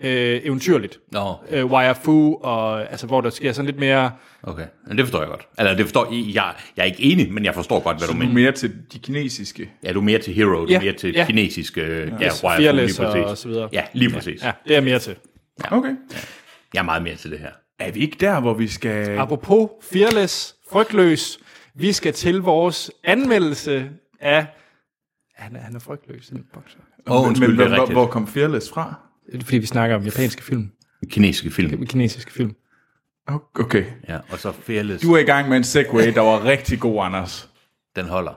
Speaker 1: øh, eventyrligt.
Speaker 3: Nå,
Speaker 1: Øh, Wirefu, og, altså, hvor der sker sådan lidt mere...
Speaker 3: okay. Men det forstår jeg godt. Eller det forstår jeg, jeg, jeg er ikke enig, men jeg forstår godt, hvad du
Speaker 2: Men
Speaker 3: mener.
Speaker 2: mere til de kinesiske.
Speaker 3: Ja, du er mere til hero, du
Speaker 1: Ja,
Speaker 3: er mere til
Speaker 1: ja.
Speaker 3: kinesiske... øh, Ja, wire,
Speaker 1: fearless og så videre.
Speaker 3: Ja, lige præcis.
Speaker 1: Ja, det er jeg mere til.
Speaker 2: Okay.
Speaker 3: Jeg er meget mere til det her.
Speaker 2: Er vi ikke der, hvor vi skal...
Speaker 1: Apropos fearless, frygtløs, vi skal til vores anmeldelse af... Han er, han er frygtløs, den bokser.
Speaker 3: Åh, oh, undskyld,
Speaker 2: men,
Speaker 3: det er
Speaker 2: hvor,
Speaker 3: rigtigt.
Speaker 2: hvor kom Fearless fra?
Speaker 1: Det er fordi, vi snakker om japanske film,
Speaker 3: Kinesiske film.
Speaker 1: kinesiske film.
Speaker 2: Okay.
Speaker 3: Ja, og så Fearless,
Speaker 2: Du er i gang med en segway, der var rigtig god, Anders.
Speaker 3: den holder.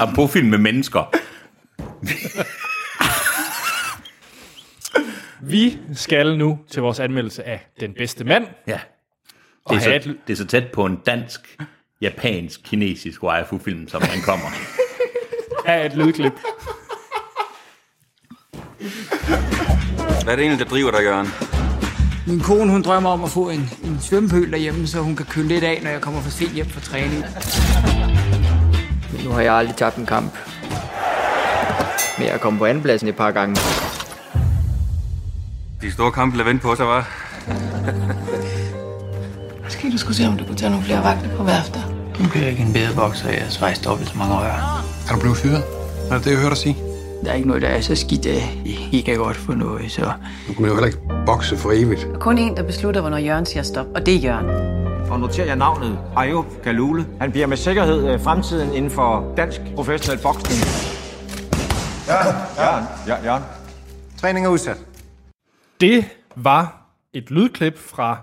Speaker 3: Apropos film med mennesker.
Speaker 1: Vi skal nu til vores anmeldelse af Den Bedste Mand.
Speaker 3: Ja. Det er,
Speaker 1: have
Speaker 3: så,
Speaker 1: et-
Speaker 3: det er så tæt på en dansk, japansk, kinesisk waifu-film, som man kommer.
Speaker 1: Her er et lydklip.
Speaker 9: Hvad er det egentlig, der driver dig, Jørgen?
Speaker 10: Min kone hun drømmer om at få en, en svømmepøl derhjemme, så hun kan køle lidt af, når jeg kommer for sent hjem fra træning. Nu har jeg aldrig tabt en kamp. Men jeg er kommet på andenpladsen et par gange.
Speaker 9: De store kampe lader vente på sig, var.
Speaker 10: Måske du skulle se, om du kunne tage nogle flere vagter på værfter.
Speaker 11: Nu bliver jeg ikke en bedre bokser, jeg har svejst dobbelt så mange år. Er du blevet fyret? Er det det, jeg hørte dig sige?
Speaker 10: Der er ikke noget, der er så skidt af. I kan godt få noget, så...
Speaker 11: Du kunne jo heller ikke bokse for evigt.
Speaker 10: Kun en, der beslutter, hvornår Jørgen siger stop, og det er Jørgen.
Speaker 9: Og noterer jeg navnet Ayub Kalule. Han bliver med sikkerhed øh, fremtiden inden for dansk professionel boksning. Ja, ja, ja, ja.
Speaker 11: Træning er udsat.
Speaker 1: Det var et lydklip fra,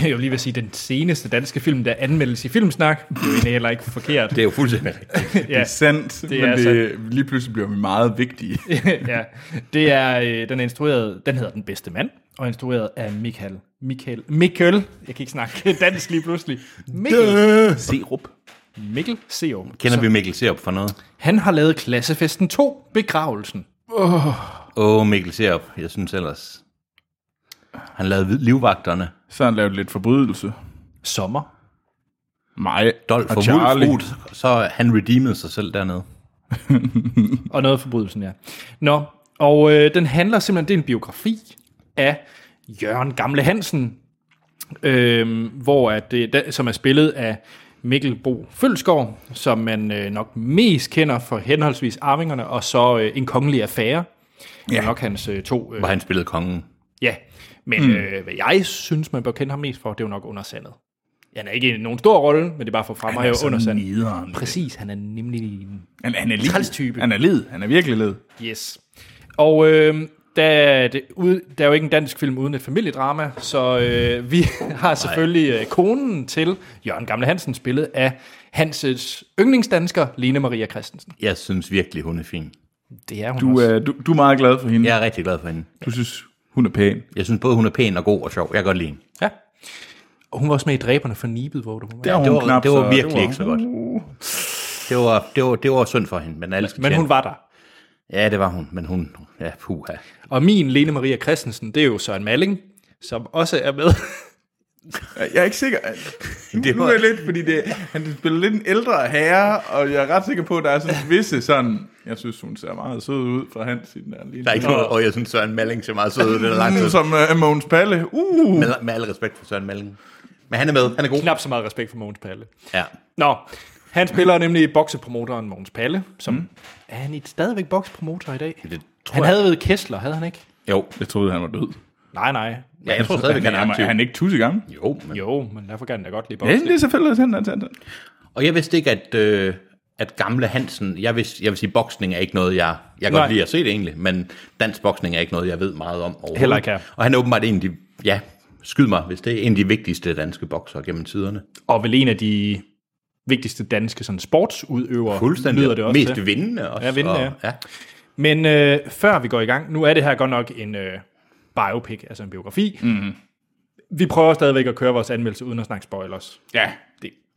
Speaker 1: jeg vil lige vil sige, den seneste danske film, der anmeldes i Filmsnak. Det er jo egentlig heller ikke forkert.
Speaker 3: Det er jo fuldstændig [LAUGHS] rigtigt.
Speaker 2: Det
Speaker 1: ja,
Speaker 2: er sandt, det men
Speaker 1: er
Speaker 2: er det, lige pludselig bliver vi meget
Speaker 3: [LAUGHS]
Speaker 2: vigtige.
Speaker 1: ja. Det er, øh, den er instrueret, den hedder Den Bedste Mand, og er instrueret af Michael, Michael, Mikkel, jeg kan ikke snakke [LAUGHS] dansk lige pludselig. Mikkel,
Speaker 2: Serup.
Speaker 1: Mikkel Seum.
Speaker 3: Kender vi Mikkel Serup for noget?
Speaker 1: Han har lavet Klassefesten 2, Begravelsen.
Speaker 3: Åh, oh, Mikkel Serup, jeg synes ellers... Han lavede Hvid- livvagterne.
Speaker 2: Så har han lavet lidt forbrydelse.
Speaker 1: Sommer.
Speaker 2: Mig
Speaker 3: Dolph og Charlie. så han redeemede sig selv dernede.
Speaker 1: Og noget af forbrydelsen, ja. Nå, Og øh, den handler simpelthen, det er en biografi af Jørgen Gamle Hansen, øh, hvor at det, der- som er spillet af Mikkel Bo Følskov, som man øh, nok mest kender for henholdsvis Arvingerne, og så øh, En Kongelig Affære. Ja. Nok hans øh, to... Øh,
Speaker 3: Hvor han spillede kongen.
Speaker 1: Ja,
Speaker 2: Hmm.
Speaker 1: men mm. øh, hvad jeg synes, man bør kende ham mest for, det er jo nok undersandet. Han er ikke i nogen stor rolle, men det er bare for at
Speaker 2: Han er
Speaker 1: fremhæve
Speaker 2: sådan
Speaker 1: undersandet. Præcis, han er nemlig en
Speaker 2: Han, han er
Speaker 1: træls
Speaker 2: lid.
Speaker 1: type.
Speaker 2: Han er lid. Han er virkelig led.
Speaker 1: Yes. Og øh, der, er det ude, der er jo ikke en dansk film uden et familiedrama, så øh, vi [LAUGHS] har selvfølgelig øh, konen til Jørgen Gamle Hansen, spillet af Hanses yndlingsdansker, Lene Maria Christensen. øh,
Speaker 3: Jeg synes virkelig, hun er fin.
Speaker 1: Det er hun
Speaker 2: Du,
Speaker 1: også.
Speaker 2: er, du, du er meget glad for hende.
Speaker 3: Jeg er rigtig glad for hende.
Speaker 2: Du synes, hun er pæn.
Speaker 3: Jeg synes både, hun er pæn og god og sjov. Jeg kan godt lide hende.
Speaker 1: Ja. Og hun var også med i Dræberne for Nibet, hvor du var med.
Speaker 2: Der er hun
Speaker 3: det, var,
Speaker 2: knap
Speaker 3: det var
Speaker 2: så-
Speaker 3: virkelig
Speaker 2: det var-
Speaker 3: ikke så godt. Det var, det, var, det var synd for hende, men alle skal
Speaker 1: Men
Speaker 3: tjene.
Speaker 1: hun var der.
Speaker 3: Ja, det var hun, men hun... Ja, puha.
Speaker 1: Og min Lene Maria Christensen, det er jo Søren Malling, som også er med. [LAUGHS]
Speaker 2: Jeg er ikke sikker. Nu,
Speaker 3: Det
Speaker 2: nu
Speaker 3: var-
Speaker 2: er jeg lidt, fordi det, han spiller lidt en ældre herre, og jeg er ret sikker på, at der er sådan visse sådan... Jeg synes, hun ser meget sød ud fra hans siden der. Lige
Speaker 3: Der er ikke noget, og jeg synes, Søren Malling ser meget sød ud. Det er lang tid.
Speaker 2: Som uh, Måns Palle. Uh.
Speaker 3: Med, med al respekt for Søren Malling. Men han er med, han er god.
Speaker 1: Knap så meget respekt for Mogens Palle.
Speaker 3: Ja.
Speaker 1: Nå, han spiller nemlig boksepromotoren Mogens Palle, som... Mm. Er han i- stadigvæk boksepromotor i dag?
Speaker 3: Det tror
Speaker 1: Han
Speaker 3: jeg.
Speaker 1: havde ved Kessler, havde han ikke?
Speaker 3: Jo,
Speaker 2: Jeg troede, han var død.
Speaker 1: Nej, nej.
Speaker 3: ja, jeg tror stadigvæk, han er aktiv.
Speaker 2: er han ikke tusse gammel?
Speaker 3: Jo, men...
Speaker 1: Jo, men derfor kan han da godt lide
Speaker 2: Ja,
Speaker 1: bokse.
Speaker 2: det er selvfølgelig, at han er tændt.
Speaker 3: Og jeg vidste ikke, at, øh, at gamle Hansen... Jeg, vidste, jeg vil sige, boksning er ikke noget, jeg... Jeg kan
Speaker 1: Nej.
Speaker 3: godt lide at se det egentlig, men dansk boksning er ikke noget, jeg ved meget om overhovedet.
Speaker 1: Heller ikke her.
Speaker 3: Og han er åbenbart en af de... Ja, skyd mig, hvis det er en af de vigtigste danske bokser gennem tiderne.
Speaker 1: Og vel en af de vigtigste danske sådan, sportsudøvere,
Speaker 3: Fuldstændig.
Speaker 1: lyder det også
Speaker 3: Mest
Speaker 1: til.
Speaker 3: vindende også.
Speaker 1: Ja, vindende,
Speaker 3: og,
Speaker 1: ja.
Speaker 3: ja.
Speaker 1: Men øh, før vi går i gang, nu er det her godt nok en øh, biopic, altså en biografi. Mm.
Speaker 3: Mm-hmm.
Speaker 1: Vi prøver stadigvæk at køre vores anmeldelse uden at snakke spoilers.
Speaker 2: Ja.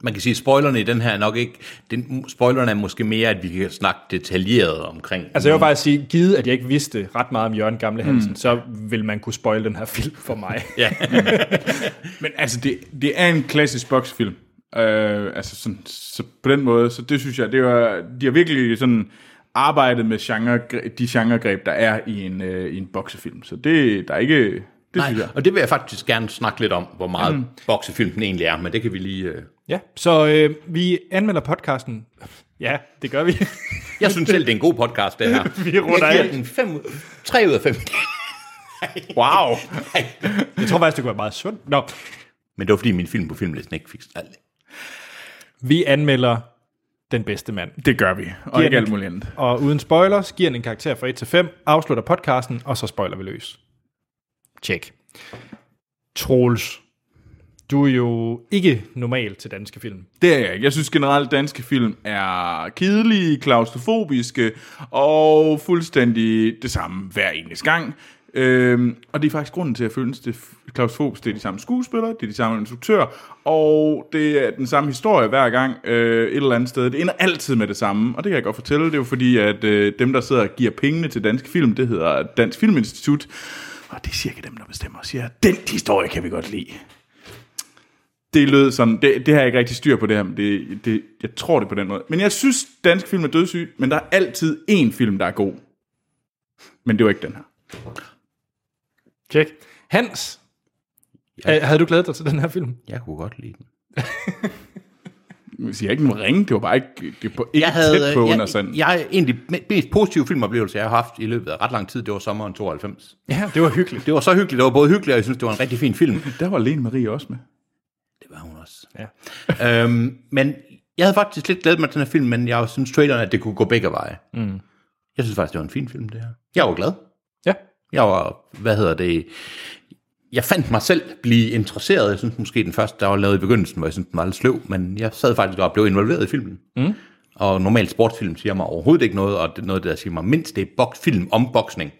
Speaker 3: Man kan sige, at spoilerne i den her er nok ikke... Den, spoilerne er måske mere, at vi kan snakke detaljeret omkring...
Speaker 1: Altså jeg vil bare sige, givet at jeg ikke vidste ret meget om Jørgen Gamle Hansen, mm. så vil man kunne spoil den her film for mig. [LAUGHS]
Speaker 3: Ja.
Speaker 2: Men altså, det, det er en klassisk boksfilm. Øh, altså sådan, så på den måde, så det synes jeg, det var, de har virkelig sådan arbejdet med genre, de genregreb, der er i en, øh, i en boksefilm. Så det, der er ikke... Det
Speaker 3: Nej,
Speaker 2: synes jeg.
Speaker 3: og det vil jeg faktisk gerne snakke lidt om, hvor meget mm. boksefilmen egentlig er, men det kan vi lige... Øh...
Speaker 1: ja, så øh, vi anmelder podcasten. Ja, det gør vi.
Speaker 3: Jeg synes selv, det er en god podcast, det her. [LAUGHS]
Speaker 1: Vi runder
Speaker 3: jeg
Speaker 1: af.
Speaker 3: giver den 5, 3 ud af 5. [LAUGHS]
Speaker 2: Wow!
Speaker 1: [LAUGHS] jeg tror faktisk, det kunne være meget sundt. Nå,
Speaker 3: Men det var fordi, min film på filmlisten ikke fik alt.
Speaker 1: vi anmelder Den Bedste Mand.
Speaker 2: Det gør vi, og
Speaker 1: Giver
Speaker 2: ikke
Speaker 1: den-
Speaker 2: alt muligt andet.
Speaker 1: Og uden spoilers, giver den en karakter fra 1 til 5, afslutter podcasten, og så spoiler vi løs. Tjek. Troels, du er jo ikke normal til danske film.
Speaker 2: Det er jeg ikke. Jeg synes generelt, at danske film er kedelige, klaustrofobiske og fuldstændig det samme hver eneste gang. Øhm, og det er faktisk grunden til, at jeg føles det f- klaustrofobisk. Det er de samme skuespillere, det er de samme instruktører, og det er den samme historie hver gang øh, et eller andet sted. Det ender altid med det samme, og det kan jeg godt fortælle. Det er jo fordi, at øh, dem, der sidder og giver pengene til danske film, det hedder Dansk Filminstitut. Og det er cirka dem, der bestemmer og siger, den historie kan vi godt lide det lød sådan, det, det har jeg ikke rigtig styr på det her, men det, det, jeg tror det på den måde. Men jeg synes, dansk film er dødssyg, men der er altid én film, der er god. Men det var ikke den her.
Speaker 1: Tjek. Hans, ja. havde du glædet dig til den her film?
Speaker 3: Jeg kunne godt lide den.
Speaker 2: Jeg siger ikke den var ringe, det var bare ikke, det var på, ikke
Speaker 3: Jeg havde,
Speaker 2: tæt på
Speaker 3: jeg,
Speaker 2: under sådan.
Speaker 3: jeg, jeg, egentlig me- mest positive filmoplevelse, jeg har haft i løbet af ret lang tid, det var sommeren 92.
Speaker 1: Ja, det var hyggeligt.
Speaker 3: Det var så hyggeligt, det var både hyggeligt, og jeg synes, det var en rigtig fin film.
Speaker 2: Der var Lene Marie også med.
Speaker 3: Det var hun også.
Speaker 1: Ja.
Speaker 3: øhm, men jeg havde faktisk lidt glædet mig til den her film, men jeg synes traileren, at det kunne gå begge veje. Mm. Jeg synes faktisk, det var en fin film, det her. Jeg var glad.
Speaker 1: [LAUGHS] Ja.
Speaker 3: Jeg var, hvad hedder det, jeg fandt mig selv blive interesseret. Jeg synes måske den første, der var lavet i begyndelsen, hvor jeg synes, den var lidt sløv, men jeg sad faktisk og blev involveret i filmen. Mm. Og normalt sportsfilm siger mig overhovedet ikke noget, og det er noget, der siger mig mindst, det er boks, film om boksning.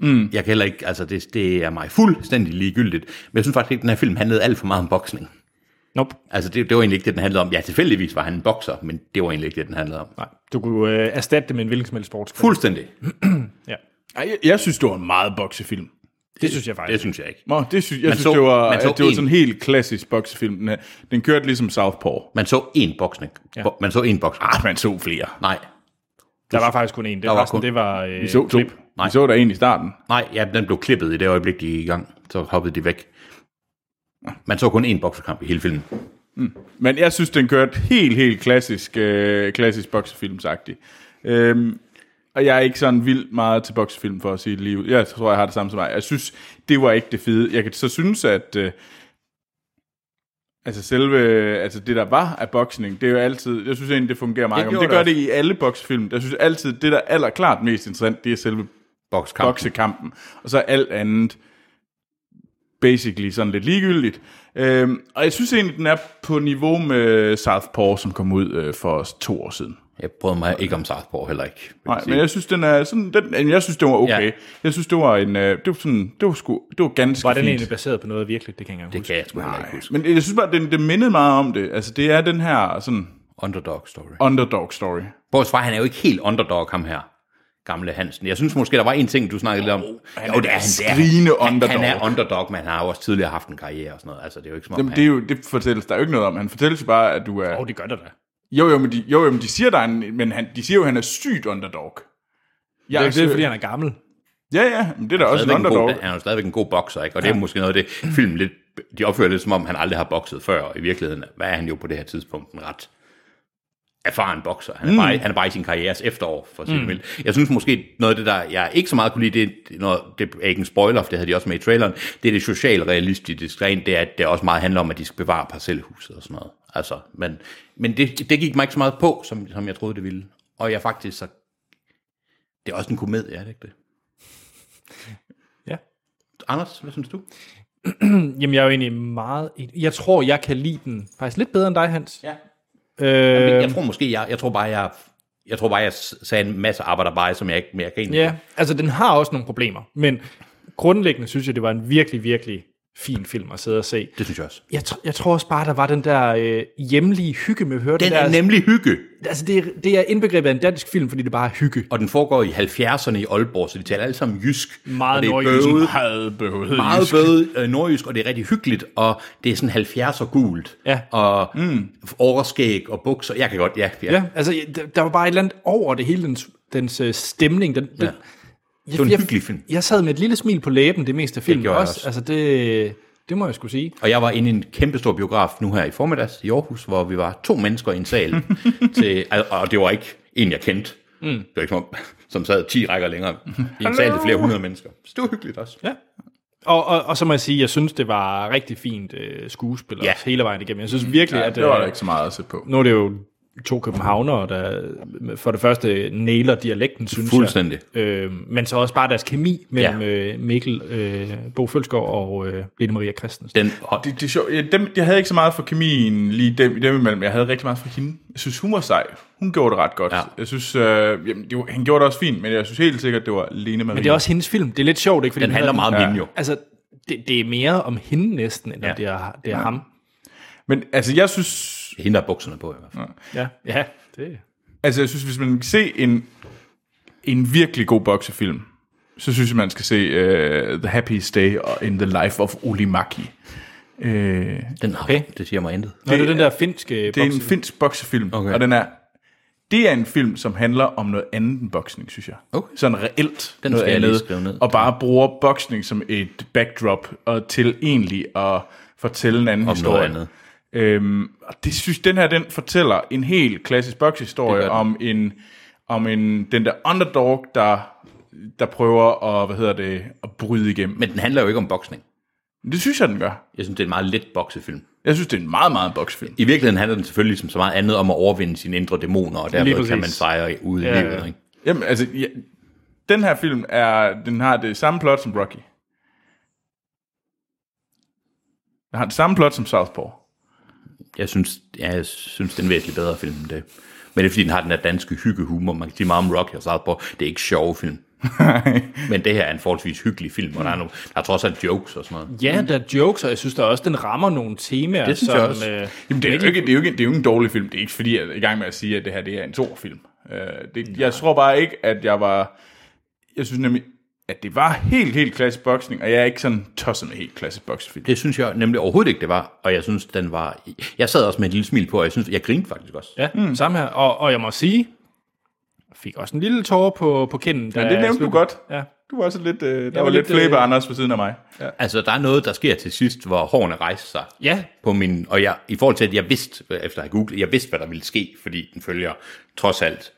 Speaker 3: Mm. Jeg kan heller ikke, altså det, det er mig fuldstændig ligegyldigt, men jeg synes faktisk ikke, den her film handlede alt for meget om boksning.
Speaker 1: Nope.
Speaker 3: Altså, det, det var egentlig ikke det, den handlede om. Ja, tilfældigvis var han en bokser, men det var egentlig ikke det, den handlede om.
Speaker 1: Nej, du kunne øh, erstatte det med en hvilken som helst sportsfilm.
Speaker 3: Fuldstændig.
Speaker 1: Ja,
Speaker 2: Ej, jeg, jeg synes, det var en meget boksefilm.
Speaker 1: det synes jeg faktisk.
Speaker 3: Det synes jeg ikke.
Speaker 2: Nå, det synes, jeg
Speaker 3: Man
Speaker 2: synes,
Speaker 3: så-
Speaker 2: det var,
Speaker 3: man så
Speaker 2: at det var
Speaker 3: én.
Speaker 2: sådan en helt klassisk boksefilm. Den, her. den kørte ligesom Southpaw.
Speaker 3: Man så én boksning. Ja. Man så én boksning.
Speaker 2: Ah, man så flere.
Speaker 3: Nej.
Speaker 1: Der var faktisk kun en. Det,
Speaker 3: Der var
Speaker 1: resten,
Speaker 3: kun-
Speaker 1: det var øh,
Speaker 2: Vi så to.
Speaker 1: klip.
Speaker 3: Nej.
Speaker 2: Vi så der en i starten.
Speaker 3: Nej, ja, den blev klippet i det øjeblik, de er i gang. Så hoppede de væk. Man så kun én boksekamp i hele filmen.
Speaker 2: Mm. Men jeg synes, den kørte helt, helt klassisk, øh, klassisk boksefilmsagtig. Øhm, og jeg er ikke sådan vildt meget til boksefilm, for at sige det lige ud. Jeg tror, jeg har det samme som mig. Jeg synes, det var ikke det fede. Jeg kan så synes, at... Øh, altså selve... Altså det, der var af boksning, det er jo altid... Jeg synes egentlig, det fungerer meget.
Speaker 3: Det
Speaker 2: godt. Men det
Speaker 3: gjorde
Speaker 2: gør
Speaker 3: det
Speaker 2: det i alle boksefilm. Jeg synes altid, det, der er allerklart mest interessant, det er selve
Speaker 3: Bokskampen.
Speaker 2: boksekampen. Og så er alt andet basically sådan lidt ligegyldigt. Øhm, og jeg synes egentlig, den er på niveau med Southpaw, som kom ud øh, for os to år siden.
Speaker 3: Jeg brød mig ikke om Southpaw heller ikke.
Speaker 2: Nej, men jeg synes, den er sådan, den, jeg synes, det var okay.
Speaker 3: Ja.
Speaker 2: Ja. Jeg synes, det var en, øh, det var sådan, det var sgu, det var ganske
Speaker 1: Var den
Speaker 2: fint.
Speaker 1: egentlig baseret på noget virkeligt? Det kan jeg ikke
Speaker 3: Det kan jeg sgu heller ikke huske.
Speaker 2: Men jeg synes bare, den, det mindede meget om det. Altså, det er den her sådan
Speaker 3: Underdog story.
Speaker 2: underdog story.
Speaker 3: Bortset fra, han er jo ikke helt underdog, ham her. Gamle Hansen. Jeg synes måske, der var en ting, du snakkede lidt om.
Speaker 2: han er da skrigende
Speaker 3: han,
Speaker 2: underdog.
Speaker 3: Han er underdog, men han har jo også tidligere haft en karriere og sådan noget. Altså, det er jo ikke som om,
Speaker 2: Jamen,
Speaker 3: han...
Speaker 2: det, er jo, det fortælles der er jo ikke noget om. Han fortælles jo bare, at du er...
Speaker 1: det gør der da.
Speaker 2: Jo, jo, men de, jo, jo, men de siger, der er en, men han, de siger jo, at han er sygt underdog.
Speaker 1: Jeg det er ikke det, fordi han er gammel.
Speaker 2: Ja, ja, men det er da også en
Speaker 3: stadigvæk en
Speaker 2: underdog.
Speaker 3: god, han er jo stadigvæk en god bokser, ikke? og det er måske noget af det, filmen lidt, de opfører lidt som om, han aldrig har bokset før, og i virkeligheden hvad er han jo på det her tidspunkt en ret erfaren bokser. Han er,
Speaker 2: Mm.
Speaker 3: mm. bare, han er bare i sin karrieres efterår, for at sige
Speaker 2: Mm.
Speaker 3: mm. mildt. Jeg synes måske, noget af det, der jeg ikke så meget kunne lide, det, er noget, det er ikke en spoiler, for det havde de også med i traileren, det er det socialrealistiske gren, det er, at det også meget handler om, at de skal bevare parcelhuset og sådan noget. Altså, men men det, det gik mig ikke så meget på, som, som jeg troede, det ville. Og jeg faktisk så... Det er også en komedie, er det ikke det?
Speaker 1: Ja.
Speaker 3: Anders, hvad synes du?
Speaker 1: Jamen, jeg er jo egentlig meget... enig. Jeg tror, jeg kan lide den faktisk lidt bedre end dig, Hans.
Speaker 3: Ja.
Speaker 1: Øh,
Speaker 3: Jamen, jeg tror måske, jeg, jeg tror bare, jeg, jeg tror bare, jeg s- sagde en masse arbejderbeje, som jeg ikke mere kan.
Speaker 1: Ja, altså den har også nogle problemer, men grundlæggende synes jeg, det var en virkelig, virkelig fin film at sidde og se.
Speaker 3: Det synes jeg også.
Speaker 1: Jeg, tr- jeg tror også bare, der var den der øh, hjemlige hygge med at høre
Speaker 3: Den
Speaker 1: der,
Speaker 3: er nemlig hygge,
Speaker 1: Altså det er, det er indbegrebet af en dansk film, fordi det bare er hygge.
Speaker 3: og den foregår i 70'erne i Aalborg, så de taler alle sammen jysk.
Speaker 1: Meget
Speaker 3: og det er
Speaker 1: nordjysk.
Speaker 3: bøvet,
Speaker 2: Meget bøvet.
Speaker 3: meget
Speaker 2: jysk.
Speaker 3: bøvet øh, nordjysk, og det er rigtig hyggeligt, og det er sådan 70'er gult,
Speaker 1: Ja.
Speaker 3: og mm. overskæg og bukser. Jeg kan godt, ja. ja.
Speaker 1: Ja, altså jeg- der, der var bare et eller andet over det hele, dens, dens øh, stemning. Den, den,
Speaker 3: Ja. Det var en hyggelig film.
Speaker 1: Jeg, jeg sad med et lille smil på læben det meste af filmen
Speaker 3: gjorde jeg
Speaker 1: også. Altså
Speaker 3: også.
Speaker 1: det, det må jeg skulle sige.
Speaker 3: Og jeg var inde i en kæmpestor biograf nu her i formiddags i Aarhus, hvor vi var to mennesker i en
Speaker 1: [LAUGHS]
Speaker 3: sal. til, og- og det var ikke en, jeg kendte. Mm. Det var ikke som, om- [LAUGHS] som sad 10 rækker længere i en sal til flere hundrede mennesker. Så det var hyggeligt også.
Speaker 1: Ja. Og, og, og så må jeg sige, jeg synes, det var rigtig fint øh, skuespil ja. hele vejen igennem. Jeg
Speaker 3: Mm.
Speaker 1: synes virkelig,
Speaker 2: Ja,
Speaker 1: at... øh,
Speaker 2: det var der ikke så meget at sætte på.
Speaker 1: Nu er det jo to københavnere, der øh, for det første næler dialekten, synes
Speaker 3: Fuldstændig.
Speaker 1: jeg. Øh, men så også bare deres kemi mellem ja. øh, Mikkel, øh, Bo Følsgaard og øh, Lene Maria Christensen.
Speaker 3: Den,
Speaker 2: Det, det er sjovt. Jeg, dem, jeg havde ikke så meget for kemien lige dem, dem imellem. Jeg havde rigtig meget for hende. Jeg synes, hun var sej. Hun gjorde det ret godt. Ja. Jeg synes, øh, jamen, det var, han gjorde det også fint, men jeg synes helt sikkert, det var Lene Marie.
Speaker 1: Men det er også hendes film. Det er lidt sjovt, ikke? Fordi
Speaker 3: Den handler
Speaker 1: hedder-
Speaker 3: meget om hende jo.
Speaker 1: Altså, det, det er mere om hende næsten, end ja. om det er, det er ja. ham.
Speaker 2: Men altså, jeg synes...
Speaker 3: Hende har bukserne på i hvert fald.
Speaker 1: Ja, ja det
Speaker 2: Altså, jeg synes, hvis man kan se en, en virkelig god boksefilm, så synes jeg, man skal se uh, The Happiest Day og In the Life of Uli Maki. Uh, det
Speaker 1: Mm.
Speaker 3: Den, okay. Det siger mig intet.
Speaker 1: Nå, det, er den der finske
Speaker 2: er en
Speaker 1: boksefilm.
Speaker 2: finsk boksefilm,
Speaker 3: Okay.
Speaker 2: okay. og den er... Det er en film, som handler om noget andet end boksning, synes jeg.
Speaker 3: Okay.
Speaker 2: Sådan reelt
Speaker 3: Den
Speaker 2: noget
Speaker 3: skal jeg lige
Speaker 2: andet.
Speaker 3: skrive ned.
Speaker 2: Og bare bruger boksning som et backdrop og til egentlig at fortælle en anden
Speaker 3: Om
Speaker 2: historie.
Speaker 3: noget andet.
Speaker 2: Øhm, og det synes den her, den fortæller en helt klassisk
Speaker 3: Det
Speaker 2: bokshistorie
Speaker 3: gør den.
Speaker 2: om en, om en, den der underdog, der, der prøver at, hvad hedder det, at bryde igennem.
Speaker 3: Men den handler jo ikke om boksning.
Speaker 2: Men det synes jeg, den gør.
Speaker 3: Jeg synes, det er en meget let boksefilm.
Speaker 2: Jeg synes, det er en meget, meget boksfilm.
Speaker 3: I virkeligheden handler den selvfølgelig som så meget andet om at overvinde sine indre dæmoner, og derved
Speaker 1: præcis.
Speaker 3: kan man sejre ude i
Speaker 1: Ja, ja.
Speaker 3: livet. Ikke?
Speaker 2: Jamen, altså, ja, den her film er, den har det samme plot som Rocky. Den har det samme plot som Southpaw.
Speaker 3: Jeg synes, ja, jeg synes, det er en væsentlig bedre film end det. Men det er fordi, den har den her danske hyggehumor. Man kan sige meget om Rocky og Southpaw. Det er ikke sjove film. Men det her er en forholdsvis hyggelig film, og der er, nogle, der er trods alt jokes og sådan noget.
Speaker 1: Ja, der er jokes, og jeg synes der også, den rammer nogle temaer,
Speaker 3: Det synes
Speaker 1: som...
Speaker 3: jeg også.
Speaker 1: Øh,
Speaker 2: Jamen, det er, jo ikke, det, er jo ikke, det er jo ikke en dårlig film. Det er ikke fordi, jeg er i gang med at sige, at det her det er en stor film. Uh, det, jeg tror bare ikke, at jeg var... Jeg synes nemlig, at det var helt, helt klassisk boksning, og jeg er ikke sådan tosset med helt klassisk boksefilm.
Speaker 3: Det synes jeg nemlig overhovedet ikke, det var. Og jeg synes, den var... Jeg sad også med et lille smil på, og jeg synes, jeg grinede faktisk også.
Speaker 1: ja, mm. samme her. Og, og jeg må sige, fik også en lille tårer på, på kinden.
Speaker 2: Men det nævnte du godt.
Speaker 1: Ja.
Speaker 2: Du var også lidt, øh, der
Speaker 1: var
Speaker 2: var, lidt
Speaker 1: lidt, øh,
Speaker 2: flæbe, Anders, ved siden af mig.
Speaker 1: Ja.
Speaker 3: Altså, der er noget, der sker til sidst, hvor hårene rejser sig.
Speaker 1: Ja.
Speaker 3: På min, og jeg, i forhold til, at jeg vidste, efter at have googlet, jeg vidste, hvad der ville ske, fordi den følger trods alt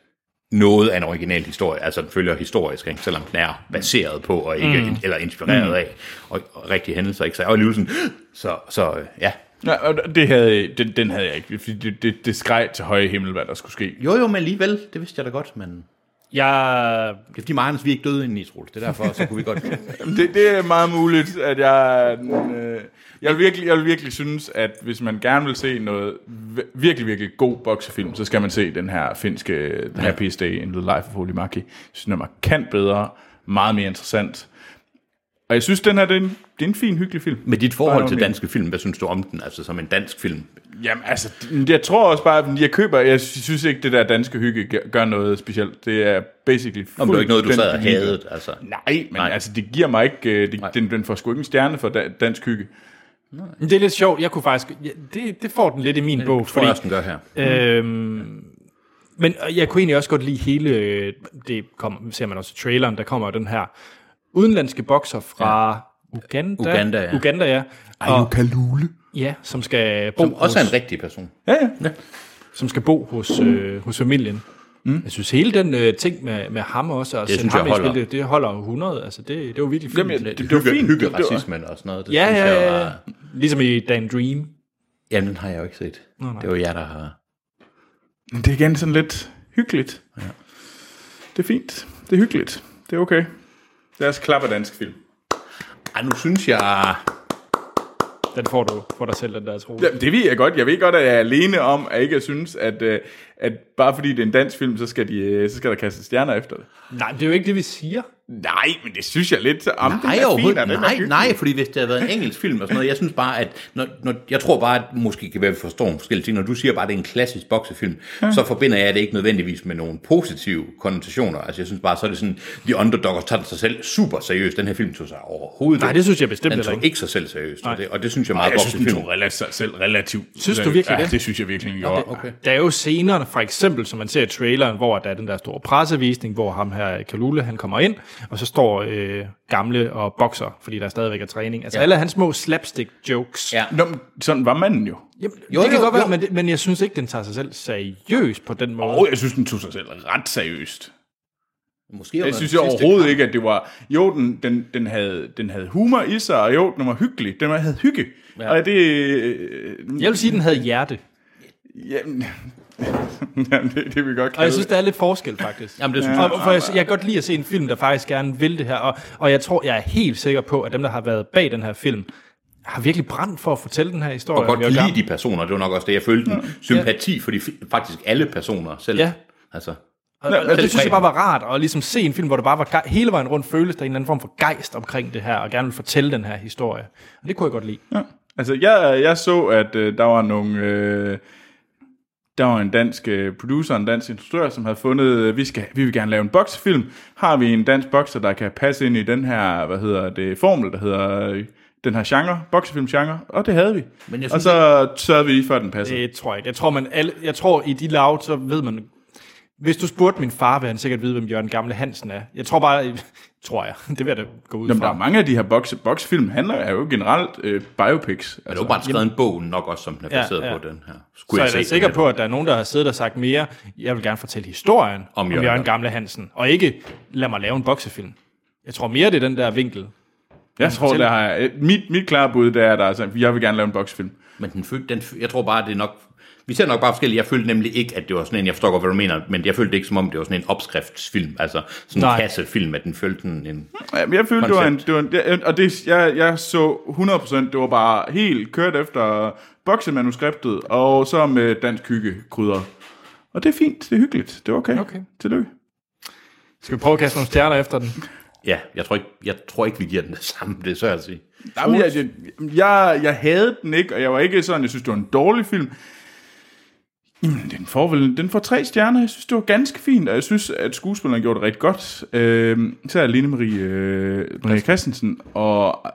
Speaker 3: noget af en original historie. Altså, den følger historisk, ikke? selvom den er baseret på, og ikke,
Speaker 2: Mm.
Speaker 3: mm. eller inspireret
Speaker 2: Mm.
Speaker 3: mm. af, og, og rigtige hændelser. Ikke? Så jeg var alligevel sådan, så, så øh, ja.
Speaker 2: Ja, og det havde, den, den havde jeg ikke, fordi det, det, det skreg til høje himmel, hvad der skulle ske.
Speaker 3: Jo, jo, men alligevel, det vidste jeg da godt, men...
Speaker 1: Jeg...
Speaker 3: Det er fordi mig og Anders, vi er ikke døde inden i, Troels. Det er derfor, så kunne vi godt...
Speaker 2: Jamen, det, det er meget muligt, at jeg... er den, Øh, jeg, vil virkelig, jeg vil virkelig synes, at hvis man gerne vil se noget vi- virkelig, virkelig god boksefilm, så skal man se den her finske den her Piece Day in the Life of Holimaki. Jeg synes, den er markant bedre, meget mere interessant. Og jeg synes, den her, det er en, det er en fin, hyggelig film.
Speaker 3: [LAUGHS] Med dit
Speaker 2: Bare
Speaker 3: forhold
Speaker 2: noget
Speaker 3: til
Speaker 2: mere.
Speaker 3: danske film, hvad synes du om den, altså som en dansk film?
Speaker 2: Jamen altså, det- jeg tror også bare, at jeg køber, jeg synes ikke, det der danske hygge gør- gør noget specielt. Det er basically
Speaker 3: Om det var ikke noget, du sad og
Speaker 2: fuldstændig
Speaker 3: hadede, altså.
Speaker 2: Nej, men Nej. altså, det giver mig ikke, øh, det, den, den får sgu ikke en stjerne for da- dansk hygge.
Speaker 1: Men Det er lidt sjovt. Jeg kunne faktisk... Ja, det, det får den lidt i min bog.
Speaker 2: tror jeg også, den gør her.
Speaker 1: Øhm, men øh, jeg kunne egentlig også godt lide hele... øh, Det kommer, ser man også i traileren. Der kommer jo den her udenlandske bokser fra ja. Uganda.
Speaker 3: Uganda, ja.
Speaker 1: Uganda, ja. Og,
Speaker 2: Kalule.
Speaker 1: ja, som skal bo
Speaker 3: Som også er
Speaker 1: hos,
Speaker 3: en rigtig person.
Speaker 2: Ja, ja. ja.
Speaker 1: Som skal bo hos, øh, hos familien. Mm. Jeg synes, hele den øh, ting med, med ham også, og
Speaker 3: Det
Speaker 1: sende
Speaker 3: synes jeg
Speaker 1: ham i spil,
Speaker 3: holder.
Speaker 1: Det, det holder jo 100. Altså, det, det var virkelig fint.
Speaker 3: Jamen, ja, det- det var Hygge- fint. hygge Det var- racismen og sådan noget, det
Speaker 1: ja,
Speaker 3: synes
Speaker 1: ja,
Speaker 3: jeg
Speaker 1: ja.
Speaker 3: var-
Speaker 1: Ligesom i Dan Dream.
Speaker 3: Jamen, den har jeg jo ikke set.
Speaker 1: Nå, nej.
Speaker 3: Det var jeg, der har...
Speaker 2: Men det er igen sådan lidt hyggeligt. Ja. Det er fint. Det er hyggeligt. Det er okay. Lad os klappe af dansk film.
Speaker 3: Ej, nu synes jeg...
Speaker 1: Den får du for dig selv, den der tro.
Speaker 2: Jamen, det ved jeg godt. Jeg ved godt, at jeg er alene om, at ikke at synes, at, øh, at bare fordi det er en dansk film, så skal, de, øh, så skal der kastes stjerner efter det.
Speaker 1: Nej, det er jo ikke det, vi siger.
Speaker 2: Nej, men det synes jeg lidt. Om
Speaker 3: Nej, overhovedet. Nej, nej, fordi hvis det havde været en engelsk film og sådan noget, jeg synes bare, at... Når, når, jeg tror bare, at måske kan være, at vi forstår nogle forskellige ting. Når du siger bare, at det er en klassisk boksefilm,
Speaker 2: Ja.
Speaker 3: ja. så forbinder jeg det ikke nødvendigvis med nogle positive konnotationer. Altså, jeg synes bare, så er det sådan, de underdoggers tager sig selv super seriøst. Den her film tog sig overhovedet.
Speaker 1: Nej, det synes jeg bestemt
Speaker 3: Den
Speaker 1: heller
Speaker 3: tog
Speaker 1: ikke.
Speaker 3: ikke sig selv seriøst, og
Speaker 1: Nej.
Speaker 3: det, og det synes jeg
Speaker 2: Nej,
Speaker 3: meget
Speaker 2: jeg synes, den
Speaker 3: boksefilm.
Speaker 2: tog relativt, selv relativt.
Speaker 1: Synes du virkelig
Speaker 2: ja,
Speaker 1: det?
Speaker 2: det? synes jeg virkelig, den gjorde.
Speaker 1: Okay. Der er jo scenerne, for eksempel, som man ser i traileren, hvor der er den der store pressevisning, hvor ham her, Kalule, han kommer ind, og så står øh, gamle og bokser, fordi der stadigvæk er træning. Altså ja.
Speaker 2: Ja.
Speaker 1: alle hans små slapstick-jokes.
Speaker 3: Ja.
Speaker 2: Nå, men sådan var manden jo.
Speaker 1: Jamen,
Speaker 2: Jo,
Speaker 1: jo, det kan
Speaker 2: jo,
Speaker 1: jo, godt
Speaker 2: jo.
Speaker 1: være, men, det, men jeg synes ikke, den tager sig selv seriøst på den måde.
Speaker 2: Og jeg synes, den tog sig selv ret seriøst.
Speaker 3: Måske
Speaker 2: Jeg synes jeg overhovedet ikke, at det var... Jo, den, den, den, havde, den havde humor i sig, og jo, den var hyggelig. Den var- havde hygge. Ja. Og det... Øh,
Speaker 1: Jeg vil sige, den havde hjerte.
Speaker 2: Jamen, [LAUGHS] jamen det, det vil vi godt
Speaker 1: Og
Speaker 2: kalde
Speaker 1: jeg synes, der er lidt forskel, faktisk.
Speaker 3: Jamen, det synes jeg.
Speaker 1: og, for jeg, jeg kan godt lide at se en film, der faktisk gerne vil det her, og, og jeg tror, jeg er helt sikker på, at dem, der har været bag den her film, har virkelig brændt for at fortælle den her historie.
Speaker 3: og godt
Speaker 1: Vi er
Speaker 3: kan
Speaker 1: jo
Speaker 3: lide
Speaker 1: gerne-
Speaker 3: de personer. Det var nok også det, jeg følte en sympati for de, faktisk alle personer selv.
Speaker 1: Ja.
Speaker 3: Altså,
Speaker 1: Og, og, og det synes jeg bare var rart, at ligesom se en film, hvor der bare var gej- hele vejen rundt føles der en eller anden form for gejst omkring det her, og gerne vil fortælle den her historie. Og det kunne jeg godt lide.
Speaker 2: Ja. Altså, jeg, jeg så, at øh, der var nogle... Øh, der var en dansk øh, producer, en dansk instruktør, som havde fundet, øh, vi, skal, vi vil gerne lave en boksefilm. Har vi en dansk bokser, der kan passe ind i den her, hvad hedder det, formel, der hedder øh, den her genre, boksefilmgenre? Og det havde vi.
Speaker 1: Men jeg
Speaker 2: og
Speaker 1: synes
Speaker 2: så sørgede vi lige for, at den passede.
Speaker 1: Det tror jeg ikke. Jeg tror, man alle, jeg tror i de lav, så ved man... Hvis du spurgte min far, vil han sikkert vide, hvem Jørgen Gamle Hansen er. Jeg tror bare... Tror jeg. [LAUGHS] Det vil jeg da gå ud
Speaker 2: Jamen,
Speaker 1: fra.
Speaker 2: der er mange af de her bokse, boksefilm, handler er jo generelt øh, biopics. Altså,
Speaker 3: åbenbart skrevet en bog nok også, som den er baseret på, den her.
Speaker 1: Skulle så
Speaker 3: jeg
Speaker 1: jeg er jeg da
Speaker 3: se
Speaker 1: sikker
Speaker 3: den
Speaker 1: på, at der er nogen, der har siddet og sagt mere. Jeg vil gerne fortælle historien om, om
Speaker 3: Jørgen.
Speaker 1: Jørgen Gamle Hansen. Og ikke, lad mig lave en boksefilm. Jeg tror mere, det er den der vinkel.
Speaker 2: Jeg tror,
Speaker 1: Fortæl.
Speaker 2: der er, mit, mit klare bud, det er, at der er, sådan, jeg vil gerne lave en boksefilm.
Speaker 3: Men den, føl- den, jeg tror bare, det er nok... Vi ser nok bare forskellige. Jeg følte nemlig ikke, at det var sådan en... Jeg forstår godt, hvad du mener, men jeg følte det ikke, som om det var sådan en opskriftsfilm. Altså sådan en
Speaker 2: Nej.
Speaker 3: kassefilm, at den følte sådan en...
Speaker 2: Ja, men jeg følte, det var en, det var en det, og det, jeg, jeg så 100%, det var bare helt kørt efter boksemanuskriptet, og så med dansk hygge krydder. Og det er fint, det er hyggeligt, det er okay. okay. Tillykke.
Speaker 1: Skal vi prøve at kaste nogle stjerner efter den?
Speaker 3: Ja, jeg tror ikke, jeg tror ikke vi giver den det [LAUGHS] samme, det er svært at sige.
Speaker 2: Jamen, jeg, jeg, jeg, jeg havde den ikke, og jeg var ikke sådan, jeg synes, det var en dårlig film. Jamen, den får, vel, den får tre stjerner. Jeg synes, det var ganske fint, og jeg synes, at skuespilleren gjorde det rigtig godt. Øh, så er Line Marie, øh, Marie Christensen og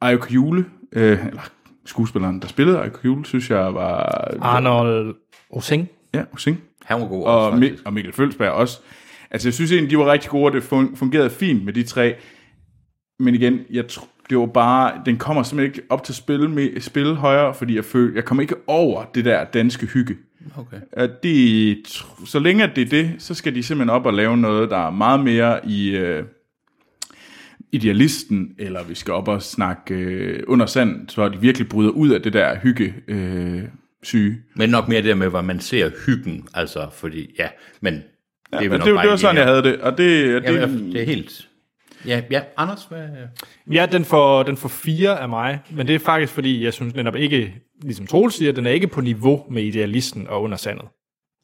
Speaker 2: Ayo Jule, øh, eller skuespilleren, der spillede Ayo Jule, synes jeg var...
Speaker 1: Arnold Osing.
Speaker 2: Ja, Osing.
Speaker 3: Han var god
Speaker 2: og, Mi- og Mikkel Følsberg også. Altså, jeg synes egentlig, de var rigtig gode, og det fun- fungerede fint med de tre. Men igen, jeg tr- det var bare, den kommer simpelthen ikke op til at spille, med, spille højere, fordi jeg føler, jeg kommer ikke over det der danske hygge.
Speaker 3: Okay.
Speaker 2: At de, tr- så længe at det er det, så skal de simpelthen op og lave noget, der er meget mere i øh, idealisten, eller vi skal op og snakke øh, under sand, så de virkelig bryder ud af det der hygge øh, syge.
Speaker 3: Men nok mere det der med, hvor man ser hyggen, altså, fordi, ja, men...
Speaker 2: Ja,
Speaker 3: vel
Speaker 2: men
Speaker 3: nok
Speaker 2: det,
Speaker 3: bare
Speaker 2: det var
Speaker 3: en-
Speaker 2: sådan,
Speaker 3: ja.
Speaker 2: jeg havde det, og det, og det,
Speaker 3: Ja, det er helt... Ja, ja. Anders, hvad...
Speaker 1: Ja, den får, den får fire af mig, men det er faktisk, fordi jeg synes netop ikke, ligesom Troels siger, den er ikke på niveau med idealisten og under sandet.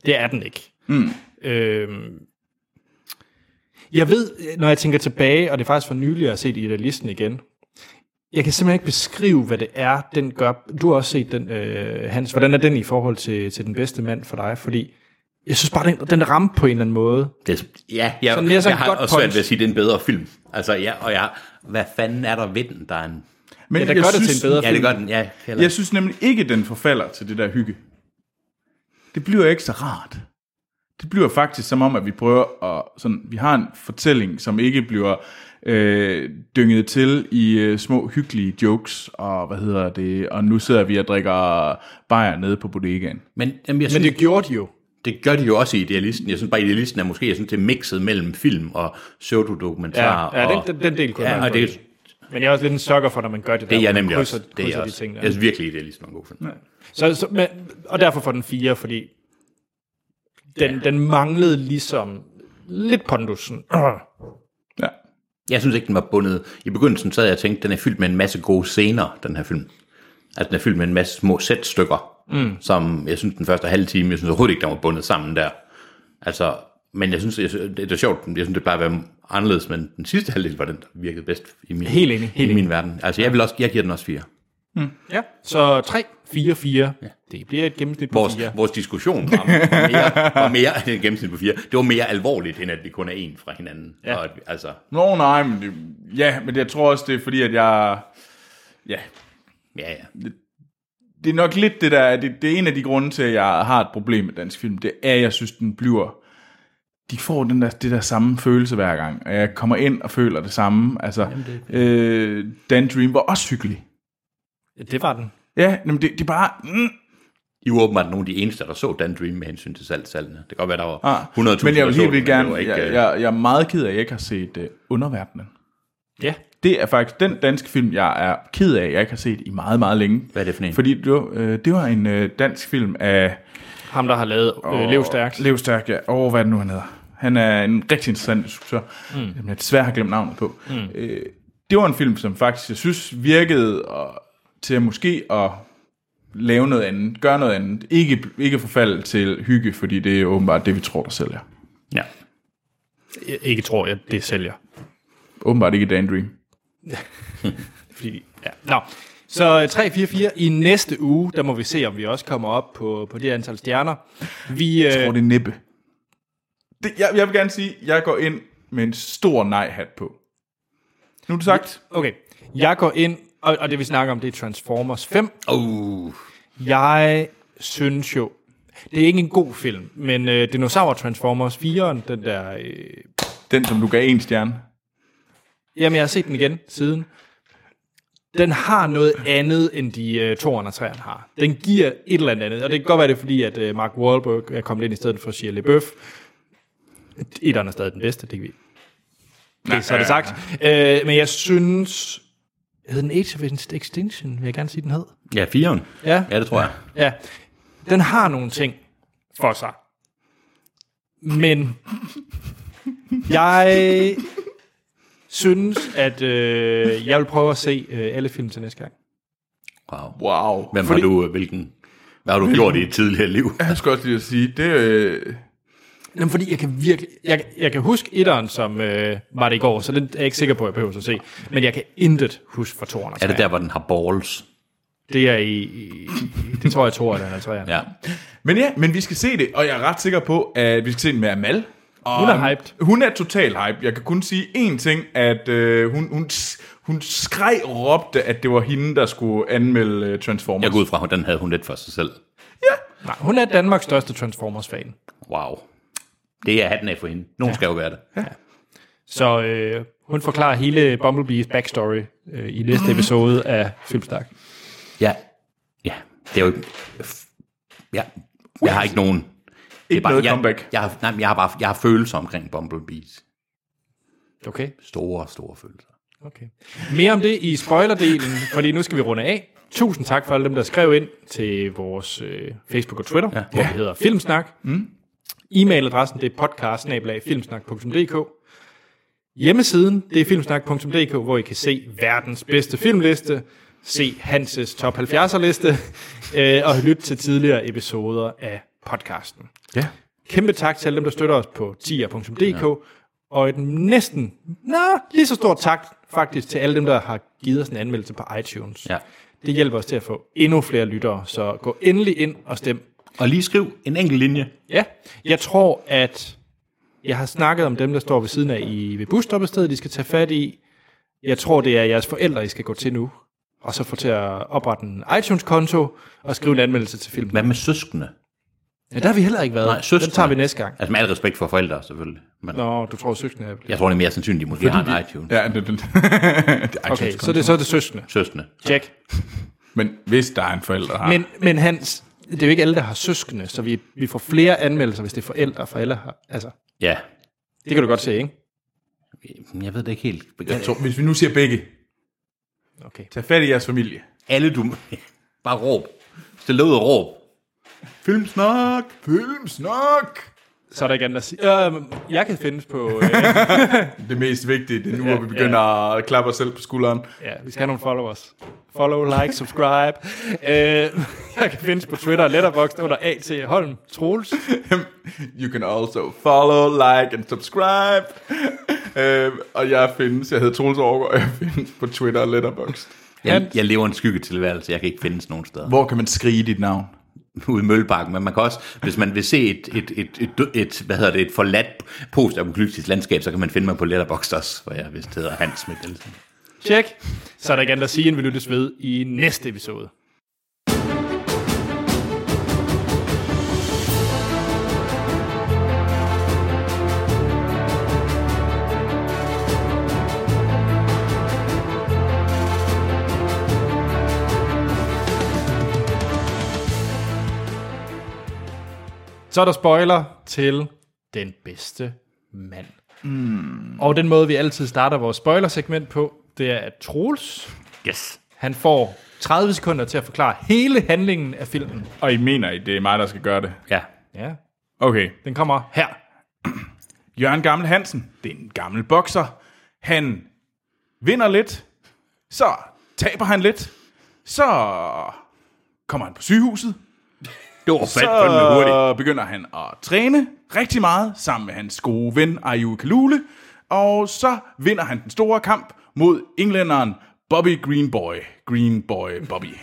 Speaker 1: Det er den ikke.
Speaker 2: Mm.
Speaker 1: Øhm, jeg ved, når jeg tænker tilbage, og det er faktisk for nylig, jeg har set idealisten igen, jeg kan simpelthen ikke beskrive, hvad det er, den gør. Du har også set den, øh, Hans. Hvordan er den i forhold til, til den bedste mand for dig? Fordi jeg synes bare, den, den ramte på en eller anden måde.
Speaker 3: Det, ja, jeg,
Speaker 1: Sådan mere sådan
Speaker 3: jeg har
Speaker 1: godt
Speaker 3: også svært
Speaker 1: punch.
Speaker 3: ved at sige, at det er en bedre film. Altså, ja, og jeg... Hvad fanden er der ved den, der er en...
Speaker 1: Men Ja, der jeg gør det synes- til en bedre
Speaker 3: Ja, det
Speaker 1: film.
Speaker 3: gør den, ja. heller.
Speaker 2: Jeg synes nemlig ikke, den forfalder til det der hygge. Det bliver ikke så rart. Det bliver faktisk som om, at vi prøver at... Sådan, vi har en fortælling, som ikke bliver øh, dynget til i øh, små hyggelige jokes, og hvad hedder det, og nu sidder vi og drikker bajer nede på bodegaen.
Speaker 3: Men, jamen, jeg
Speaker 1: Men det gjorde de jo.
Speaker 3: Det gør de jo også i Idealisten. Jeg synes bare, Idealisten er måske sådan til mixet mellem film og pseudodokumentar.
Speaker 1: Ja, ja
Speaker 3: og,
Speaker 1: den, den, den del kunne
Speaker 3: ja,
Speaker 1: jeg
Speaker 3: og
Speaker 1: godt
Speaker 3: det,
Speaker 1: lide. Men jeg er også lidt en sukker for, når man gør det
Speaker 3: det er
Speaker 1: der.
Speaker 3: jeg
Speaker 1: hvor man
Speaker 3: nemlig
Speaker 1: krydser,
Speaker 3: også. Det er jeg
Speaker 1: krydser de
Speaker 3: også.
Speaker 1: ting der.
Speaker 3: Jeg synes virkelig, Idealisten er en god film. Ja.
Speaker 1: Så, så, men, og derfor får den fire, fordi den, den manglede ligesom lidt pondusen.
Speaker 3: Jeg synes ikke, den var bundet. I begyndelsen sad jeg og tænkte, den er fyldt med en masse gode scener, den her film. At den er fyldt med en masse små sætstykker,
Speaker 1: Mm.
Speaker 3: som jeg synes den første halve time, jeg synes overhovedet ikke, den var bundet sammen der. Altså, men jeg synes, jeg, synes- det, det er sjovt, jeg synes, det plejer at være anderledes, men den sidste halvdel var den, der virkede bedst i min,
Speaker 1: Helt enig, helt
Speaker 3: i min verden. Altså, jeg, vil også, jeg giver den også fire.
Speaker 1: Mm. Ja. Så 3, 4, 4. Ja. Det bliver et gennemsnit på
Speaker 3: Vores,
Speaker 1: 4.
Speaker 3: vores diskussion var, var mere, var mere [LAUGHS] end et gennemsnit på fire. Det var mere alvorligt, end at vi kun er en fra hinanden. Ja. Og at, vi- altså,
Speaker 2: Nå nej, men det, ja, men jeg tror også, det er fordi, at jeg... Ja.
Speaker 3: Ja, ja.
Speaker 2: Det, det er nok lidt det der, det, det er en af de grunde til, at jeg har et problem med dansk film, det er, at jeg synes, den bliver, de får den der, det der samme følelse hver gang, og jeg kommer ind og føler det samme, altså, Jamen, det øh, Dan Dream var også hyggelig.
Speaker 1: Det var den.
Speaker 2: Ja, men det, det er bare... Mm.
Speaker 3: I var åbenbart nogle af de eneste, der så Dan Dream med hensyn til salgsaldene. Det kan godt være, der var
Speaker 2: Ah,
Speaker 3: 100.000,
Speaker 2: men jeg vil
Speaker 3: der
Speaker 2: helt
Speaker 3: så den,
Speaker 2: vildt
Speaker 3: men det
Speaker 2: gerne,
Speaker 3: var
Speaker 2: ikke,
Speaker 3: ikke,
Speaker 2: jeg,
Speaker 3: øh,
Speaker 2: jeg, jeg er meget ked af, at jeg ikke har set uh, Underverdenen.
Speaker 1: Ja.
Speaker 2: Det er faktisk den danske film, jeg er ked af, jeg ikke har set i meget, meget længe.
Speaker 3: Hvad er det for en?
Speaker 2: Fordi det var, øh, det var en øh, dansk film af...
Speaker 1: Ham, der har lavet øh, Lev Stærkt.
Speaker 2: Lev Stærkt, ja. Og hvad er det nu, han hedder? Han er en rigtig interessant instruktør,
Speaker 1: Mm.
Speaker 2: mm. som jeg desværre har glemt navnet på.
Speaker 1: Mm.
Speaker 2: Mm. Øh, det var en film, som faktisk, jeg synes, virkede og, til at måske at lave noget andet, gøre noget andet. Ikke, ikke forfalde til hygge, fordi det er åbenbart det, vi tror, der sælger.
Speaker 3: Ja.
Speaker 1: Jeg, ikke tror jeg, det sælger.
Speaker 2: Åbenbart ikke Dan Dream.
Speaker 1: Fordi, ja. Nå. Så øh, 3, 4, 4. I næste uge, der må vi se, om vi også kommer op på, på det antal stjerner. Vi, øh, jeg tror,
Speaker 2: det er næppe. Det, jeg, jeg vil gerne sige, at jeg går ind med en stor nej-hat på. Nu er det sagt.
Speaker 1: Okay. Jeg går ind, og, og det vi snakker om, det er Transformers 5.
Speaker 3: Uh.
Speaker 1: Jeg synes jo, det er ikke en god film, men øh, Dinosaur Transformers 4'eren, den der... Øh,
Speaker 2: Den, som du gav en stjerne.
Speaker 1: jamen, jeg har set den igen siden. Den har noget andet, end de øh, 2'eren og 3'eren har. Den giver et eller andet andet, og det kan godt være, det er fordi, at øh, Mark Wahlberg er kommet ind i stedet for Shia LaBeouf. Etteren er stadig den bedste, det kan vi. Det, så er det sagt. Øh, men jeg synes... Hed den Age of Extinction, vil jeg gerne sige, den hed.
Speaker 3: Ja, firen.
Speaker 1: Ja.
Speaker 3: ja, det tror jeg.
Speaker 1: Ja, den har nogle ting for sig. Men jeg synes, at øh, jeg vil prøve at se øh, alle film til næste gang.
Speaker 3: Wow.
Speaker 2: wow.
Speaker 3: Hvem
Speaker 1: Fordi-
Speaker 3: har du, øh, hvilken... Hvad har du gjort i et tidligere liv?
Speaker 2: Jeg skulle også lige at sige, det... Øh...
Speaker 1: Jamen, fordi jeg kan virkelig... Jeg, jeg kan huske etteren, som øh, var det i går, så den er jeg ikke sikker på, at jeg behøver at se. Men jeg kan intet huske fra toren.
Speaker 3: Er det der, hvor den har balls?
Speaker 1: Det er i... i det tror jeg, toren er træerne.
Speaker 3: Ja.
Speaker 2: Men ja, men vi skal se det, og jeg er ret sikker på, at vi skal se den med Amal. Og
Speaker 1: Hun er hyped.
Speaker 2: Hun er total hype. Jeg kan kun sige én ting, at øh, hun, hun, hun skreg og råbte, at det var hende, der skulle anmelde øh, Transformers.
Speaker 3: Jeg går ud fra, at den havde hun lidt for sig selv.
Speaker 1: Nej, hun er Danmarks største Transformers-fan.
Speaker 3: Wow. Det er hatten af for hende. Nogen ja. skal jo være det. Ja.
Speaker 1: Så øh, hun forklarer hele Bumblebees backstory øh, i næste episode af Filmsnak.
Speaker 3: Ja. Ja. Det er jo ikke... Ja. Jeg har ikke nogen... Det
Speaker 2: Ikke noget
Speaker 3: jeg,
Speaker 2: comeback.
Speaker 3: Jeg, har, nej, men jeg har bare jeg har følelser omkring Bumblebees.
Speaker 1: Okay.
Speaker 3: Store, store følelser.
Speaker 1: Okay. Mere om det i spoilerdelen, fordi nu skal vi runde af. Tusind tak for alle dem, der skrev ind til vores øh, Facebook og Twitter, ja. hvor vi hedder Filmsnak.
Speaker 2: Mm.
Speaker 1: E-mailadressen det er podcast-filmsnak.dk Hjemmesiden det er filmsnak.dk, hvor I kan se verdens bedste filmliste, se Hanses top 70'er liste øh, og lytte til tidligere episoder af podcasten.
Speaker 2: Ja.
Speaker 1: Kæmpe tak til alle dem, der støtter os på tier.dk, ja. og et næsten nå, lige så stort tak faktisk til alle dem, der har givet os en anmeldelse på iTunes.
Speaker 3: Ja.
Speaker 1: Det hjælper os til at få endnu flere lyttere, så gå endelig ind og stem.
Speaker 3: Og lige skriv en enkelt linje.
Speaker 1: Ja, jeg tror, at jeg har snakket om dem, der står ved siden af i, ved busstoppestedet, de skal tage fat i. Jeg tror, det er jeres forældre, I skal gå til nu, og så få til at oprette en iTunes-konto og skrive en anmeldelse til filmen.
Speaker 3: Hvad med søskende?
Speaker 1: Ja, der har vi heller ikke været.
Speaker 3: Nej, søskende.
Speaker 1: Den tager vi næste gang.
Speaker 3: Altså med al respekt for forældre, selvfølgelig. Men
Speaker 1: Nå, du tror, søskende er...
Speaker 3: jeg tror, det er mere sandsynligt, at de måske
Speaker 1: Fordi
Speaker 3: Fordi har en
Speaker 1: de-
Speaker 3: iTunes.
Speaker 2: Ja, det, det,
Speaker 1: Okay, så er det, så er det søskende.
Speaker 3: Søskende.
Speaker 1: Check.
Speaker 2: Men hvis der er en forælder, der har...
Speaker 1: Men, men Hans, det er jo ikke alle, der har søskende, så vi, vi får flere anmeldelser, hvis det er forældre, for alle har... Altså,
Speaker 3: Ja.
Speaker 1: det kan du godt se, ikke?
Speaker 3: Jeg ved det ikke helt.
Speaker 2: Jeg tror, hvis vi nu siger begge,
Speaker 1: Okay.
Speaker 2: tag fat i jeres familie.
Speaker 3: Alle du... [LAUGHS] Bare råb. Stil dig ud og råb. Filmsnak!
Speaker 2: Filmsnak!
Speaker 1: Så er der ikke andet at sige. Øh, jeg kan findes på... Øh,
Speaker 2: Det mest vigtige, det er nu,
Speaker 1: Ja,
Speaker 2: hvor vi begynder at klappe os selv på skulderen.
Speaker 1: ja, vi skal have nogle followers. Follow, like, subscribe. Øh, [LAUGHS] jeg kan findes på Twitter og Letterboxd under A.T. Holm Troels.
Speaker 2: You can also follow, like and subscribe. øhm, og jeg findes, jeg hedder Troels Aargaard, og jeg findes på Twitter og Letterboxd.
Speaker 3: Jeg, jeg lever en skyggetilværelse, jeg kan ikke findes nogen steder.
Speaker 2: Hvor kan man skrige dit navn?
Speaker 3: ude i Møllebakken, men man kan også, hvis man vil se et, et, et, et, dø- et hvad hedder det, et forladt postapokalyptisk landskab, så kan man finde mig på Letterboxd også, hvor jeg vist hedder Hans Mikkelsen.
Speaker 1: Check. Så er der ikke andet at sige, end vi lyttes ved i næste episode. Så er der spoiler til den bedste mand. Mm. Og den måde, vi altid starter vores spoiler-segment på, det er, at Troels,
Speaker 3: Yes.
Speaker 1: han får 30 sekunder til at forklare hele handlingen af filmen.
Speaker 2: Og I mener, det er mig, der skal gøre det?
Speaker 3: Ja.
Speaker 1: Ja,
Speaker 2: Okay.
Speaker 1: den kommer her.
Speaker 2: Jørgen Gammel Hansen, det er en gammel bokser. Han vinder lidt, så taber han lidt, så kommer han på sygehuset,
Speaker 3: Det var fat på den med hurtigt.
Speaker 2: så begynder han at træne rigtig meget sammen med hans gode ven Ayu Kalule, og så vinder han den store kamp mod englænderen Bobby Greenboy. Greenboy
Speaker 3: [LAUGHS]
Speaker 2: Bobby.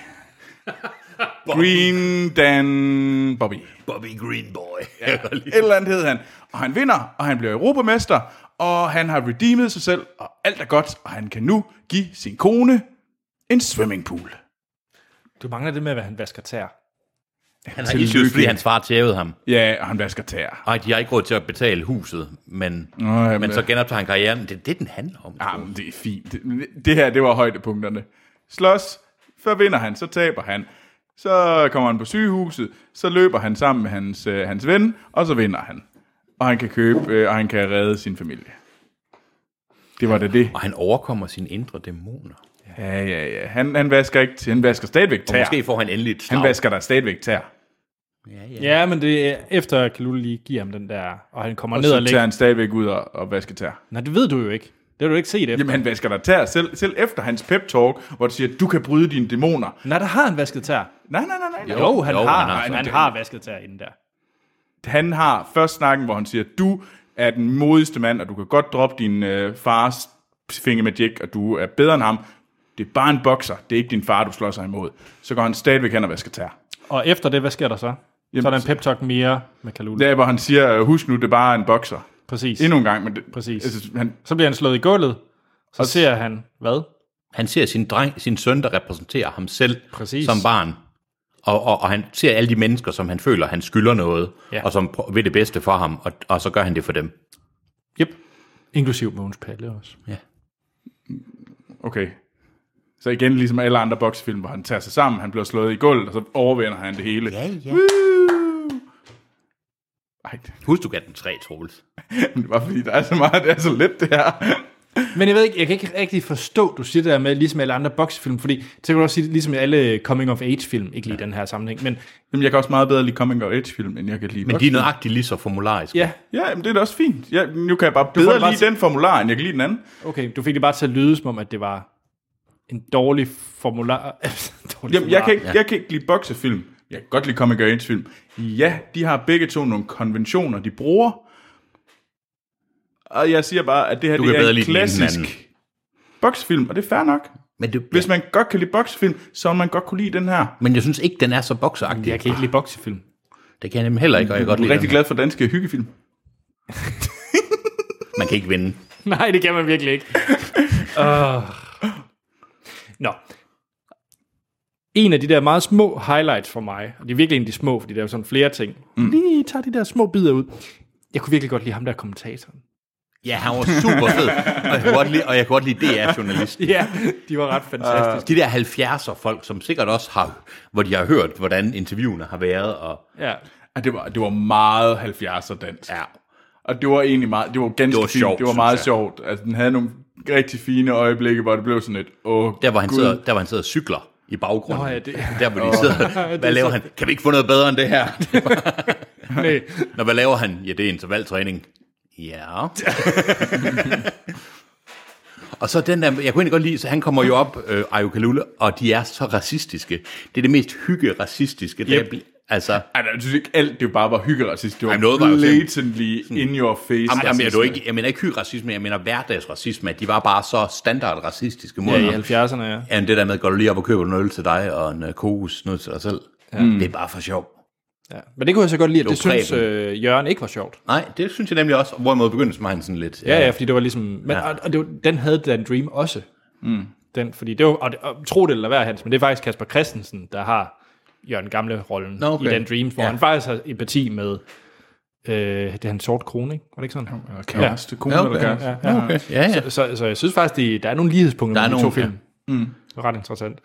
Speaker 2: Green Dan Bobby.
Speaker 3: Bobby Green Boy.
Speaker 2: [LAUGHS] Et eller andet hed han. Og han vinder, og han bliver europamester, og han har redeemet sig selv, og alt er godt, og han kan nu give sin kone en swimmingpool.
Speaker 1: Du mangler det med, hvad han vasker tær.
Speaker 3: han har issues, fordi hans far tævede ham.
Speaker 2: Ja, og han vasker tæer. øh,
Speaker 3: Ej, de har ikke råd til at betale huset, men,
Speaker 2: jamen,
Speaker 3: men
Speaker 2: ja.
Speaker 3: så genoptager han karrieren. Det er det, den handler om.
Speaker 2: Ja, Ah, men det er fint. Det, det her, det var højdepunkterne. Slås, så vinder han, så taber han. Så kommer han på sygehuset, så løber han sammen med hans, øh, hans ven, og så vinder han. Og han kan købe, øh, og han kan redde sin familie. Det var da det.
Speaker 3: Og han overkommer sine indre dæmoner.
Speaker 2: Ja, ja, ja. Han, han vasker ikke, han vasker stadigvæk
Speaker 3: Og
Speaker 2: tær.
Speaker 3: måske får han endelig et slag.
Speaker 2: Han vasker der stadigvæk tær.
Speaker 1: Ja, men det er efter, at Kalule lige giver ham den der, og han kommer og ned og
Speaker 2: Så tager
Speaker 1: lægger.
Speaker 2: han stadigvæk ud og, og vasker tær.
Speaker 1: Nej, det ved du jo ikke. Det har du ikke set efter.
Speaker 2: Jamen, han vasker der tær. Selv, selv efter hans pep-talk, hvor du siger, du kan bryde dine dæmoner.
Speaker 1: Nej, der har han vasket tær.
Speaker 2: Nej, nej, nej, nej. nej.
Speaker 1: Jo, jo han, jo, har, han, har,
Speaker 2: Nej,
Speaker 1: han
Speaker 2: det-
Speaker 1: har vasket tær inden der.
Speaker 2: han har først snakken, hvor han siger, du er den modigste mand, og du kan godt droppe din øh, fars finger med Jack, og du er bedre end ham. Det er bare en bokser. Det er ikke din far, du slår sig imod. Så går han stadigvæk hen og vasker tær.
Speaker 1: Og efter det, hvad sker der så? Jamen, så er der en pep talk mere med Kalule.
Speaker 2: Der, hvor han siger, "Øh, husk nu, det er bare en bokser.
Speaker 1: Præcis.
Speaker 2: Endnu en gang. Men det,
Speaker 1: Præcis.
Speaker 2: Altså, han,
Speaker 1: Så bliver han slået i gulvet, så ser han, hvad?
Speaker 3: Han ser sin, dreng, sin søn, der repræsenterer ham selv
Speaker 1: Præcis.
Speaker 3: som barn. Og, og, og han ser alle de mennesker, som han føler, han skylder noget,
Speaker 1: Ja.
Speaker 3: ja. og som pr- vil det bedste for ham, og, og så gør han det for dem.
Speaker 1: Yep. Inklusiv Mogens Palle også.
Speaker 3: Ja.
Speaker 2: Okay. Så igen, ligesom alle andre boksefilm, hvor han tager sig sammen, han bliver slået i gulvet, og så overvinder han det hele. Ja,
Speaker 3: ja.
Speaker 2: Ej. [LAUGHS]
Speaker 3: Husk, du gav den tre, Troels.
Speaker 2: Men det var fordi, der er så meget, det er så let det her.
Speaker 1: Men jeg ved ikke, jeg kan ikke rigtig forstå, du siger det der med, ligesom alle andre boksefilm, fordi så kan du også sige, ligesom i alle coming of age film, ikke lige i den her sammenhæng, men...
Speaker 2: Jamen, jeg kan også meget bedre lide coming of age film, end jeg kan lide
Speaker 3: Men de er nøjagtigt lige så formulariske.
Speaker 1: Ja,
Speaker 2: Ja, men det er da også fint. Ja, nu kan jeg bare
Speaker 1: får
Speaker 2: bedre
Speaker 1: det bare
Speaker 2: lide den formular, end jeg kan lide den anden.
Speaker 1: okay, du fik det bare til at lyde som om, at det var en dårlig formular. [LAUGHS] dårlig
Speaker 2: Jamen, jeg kan, ikke,
Speaker 1: formular.
Speaker 2: jeg kan ikke lide boksefilm. Jeg kan godt lide comic of age film. Ja, de har begge to nogle konventioner, de bruger. Og jeg siger bare, at det her
Speaker 3: Du
Speaker 2: det
Speaker 3: kan
Speaker 2: er
Speaker 3: bedre
Speaker 2: en
Speaker 3: lide den end den anden.
Speaker 2: klassisk boksefilm, og det er fair nok.
Speaker 3: Men, det,
Speaker 2: Hvis man godt kan lide boksefilm, så vil man godt kunne lide den her.
Speaker 3: men jeg synes ikke, den er så bokseagtig.
Speaker 1: Jeg kan ikke lide boksefilm.
Speaker 3: Det kan jeg nemlig heller ikke, og jeg kan godt
Speaker 2: Jeg er
Speaker 3: lide
Speaker 2: rigtig
Speaker 3: den.
Speaker 2: glad for danske hyggefilm.
Speaker 3: Man kan ikke vinde.
Speaker 1: [LAUGHS] Nej, det kan man virkelig ikke. uh. Nå. En af de der meget små highlights for mig, og det er virkelig en af de små, fordi der er jo sådan flere ting. Mm. Lige tager de der små bidder ud. Jeg kunne virkelig godt lide ham der kommentatoren.
Speaker 3: Ja, han var super fed, og jeg kan godt lide, og jeg kan godt lide DR-journalisten.
Speaker 1: Ja, [LAUGHS] de var ret fantastiske.
Speaker 3: De der 70'er folk, som sikkert også har, hvor de har hørt, hvordan interviewene har været, og
Speaker 1: Uh. Ja.
Speaker 3: Ah,
Speaker 2: Ja, det var, det var meget 70'er dansk.
Speaker 3: Ja.
Speaker 2: Og det var egentlig meget, det var ganske
Speaker 3: Det var
Speaker 2: fint.
Speaker 3: sjovt,
Speaker 2: det var
Speaker 3: synes
Speaker 2: meget
Speaker 3: jeg.
Speaker 2: sjovt. Altså, den havde nogle rigtig fine øjeblikke, hvor det blev sådan et, åh,
Speaker 3: Der hvor han,
Speaker 2: Gud.
Speaker 3: sidder, der, hvor han sidder og cykler i baggrunden.
Speaker 1: Nå ja, det-
Speaker 3: [LAUGHS] Der hvor de sidder, hvad laver han? Kan vi ikke få noget bedre end det [LAUGHS] her?
Speaker 1: Nej.
Speaker 3: Når hvad laver han? Ja, det er intervaltræning. [LAUGHS] Ja. og så den der, jeg kunne egentlig godt lide, så han kommer jo op, øh, Ayo Kalula, og de er så racistiske. Det er det mest hygge-racistiske. der
Speaker 2: Yep.
Speaker 3: bl- Altså,
Speaker 2: Ej, nej, jeg synes ikke alt, det bare var hyggeracist. Det var
Speaker 3: Ej, noget var jo sådan-
Speaker 2: blatantly in your face.
Speaker 3: Jamen, jamen, jeg, du ikke, jeg mener ikke hyracisme, jeg mener hverdagsracisme, at de var bare så standard racistiske
Speaker 1: [LAUGHS]
Speaker 3: mod
Speaker 1: Ja, i
Speaker 3: ham.
Speaker 1: 70'erne, ja.
Speaker 3: Ja, men det der med, går du lige op og køber en øl til dig, og en øh, kokos noget til dig selv. Ja. Det
Speaker 1: Mm.
Speaker 3: er bare for sjov.
Speaker 1: ja. Men det kunne jeg så godt lide, at det,
Speaker 3: Det var
Speaker 1: synes øh, Jørgen ikke var sjovt.
Speaker 3: Nej, det synes jeg nemlig også, hvorimod begyndelsen var han sådan lidt... øh,
Speaker 1: Ja, ja, fordi det var ligesom... Men,
Speaker 3: Ja.
Speaker 1: ja. og, og det var, den havde Dan Dream også. Mm. Den, fordi det var, og, det- og tro det eller være hans, men det er faktisk Kasper Christensen, der har Jørgen Gamle-rollen
Speaker 3: Nå, okay.
Speaker 1: i Dan Dream, hvor ja.
Speaker 3: Ja.
Speaker 1: han faktisk har empati med... Øh, det er hans sort krone, ikke? Var det ikke sådan?
Speaker 2: Kæreste, kone, ja, okay. der
Speaker 1: Ja, ja.
Speaker 3: Okay. ja, ja.
Speaker 1: Så, så, så jeg synes faktisk, det, der er nogle lighedspunkter
Speaker 3: Der er
Speaker 1: mellem de to
Speaker 3: nogle, Mm.
Speaker 1: film. Det var ret interessant.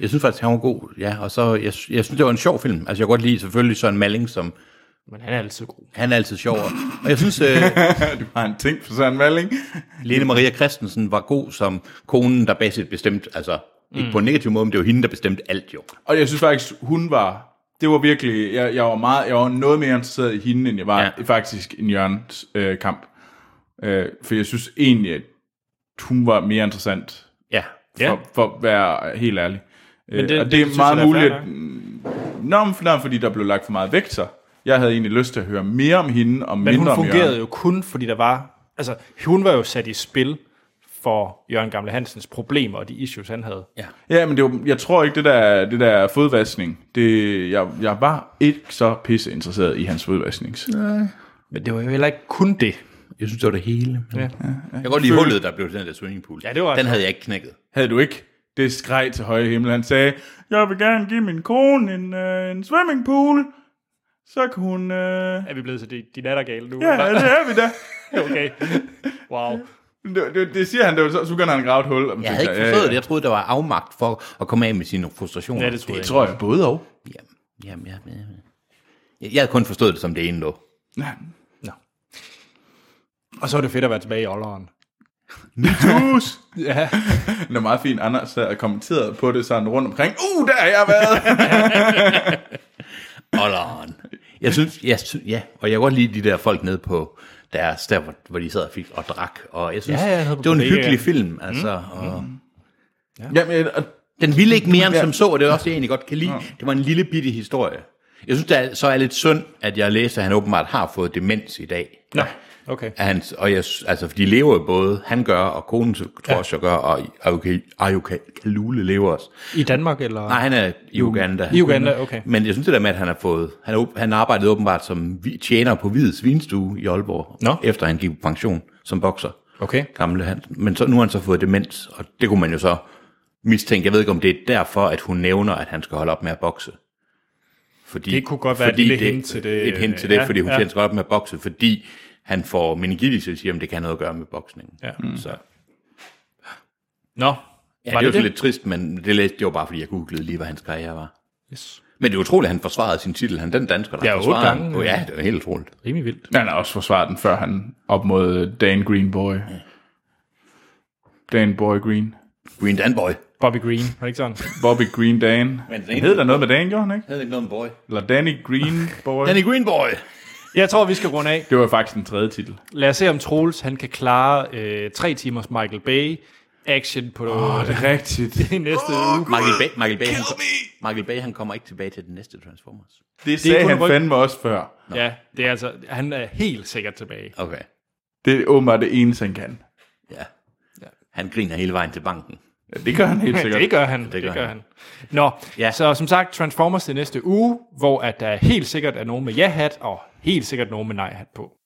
Speaker 3: Jeg synes faktisk, han var god. Ja, og så, jeg, sy- jeg synes, det var en sjov film. Altså, jeg kan godt lide selvfølgelig Søren Malling, som
Speaker 1: Men han er altid god.
Speaker 3: han er altid sjov. Og jeg
Speaker 1: [LAUGHS]
Speaker 3: synes, øh,
Speaker 2: Du har en ting for Søren Malling.
Speaker 3: Lene Maria Christensen var god som konen, der basalt bestemt, altså ikke
Speaker 1: Mm.
Speaker 3: på en negativ måde, men det var hende, der bestemte alt jo.
Speaker 2: Og jeg synes faktisk, hun var... Det var virkelig... Jeg, jeg, var, meget, jeg var noget mere interesseret i hende, end jeg var ja.
Speaker 3: Ja.
Speaker 2: faktisk i Jørgens øh, kamp. Øh, for jeg synes egentlig, at hun var mere interessant
Speaker 3: Ja.
Speaker 2: for, ja. for at være helt ærlig. Men
Speaker 1: det-
Speaker 2: det, og
Speaker 1: det
Speaker 2: det er
Speaker 1: synes jeg,
Speaker 2: meget
Speaker 1: der er
Speaker 2: muligt,
Speaker 1: fair nok.
Speaker 2: mm, nå, men for- nå, fordi der blev lagt for meget vægt så. Jeg havde egentlig lyst til at høre mere om hende og
Speaker 1: Men
Speaker 2: mindre
Speaker 1: hun
Speaker 2: om
Speaker 1: fungerede
Speaker 2: Jørgen.
Speaker 1: jo kun, fordi der var... Altså, hun var jo sat i spil for Jørgen Gamle Hansens problemer og de issues, han havde.
Speaker 3: Ja.
Speaker 2: Ja, men det var, jeg tror ikke, det der, det der fodvaskning, det, jeg, jeg var ikke så pisse interesseret i hans fodvaskning.
Speaker 1: Men det var jo heller ikke kun det.
Speaker 3: Jeg synes, det var det hele.
Speaker 1: Ja.
Speaker 3: Men... Jeg kan godt lide hullet, der blev til den der swimmingpool.
Speaker 1: Ja, det var
Speaker 3: den
Speaker 1: altså-
Speaker 3: havde jeg ikke knækket.
Speaker 2: Havde du ikke? Det skreg til høje himmel. Han sagde, jeg vil gerne give min kone en, øh, en swimmingpool. Så kan hun... Øh...
Speaker 1: Er vi blevet så de, de nattergale [LAUGHS] nu?
Speaker 2: Ja, det er vi da.
Speaker 1: okay. Wow.
Speaker 2: Det, det, det siger han, det var, så, så begynder han at grave et hul.
Speaker 3: Jeg havde ikke forstået det. Jeg troede, der var afmagt for at komme af med sine frustrationer.
Speaker 1: Ja, det troede jeg
Speaker 2: Det tror jeg både og.
Speaker 3: Jamen, jamen, jeg, jeg, jeg havde kun forstået det som det ene, dog.
Speaker 1: ikke. Og så er det fedt at være tilbage i olderen.
Speaker 2: [LAUGHS] Tus!
Speaker 1: Ja.
Speaker 2: Det var meget fint, Anders sad og kommenterede på det sådan rundt omkring. Uh, der har jeg været!
Speaker 3: Olderen. Jeg synes, jeg synes, ja, og jeg kan godt lide de der folk nede på deres, der hvor, hvor de sad og, fik, og drak, og jeg synes,
Speaker 1: Ja, ja, jeg havde på
Speaker 3: det var en
Speaker 1: bodega.
Speaker 3: hyggelig film, altså, mm. og
Speaker 2: [LAUGHS] Jamen, og
Speaker 3: den ville ikke mere end som så, og det er også det, jeg egentlig godt kan lide. Det var en lille bitte historie. Jeg synes, det er, så er lidt synd, at jeg læste, at han åbenbart har fået demens i dag.
Speaker 1: Nå, okay.
Speaker 3: At Han, og jeg, s- altså, for de lever jo både, han gør, og konen tror også, jeg gør, og Ayuka Ayuka Kalule lever også.
Speaker 1: I Danmark, eller?
Speaker 3: Nej, han er i Uganda.
Speaker 1: I Uganda, okay.
Speaker 3: Men jeg synes det der med, at han har fået... Han, er åb- han arbejdede åbenbart som vi- tjener på Hvides Vinstue i Aalborg,
Speaker 1: Nå.
Speaker 3: efter han gik på pension som bokser.
Speaker 1: Okay.
Speaker 3: Gamle Hansen. Men så, nu har han så fået demens, og det kunne man jo så mistænke. Jeg ved ikke, om det er derfor, at hun nævner, at han skal holde op med at bokse. Fordi,
Speaker 1: Det kunne godt være et
Speaker 3: fordi
Speaker 1: lille hint til det,
Speaker 3: Et hint til
Speaker 1: øh,
Speaker 3: det,
Speaker 1: ja,
Speaker 3: ja, fordi hun
Speaker 1: ja.
Speaker 3: ja. tjener sig op med at bokse, fordi han får meningitis, og siger, at det kan have noget at gøre med boksningen.
Speaker 1: Ja.
Speaker 3: Mm. Så,
Speaker 1: Nå,
Speaker 3: ja,
Speaker 1: var
Speaker 3: det, det var
Speaker 1: det
Speaker 3: så
Speaker 1: det?
Speaker 3: lidt trist, men det, læste, det var bare, fordi jeg googlede lige, hvad hans karriere var.
Speaker 1: Yes.
Speaker 3: Men det er utroligt, at han forsvarede sin titel. Han er den dansker, der
Speaker 1: Ja,
Speaker 3: har
Speaker 1: otte
Speaker 3: forsvaret
Speaker 1: gange.
Speaker 3: den. Oh, ja, det er helt utroligt.
Speaker 1: Rimelig vildt.
Speaker 2: Han har også forsvaret den, før han op mod Dan Green Boy. Dan Boy Green.
Speaker 3: Green Dan Boy.
Speaker 1: Bobby Green, var det ikke sådan?
Speaker 2: Bobby Green Dan. Men
Speaker 3: den ene-
Speaker 2: hed der noget med Dan, gjorde han ikke?
Speaker 3: Havde ikke noget om boy.
Speaker 2: Eller Danny Green Boy.
Speaker 3: Danny Green Boy.
Speaker 1: Jeg tror, vi skal runde af.
Speaker 2: Det var faktisk den tredje titel.
Speaker 1: Lad os se, om Troels han kan klare øh, tre timers Michael Bay action på
Speaker 2: Åh, det er
Speaker 1: [LAUGHS]
Speaker 2: rigtigt.
Speaker 1: i næste oh, uge.
Speaker 3: Michael Bay, Michael, Bay, han, Michael Bay, han kommer ikke tilbage til den næste Transformers.
Speaker 2: Det sagde
Speaker 1: kun
Speaker 2: han
Speaker 1: ryg-
Speaker 2: fandme også før.
Speaker 1: Ja, det er altså, han er helt sikkert tilbage.
Speaker 3: Okay.
Speaker 2: Det er åbenbart det eneste, han kan.
Speaker 3: Ja. Han griner hele vejen til banken.
Speaker 2: Ja, [LAUGHS] det gør han helt sikkert.
Speaker 1: det gør han, det
Speaker 3: gør
Speaker 1: gør, det gør han.
Speaker 3: han.
Speaker 1: Nå, ja.
Speaker 3: Ja.
Speaker 1: så som sagt, Transformers det næste uge, hvor at der helt sikkert er nogen med ja-hat, og helt sikkert nogen med nej-hat på.